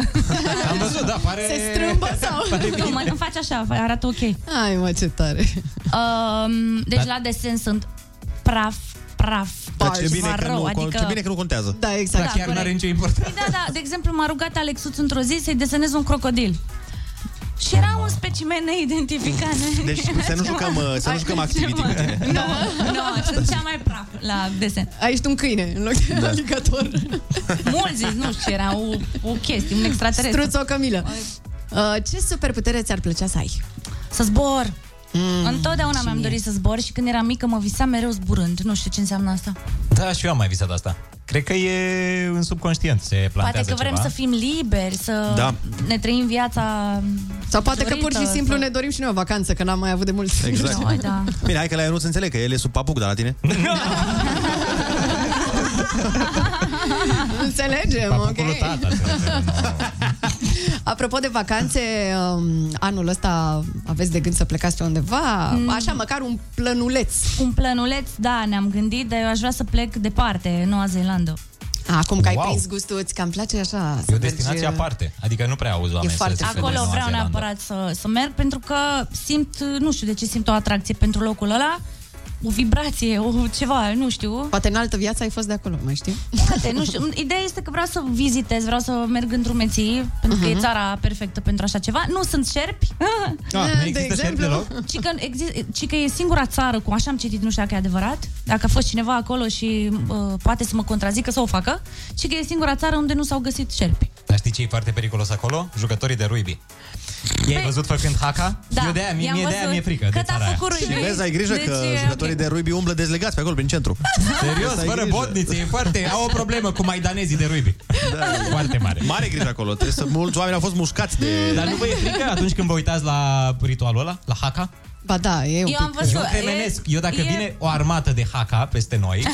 S9: [LAUGHS]
S8: Am văzut, da, pare...
S27: Se
S9: strâmbă sau-
S8: [LAUGHS] Pare
S27: nu, mă,
S8: bine.
S27: îmi faci așa, arată ok.
S9: Ai, mă, ce tare.
S27: Um, deci
S2: Da.
S27: la desen sunt praf, praf,
S2: Dar ce bine,
S27: ceva
S2: că nu,
S27: rău,
S2: adică...
S27: adică...
S2: ce bine că nu contează.
S9: Da,
S27: exact. Da,
S8: chiar
S27: corect.
S8: n-are nicio importanță.
S27: Păi da, da, de exemplu, m-a rugat Alexuț într-o zi să-i desenez un crocodil. Și era un specimen neidentificat. [LAUGHS]
S2: Deci să nu jucăm, uh, să nu jucăm activity cu tine.
S27: Nu, nu, sunt cea mai praf la desen.
S9: Ai ești un câine în loc de
S2: Da.
S9: da. aligator.
S27: Mulți zici, nu știu, ce era o, o chestie, un extraterestru.
S9: Struț o cămilă. Uh, ce superputere ți-ar plăcea să ai?
S27: Să zbor. Mm, Întotdeauna
S9: și
S27: mi-am
S9: mie.
S27: dorit să zbor și când eram mică mă visam mereu zburând. Nu știu ce înseamnă asta.
S8: Da, și eu am mai visat asta. Cred că e în subconștient se
S27: Poate
S8: plantează
S27: că vrem
S8: ceva.
S27: să fim liberi, să
S8: Da.
S27: ne trăim viața
S9: Sau poate că
S27: dorită,
S9: pur și simplu
S27: să-
S9: ne dorim și noi o vacanță, că n-am mai avut de mult.
S2: Exact.
S27: Noi, da.
S2: Bine, hai că la eu nu înțeleg că el e sub papuc, dar la tine?
S9: [LAUGHS] Înțelegem, ok.
S2: Papucul lui tata,
S9: [LAUGHS] Apropo de vacanțe, um, anul ăsta aveți de gând să plecați pe undeva? Mm. Așa, măcar un plănuleț.
S27: Un plănuleț, da, ne-am gândit, dar eu aș vrea să plec departe, în Noua Zeelandă.
S9: Acum că ai
S8: Wow.
S9: prins gustul, ți cam place așa.
S8: E
S9: să
S8: o
S9: mergi,
S8: destinație
S9: uh,
S8: aparte. Adică nu prea auzi oameni să se ducă în
S27: Acolo
S8: Noua
S27: vreau
S8: Zeelandă.
S27: neapărat să, să merg, pentru că simt, nu știu de ce simt o atracție pentru locul ăla, o vibrație, o ceva, nu știu.
S9: Poate în altă viață ai fost de acolo, mai știi?
S27: Poate, nu știu. Ideea este că vreau să vizitez, vreau să merg în drumeții, pentru
S8: Mhm.
S27: că e țara perfectă pentru așa ceva. Nu sunt șerpi.
S9: Ah,
S27: Ah,
S8: nu De există șerpi exemplu. deloc?
S27: Ci că, exist, ci că e singura țară cu, așa am citit, nu știu dacă e adevărat, dacă a fost cineva acolo și uh, poate să mă contrazică să o facă, ci că e singura țară unde nu s-au găsit șerpi.
S8: Dar știi ce e foarte periculos acolo? Jucătorii de rugby. I-ai văzut făcând haka?
S27: Păi- Da,
S8: eu de-aia, mie,
S27: i-am
S8: mie de-aia
S27: văzut.
S8: mi-e frică de
S27: Cât a
S8: țara aia.
S27: făcut rugby?
S2: Și vezi, ai grijă
S27: Deci
S2: că
S27: e-
S2: jucătorii de rugby umblă dezlegați pe acolo, prin
S27: [LAUGHS]
S2: centru.
S8: Serios,
S2: Asta ai
S8: fără
S2: grijă.
S8: botnițe, e foarte... Au o problemă cu maidanezii de rugby. Foarte mare.
S2: Da, Mare grijă acolo. Trebuie să, mulți oameni au fost mușcați de...
S8: Dar nu vă e frică atunci când vă uitați la ritualul ăla? La haka?
S9: Ba da, e un
S27: Eu
S9: pic...
S27: am văzut.
S8: Eu cremenesc. Eu dacă
S27: e-
S8: vine o armată de haka peste noi,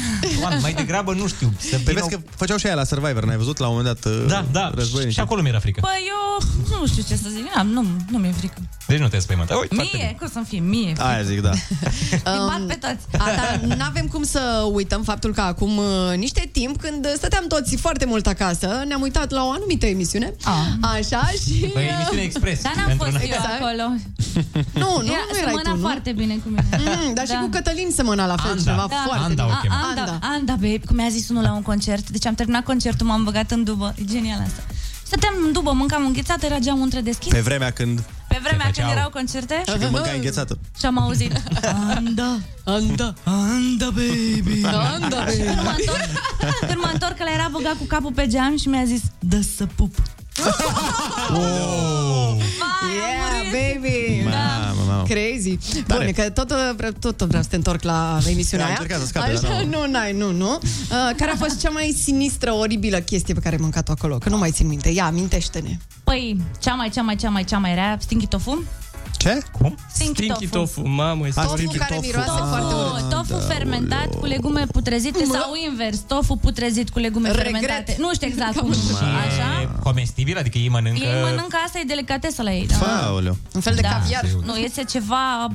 S8: oameni, mai degrabă nu știu. Să
S2: Păi
S8: vină...
S2: vezi că făceau și aia la Survivor, n-ai văzut la un moment dat uh,
S8: Da, da. Și acolo mi-era frică.
S27: Păi eu nu știu ce să zic, Am, nu, nu mi-e frică.
S8: Deci nu te spăimânta. Uite, foarte bine.
S27: Mie, cum să-mi fie, mie.
S2: Aia zic, da.
S27: Îi bag pe toți.
S9: Um, Dar n-avem cum să uităm faptul că acum uh, niște timp, când stăteam toți foarte mult acasă, ne-am uitat la o anumită emisiune.
S27: Ah.
S9: A. Așa și...
S8: Păi, emisiune expres.
S27: Dar n-am
S8: Pentru
S27: fost
S8: noi.
S27: eu acolo.
S9: Exact. Nu, nu,
S27: Ea
S9: nu erai
S27: semăna
S9: tu, nu?
S27: foarte bine cu mine.
S9: Mm, dar da. și cu Cătălin semăna la fel
S27: Anda.
S9: ceva foarte
S8: Anda
S9: bine.
S8: o chema.
S27: Anda, Anda, Anda, babe, cum mi-a zis unul la un concert. Deci am terminat concertul, m-am băgat în dubă. E genial asta. Stăteam în dubă, mâncam înghețată, era geamul întredeschis.
S2: Pe vremea când...
S27: Pe vremea
S2: făceau.
S27: când erau concerte.
S2: Și când mâncai înghețată.
S27: Și am auzit Anda,
S9: Anda,
S27: Anda, baby
S9: Anda, baby.
S25: [LAUGHS]
S27: Și când mă întorc, când mă întorc la era băgat cu capul pe geam și mi-a zis Dă să
S2: [LAUGHS]
S27: pup
S2: Oh.
S9: Vai, yeah, baby!
S2: Mamă, mamă.
S9: Da. Crazy. Bun, că tot, uh, tot vreau să te întorc la emisiunea
S2: Ai
S9: aia.
S2: încercat să da, scapi,
S9: Așa,
S2: dar
S9: nu, n-ai, nu, nu. Uh, care a fost cea mai sinistră, oribilă chestie pe care ai mâncat-o acolo? Că nu mai țin minte. Ia, amintește-ne.
S27: Păi, cea mai, cea mai, cea mai, cea mai rea Stinky tofu
S2: Ce? Cum?
S27: Stinky tofu.
S6: tofu, mamă, este
S9: Tofu care miroase
S5: Ah.
S9: foarte urât.
S27: Tofu fermentat cu legume putrezite sau invers, tofu putrezit cu legume
S9: Regret.
S27: fermentate. Nu știu exact cum. Așa.
S8: E comestibil, adică ei mănâncă...
S27: Ei mănâncă asta, e delicatesă la ei. Da.
S2: Faoleu.
S9: Un fel de
S27: da.
S9: caviar.
S27: Nu, este ceva...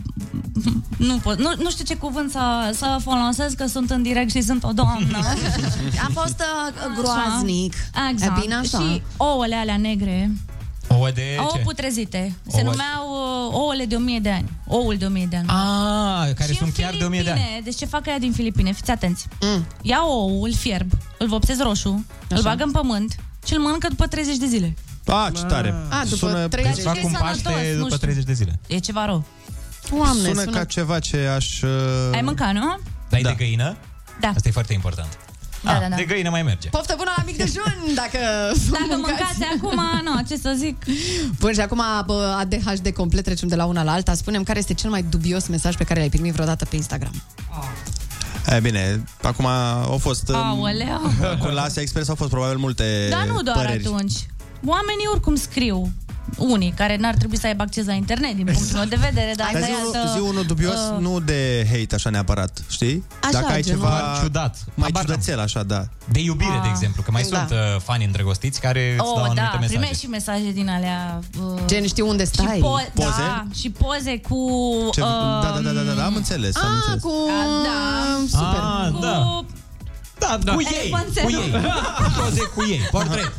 S27: Nu, pot, nu, nu știu ce cuvânt să, să folosesc, că sunt în direct și sunt o doamnă.
S9: [LAUGHS] A fost uh, groaznic.
S27: Așa. Exact.
S9: E bine așa.
S27: Și ouăle alea negre,
S8: Ouă de
S27: ouă
S8: ce?
S27: putrezite, se
S8: Ouă-
S27: numeau uh, ouăle de o mie de ani, oul de o mie de ani.
S8: Ah, care sunt chiar de 1000 de ani.
S27: Filipine, deci ce fac aia din Filipine? Fiți atenți. Mm. Ia oul, îl fierb, îl vopsez roșu, Așa. îl bag în pământ și îl mănâncă după 30 de zile.
S5: A, ce tare.
S27: A, după 30 de zile sănătos, nu știu.
S5: de zile.
S27: E ceva rău.
S5: sună, ca ceva ce aș... Uh...
S27: Ai mâncat, nu?
S8: Dai da. de găină?
S27: Da.
S8: Asta e foarte important. Ah,
S27: Da, da, da.
S8: De găină mai merge.
S9: Poftă bună
S2: [LAUGHS]
S9: la mic dejun, dacă
S27: Dacă mâncați acum, nu, ce să zic.
S9: Bun, și acum bă, ADHD complet trecem de la una la alta. Spunem care este cel mai dubios mesaj pe care l-ai primit vreodată pe Instagram.
S5: E bine, acum au fost... um,
S27: Aoleu.
S5: Cu la Asia Express au fost probabil multe
S27: Dar nu doar
S5: păreri.
S27: atunci. Oamenii oricum scriu. Unii care n-ar trebui să aibă acces la internet, din punctul meu de vedere, dar
S5: Dar
S27: asta
S5: zi,
S27: e
S5: unul,
S27: altă,
S5: zi unul dubios,
S27: uh,
S5: nu de hate așa neapărat, știi?
S27: Așa,
S5: Dacă ai
S27: genul-
S5: ceva
S27: Doar
S5: ciudat, mai ciudățel așa, da.
S8: De iubire, de exemplu, că mai
S27: Da.
S8: sunt uh, fani îndrăgostiți care îți dau
S27: Oh,
S8: anumite
S27: da,
S8: mesaje.
S27: primești și mesaje din alea... Uh,
S9: Gen, știi unde stai.
S27: Și po-
S8: Poze?
S27: Da, și poze cu...
S5: Ce,
S27: um,
S5: da, da, da, da, da, da, am înțeles, am înțeles.
S9: Ah, cu...
S27: da.
S5: super. Ah,
S27: cu...
S5: da.
S8: Da, da. Cu ei, cu ei. Poze cu ei, portret.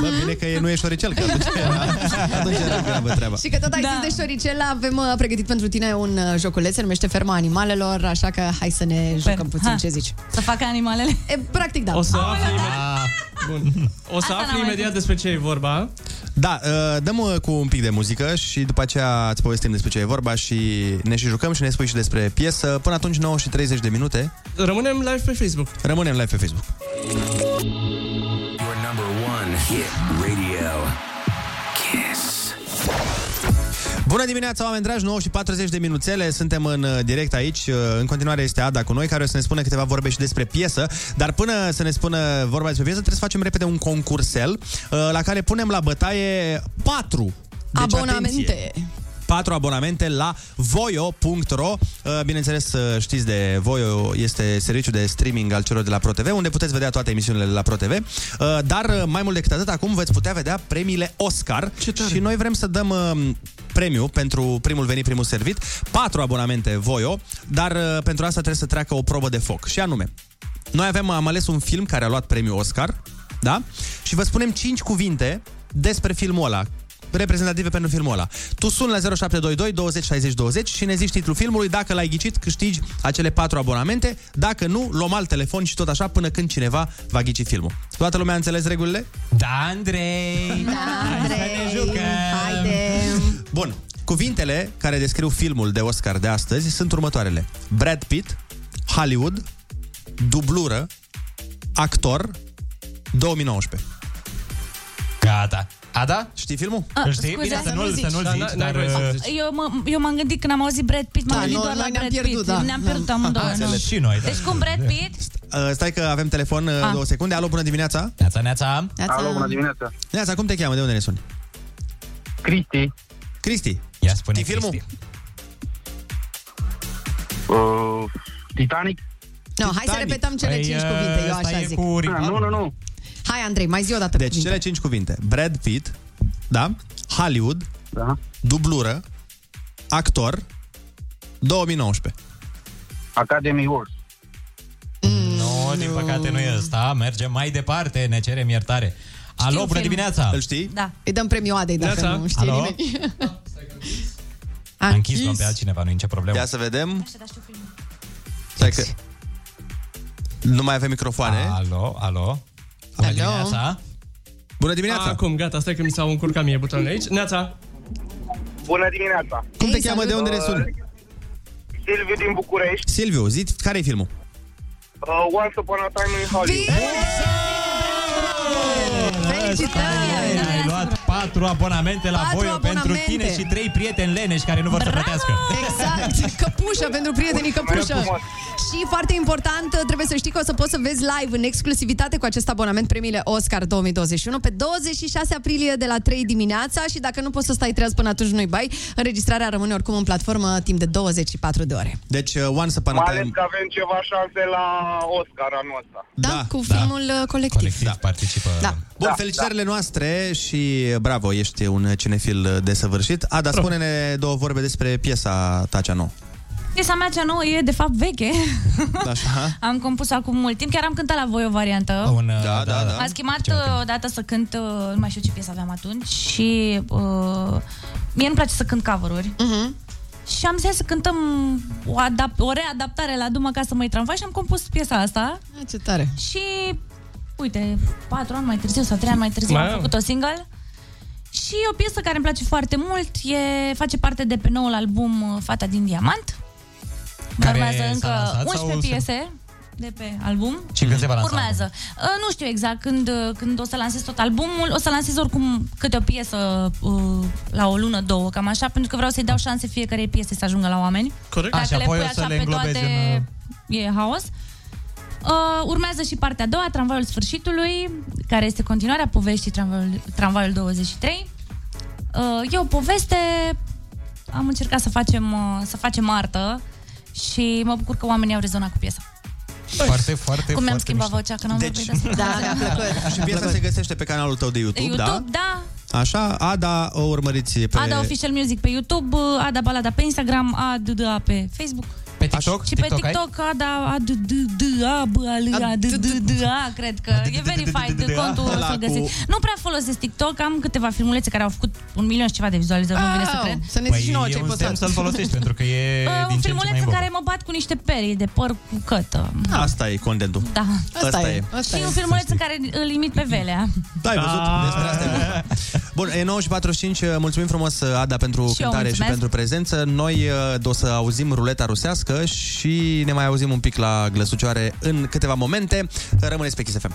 S5: Bă, bine că e, nu e șoricel, că
S9: [LAUGHS]
S5: atunci, atunci era gravă treaba.
S9: Și că tot ai da. zis de șoricel, avem uh, pregătit pentru tine un uh, joculeț, se numește Ferma Animalelor, așa că hai să ne jucăm puțin
S27: Ha.
S9: ce zici.
S27: Să facă animalele?
S9: E, practic, da.
S6: O să afli imediat. Ah, Bun. O
S27: Asta
S6: să
S27: n-am
S6: afli
S27: mai
S6: imediat despre ce e vorba.
S5: Da, uh, dăm uh, cu un pic de muzică și după aceea îți povestim despre ce e vorba și ne și jucăm și ne spui și despre piesă. Până atunci 9 și 30 de minute.
S6: Rămânem live pe Facebook.
S5: Rămânem live pe Facebook.
S12: Your number one hit radio. Kiss.
S5: Bună dimineața, oameni dragi, 9 și 40 de minuțele, suntem în uh, direct aici, Uh, în continuare este Ada cu noi, care o să ne spună câteva vorbe și despre piesă, dar până să ne spună vorba despre piesă, trebuie să facem repede un concursel, uh, la care punem la bătaie Deci, 4
S9: Abonamente.
S5: patru abonamente la voio.ro. Uh, Bineînțeles, uh, știți de Voio, este serviciul de streaming al celor de la ProTV, unde puteți vedea toate emisiunile de la ProTV. Uh, Dar uh, mai mult decât atât, acum veți putea vedea premiile Oscar. Și noi vrem să dăm uh, premiu pentru primul venit, primul servit, patru abonamente Voio, dar uh, pentru asta trebuie să treacă o probă de foc. Și anume, noi avem, am ales un film care a luat premiul Oscar, da? Și vă spunem 5 cuvinte despre filmul ăla, reprezentative pentru filmul ăla. Tu suni la 0722 20 60 20 și ne zici titlul filmului, dacă l-ai ghicit, câștigi acele patru abonamente, dacă nu, luăm alt telefon și tot așa până când cineva va ghici filmul. Toată lumea a înțeles regulile?
S8: Da, Andrei!
S9: Da, Andrei! Haide!
S5: Bun. Cuvintele care descriu filmul de Oscar de astăzi sunt următoarele. Brad Pitt, Hollywood, dublură, actor, 2019.
S8: Gata. Ada?
S5: Știi filmul?
S27: A,
S8: Îl știi?
S27: scuze,
S8: Bine, să
S27: să nu
S8: nu-l
S27: zici.
S8: să nu-l
S27: Da,
S8: zici, dar...
S27: n-ai voie
S8: uh,
S27: Eu, mă, eu m-am gândit când am auzit Brad Pitt, m-am
S9: Da,
S27: gândit
S9: noi-
S27: doar la
S9: noi ne-am
S27: Brad
S9: pierdut,
S27: Pitt.
S9: da.
S27: Ne-am
S9: Da.
S27: pierdut amândouă, nu?
S8: înțeles. Și noi, da.
S27: Deci cu Brad Pitt,
S5: Uh, stai că avem telefon, uh,
S27: Ah.
S5: două secunde. Alo, bună dimineața!
S8: Neața, neața!
S9: Neața. Alo, bună
S5: [LAUGHS]
S9: dimineața!
S5: Neața, cum te cheamă? De unde ne suni?
S20: Cristi.
S5: Cristi?
S8: Ia spune
S5: Știi filmul?
S20: Uh, Titanic?
S9: No, hai să
S20: Titanic.
S9: repetăm cele
S20: Păi,
S9: 5
S20: uh,
S9: cuvinte, eu
S20: ăsta
S9: așa
S20: e
S9: zic.
S20: cu rivalul. Ah, nu, nu, nu.
S9: Hai, Andrei, mai zi o dată
S5: Deci, cele cinci cuvinte. Brad Pitt, da? Hollywood, da. dublură, actor, 2019.
S20: Academy Awards.
S8: Nu, din păcate nu e ăsta. Mergem mai departe, ne cerem iertare. Alo, bună
S9: filmul.
S8: dimineața! Îl știi?
S9: Da. Îi dăm premiu Adei dacă
S8: Neața.
S9: nu știe
S8: Alo?
S9: nimeni. [LAUGHS]
S8: A închis l pe altcineva, nu e nicio problemă.
S5: Ia să vedem. Stai că... Nu mai avem microfoane.
S8: Alo, alo. Bună dimineața!
S5: Bună dimineața!
S6: Acum, gata, stai că mi s-au încurcat mie butonul aici. Neața!
S20: Bună dimineața!
S5: Cum te cheamă? De unde ne suni?
S20: Silviu din București.
S5: Silviu, zi care e filmul?
S20: Uh, Once Upon a Time in Hollywood.
S8: Felicitări! Ai luat patru abonamente la
S9: Patru
S8: voi pentru
S9: abonamente.
S8: tine și trei prieteni leneși care nu vor să plătească.
S9: Exact, căpușă pentru prietenii căpușă. Și foarte important, trebuie să știi că o să poți să vezi live în exclusivitate cu acest abonament premiile Oscar 2021 pe 26 aprilie de la 3 dimineața și dacă nu poți să stai treaz până atunci, nu-i bai. Înregistrarea rămâne oricum în platformă timp de 24 de ore.
S5: Deci, uh, Once Upon a
S20: Mai
S5: Time...
S20: ales că avem ceva șanse la Oscar anul ăsta.
S5: Da,
S9: Cu filmul uh, colectiv.
S8: Colectiv da. participă.
S9: Da.
S5: Bun, da, felicitările da. noastre și bravo, ești un cinefil desăvârșit. Ada, spune-ne două vorbe despre piesa ta cea nouă.
S27: piesa mea cea nouă e de fapt veche.
S8: Da,
S5: Așa?
S27: Am compus acum mult timp, chiar am cântat la voi o variantă.
S8: Un, uh, da, da,
S27: M-a schimbat uh, odată să cânt, uh, nu mai știu ce piesă aveam atunci și uh, mie nu place să cânt cover-uri. Uh-huh. Și am zis hai să cântăm o, adap- o readaptare la Duma ca să mă tramvai și am compus piesa asta.
S9: A, ce tare.
S27: Și uite, patru ani mai târziu sau trei ani mai târziu am
S28: Mamă.
S27: făcut o single. Și e o piesă care îmi place foarte mult, e, face parte de pe noul album uh, Fata din Diamant. Mai
S25: Care
S27: urmează
S25: s-a
S27: încă
S25: lansat sau
S27: 11
S25: se-
S27: piese de pe album.
S25: Și când se va lansa
S27: Urmează. Uh, nu știu exact când, uh, când o să lansez tot albumul. O să lansez oricum câte o piesă uh, la o lună, două, cam așa, pentru că vreau să-i dau șanse fiecare piese să ajungă la oameni.
S25: Corect.
S27: Dacă
S25: Așa,
S27: le
S25: apoi
S27: pui
S25: o să
S27: așa
S25: le
S27: pe
S25: înglobezi uh,
S27: toate, e haos. Uh, urmează și partea a doua, tramvaiul sfârșitului, care este continuarea poveștii tramvaiul, tramvaiul 23. Uh, e o poveste, am încercat să facem, uh, să facem artă și mă bucur că oamenii au rezonat cu piesa.
S8: Foarte, foarte,
S27: Păi, Cum mi-am
S8: foarte Da,
S27: schimbat vocea că n-am
S5: Deci-
S9: [LAUGHS]
S27: vorbit despre asta.
S5: Și piesa se găsește pe canalul tău de YouTube,
S27: YouTube, da.
S5: da? Așa, Ada, o urmăriți pe...
S27: Pe... Ada Official Music pe YouTube, uh, Ada Balada pe Instagram, ADDA pe Facebook.
S8: Pe TikTok?
S27: Și pe TikTok, da, Ada, ADDA, BALA, ADDA, cred că e verified
S25: ADDDA.
S27: contul, o
S25: Ăla
S27: să
S25: cu-
S27: găsiți. Nu prea folosesc TikTok, am câteva filmulețe care au făcut un milion și ceva de vizualizări, nu vine să
S9: Au,
S27: cred.
S9: să ne zici și nouă
S8: Păi, e
S9: ce-ai
S8: un
S9: postat.
S8: semn să-l folosești, pentru că e
S27: [LAUGHS] Uh,
S8: din ce
S27: un
S8: în ce mai
S27: filmuleț
S8: în
S27: în
S8: voga.
S27: care mă bat cu niște perii de păr cu cătă.
S5: Asta e contentul.
S27: Da.
S5: Asta Asta e, e. asta
S27: și
S5: e.
S27: un filmuleț în care îl imit pe Velea.
S5: Da, ai văzut? Despre asta e vorba. Bun, e 9 și 45. Mulțumim frumos, Ada, pentru
S27: eu
S5: cântare și
S27: mulțumesc.
S5: pentru prezență. Noi eh, o să auzim ruleta rusească și ne mai auzim un pic la glăsucioare în câteva momente. Rămâneți pe Kiss FM.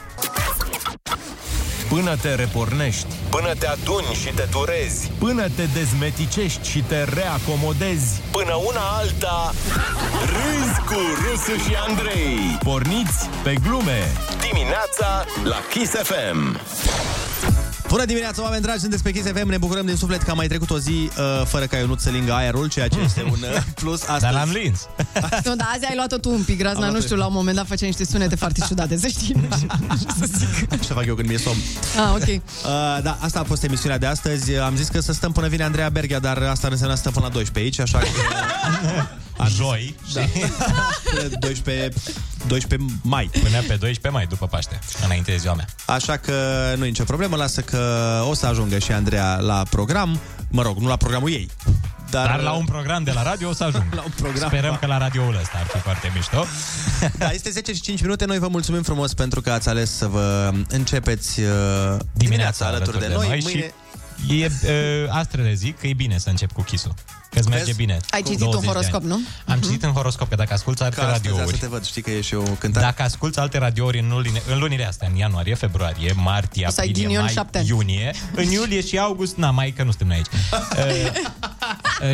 S1: Până te repornești,
S29: Până te aduni și te turezi
S1: până te dezmeticești și te reacomodezi,
S29: Până una alta Râzi cu Rusu și Andrei
S1: porniți pe glume.
S29: Dimineața la Kiss FM
S5: Bună dimineața, oameni dragi, sunteți pe Kiss FM, ne bucurăm din suflet că a mai trecut o zi uh, fără ca Ionut să lingă aerul, ceea ce [LAUGHS] este un uh, plus astăzi. Dar l-am
S8: lins.
S9: [LAUGHS] Nu, dar azi ai luat-o tu un pic, Grazna, nu știu, la un moment dat făceai niște sunete foarte ciudate, să știi. Nu știu, nu știu să zic.
S5: [LAUGHS] Ce fac eu când mi-e somn.
S9: Ah, ok.
S5: Uh, da, asta a fost emisiunea de astăzi. Am zis că să stăm până vine Andreea Berghea, dar asta ar însemna să stăm până la 12 aici, așa că... Joi. Da. Până 12, 12 mai.
S8: Până pe 12 mai, după Paște, înainte de ziua mea.
S5: Așa că nu e nicio problemă, lasă că o să ajungă și Andreea la program. Mă rog, nu la programul ei. Dar,
S8: Dar, Dar la un program de la radio o să ajung. [LAUGHS] la un
S5: program,
S8: Sperăm
S5: da.
S8: că la radioul ăsta ar fi foarte mișto.
S5: [LAUGHS] Da, este 10 și 5 minute. Noi vă mulțumim frumos pentru că ați ales să vă începeți uh, dimineața, dimineața alături de noi. Mâine...
S8: și e, uh, astrele zic că e bine să încep cu chisul. că îți merge bine.
S9: Ai
S8: Cu
S9: citit un
S8: 20 de
S9: horoscop,
S8: ani.
S9: nu? Mhm.
S8: Am citit în horoscop că dacă asculți alte
S5: Ca astăzi,
S8: radiouri...
S5: asta te văd, știi că e și o cântare.
S8: Dacă asculți alte radiouri în, lunile, în lunile astea, în ianuarie, februarie, martie,
S9: O să ai
S8: aprilie,
S9: ghinion
S8: mai,
S9: șapte ani.
S8: iunie, în iulie și august, na, mai că nu suntem noi
S5: [LAUGHS]
S8: aici. Uh,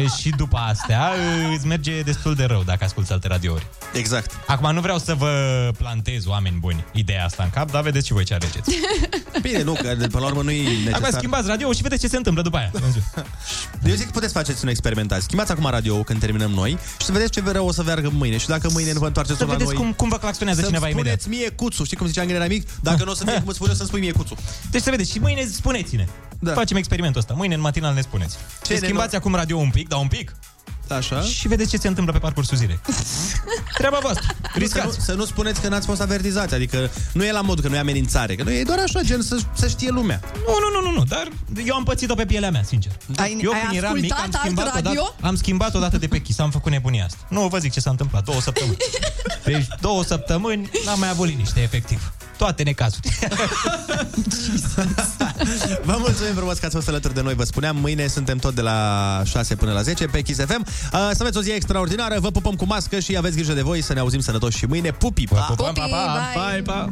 S8: uh, și după astea uh, îți merge destul de rău dacă asculți alte radiouri.
S5: Exact.
S8: Acum nu vreau să vă plantez oameni buni ideea asta în cap, dar vedeți și voi ce alegeți.
S9: [LAUGHS]
S5: Bine, nu, că de- până la urmă nu e necesar.
S8: Acum schimbați radio și vedeți ce se întâmplă după aia.
S5: Eu zic că puteți faceți un experiment azi. Schimbați acum radio când terminăm noi și să vedeți ce rău o să vergă mâine. Și dacă mâine nu vă întoarceți
S8: Să
S5: tot la
S8: vedeți
S5: noi...
S8: cum- cum vă claxonează
S5: să
S8: cineva imediat.
S5: spuneți mie cuțu. Știi cum ziceam când eram mic? Dacă nu o să fie cum îți spune, eu, să-mi spui mie cuțu.
S8: Deci să vedeți și mâine spuneți-ne. Da. Facem experimentul ăsta. Mâine în matinal ne spuneți.
S5: Ce
S8: Ce
S5: ne-
S8: schimbați acum radio un pic, dar un pic.
S5: Așa.
S8: Și vedeți ce se întâmplă pe parcursul zilei. Treaba voastră.
S5: Riscați. Să nu, să nu spuneți că n-ați fost avertizați, adică nu e la mod că nu e amenințare, că nu e doar așa, gen să, să știe lumea.
S8: Nu, nu, nu, nu, nu, dar eu am pățit-o pe pielea mea, sincer.
S9: Ai-
S8: eu
S9: ai ascultat alt radio?
S8: odată, am schimbat odată de pe chis, am făcut nebunia asta. Nu vă zic ce s-a întâmplat, două
S9: [LAUGHS]
S8: săptămâni. Deci două săptămâni n-am mai avut liniște, efectiv. Toate necazuri.
S5: [LAUGHS] Vă mulțumim frumos că ați fost alături de noi, vă spuneam. Mâine suntem tot de la 6 până la 10 pe Kiss FM. Uh, Să aveți o zi extraordinară, vă pupăm cu mască și aveți grijă de voi, să ne auzim sănătoși și mâine. Pupi, pa!
S8: pupăm, pa, pa! Pupii, bye! Bye, pa!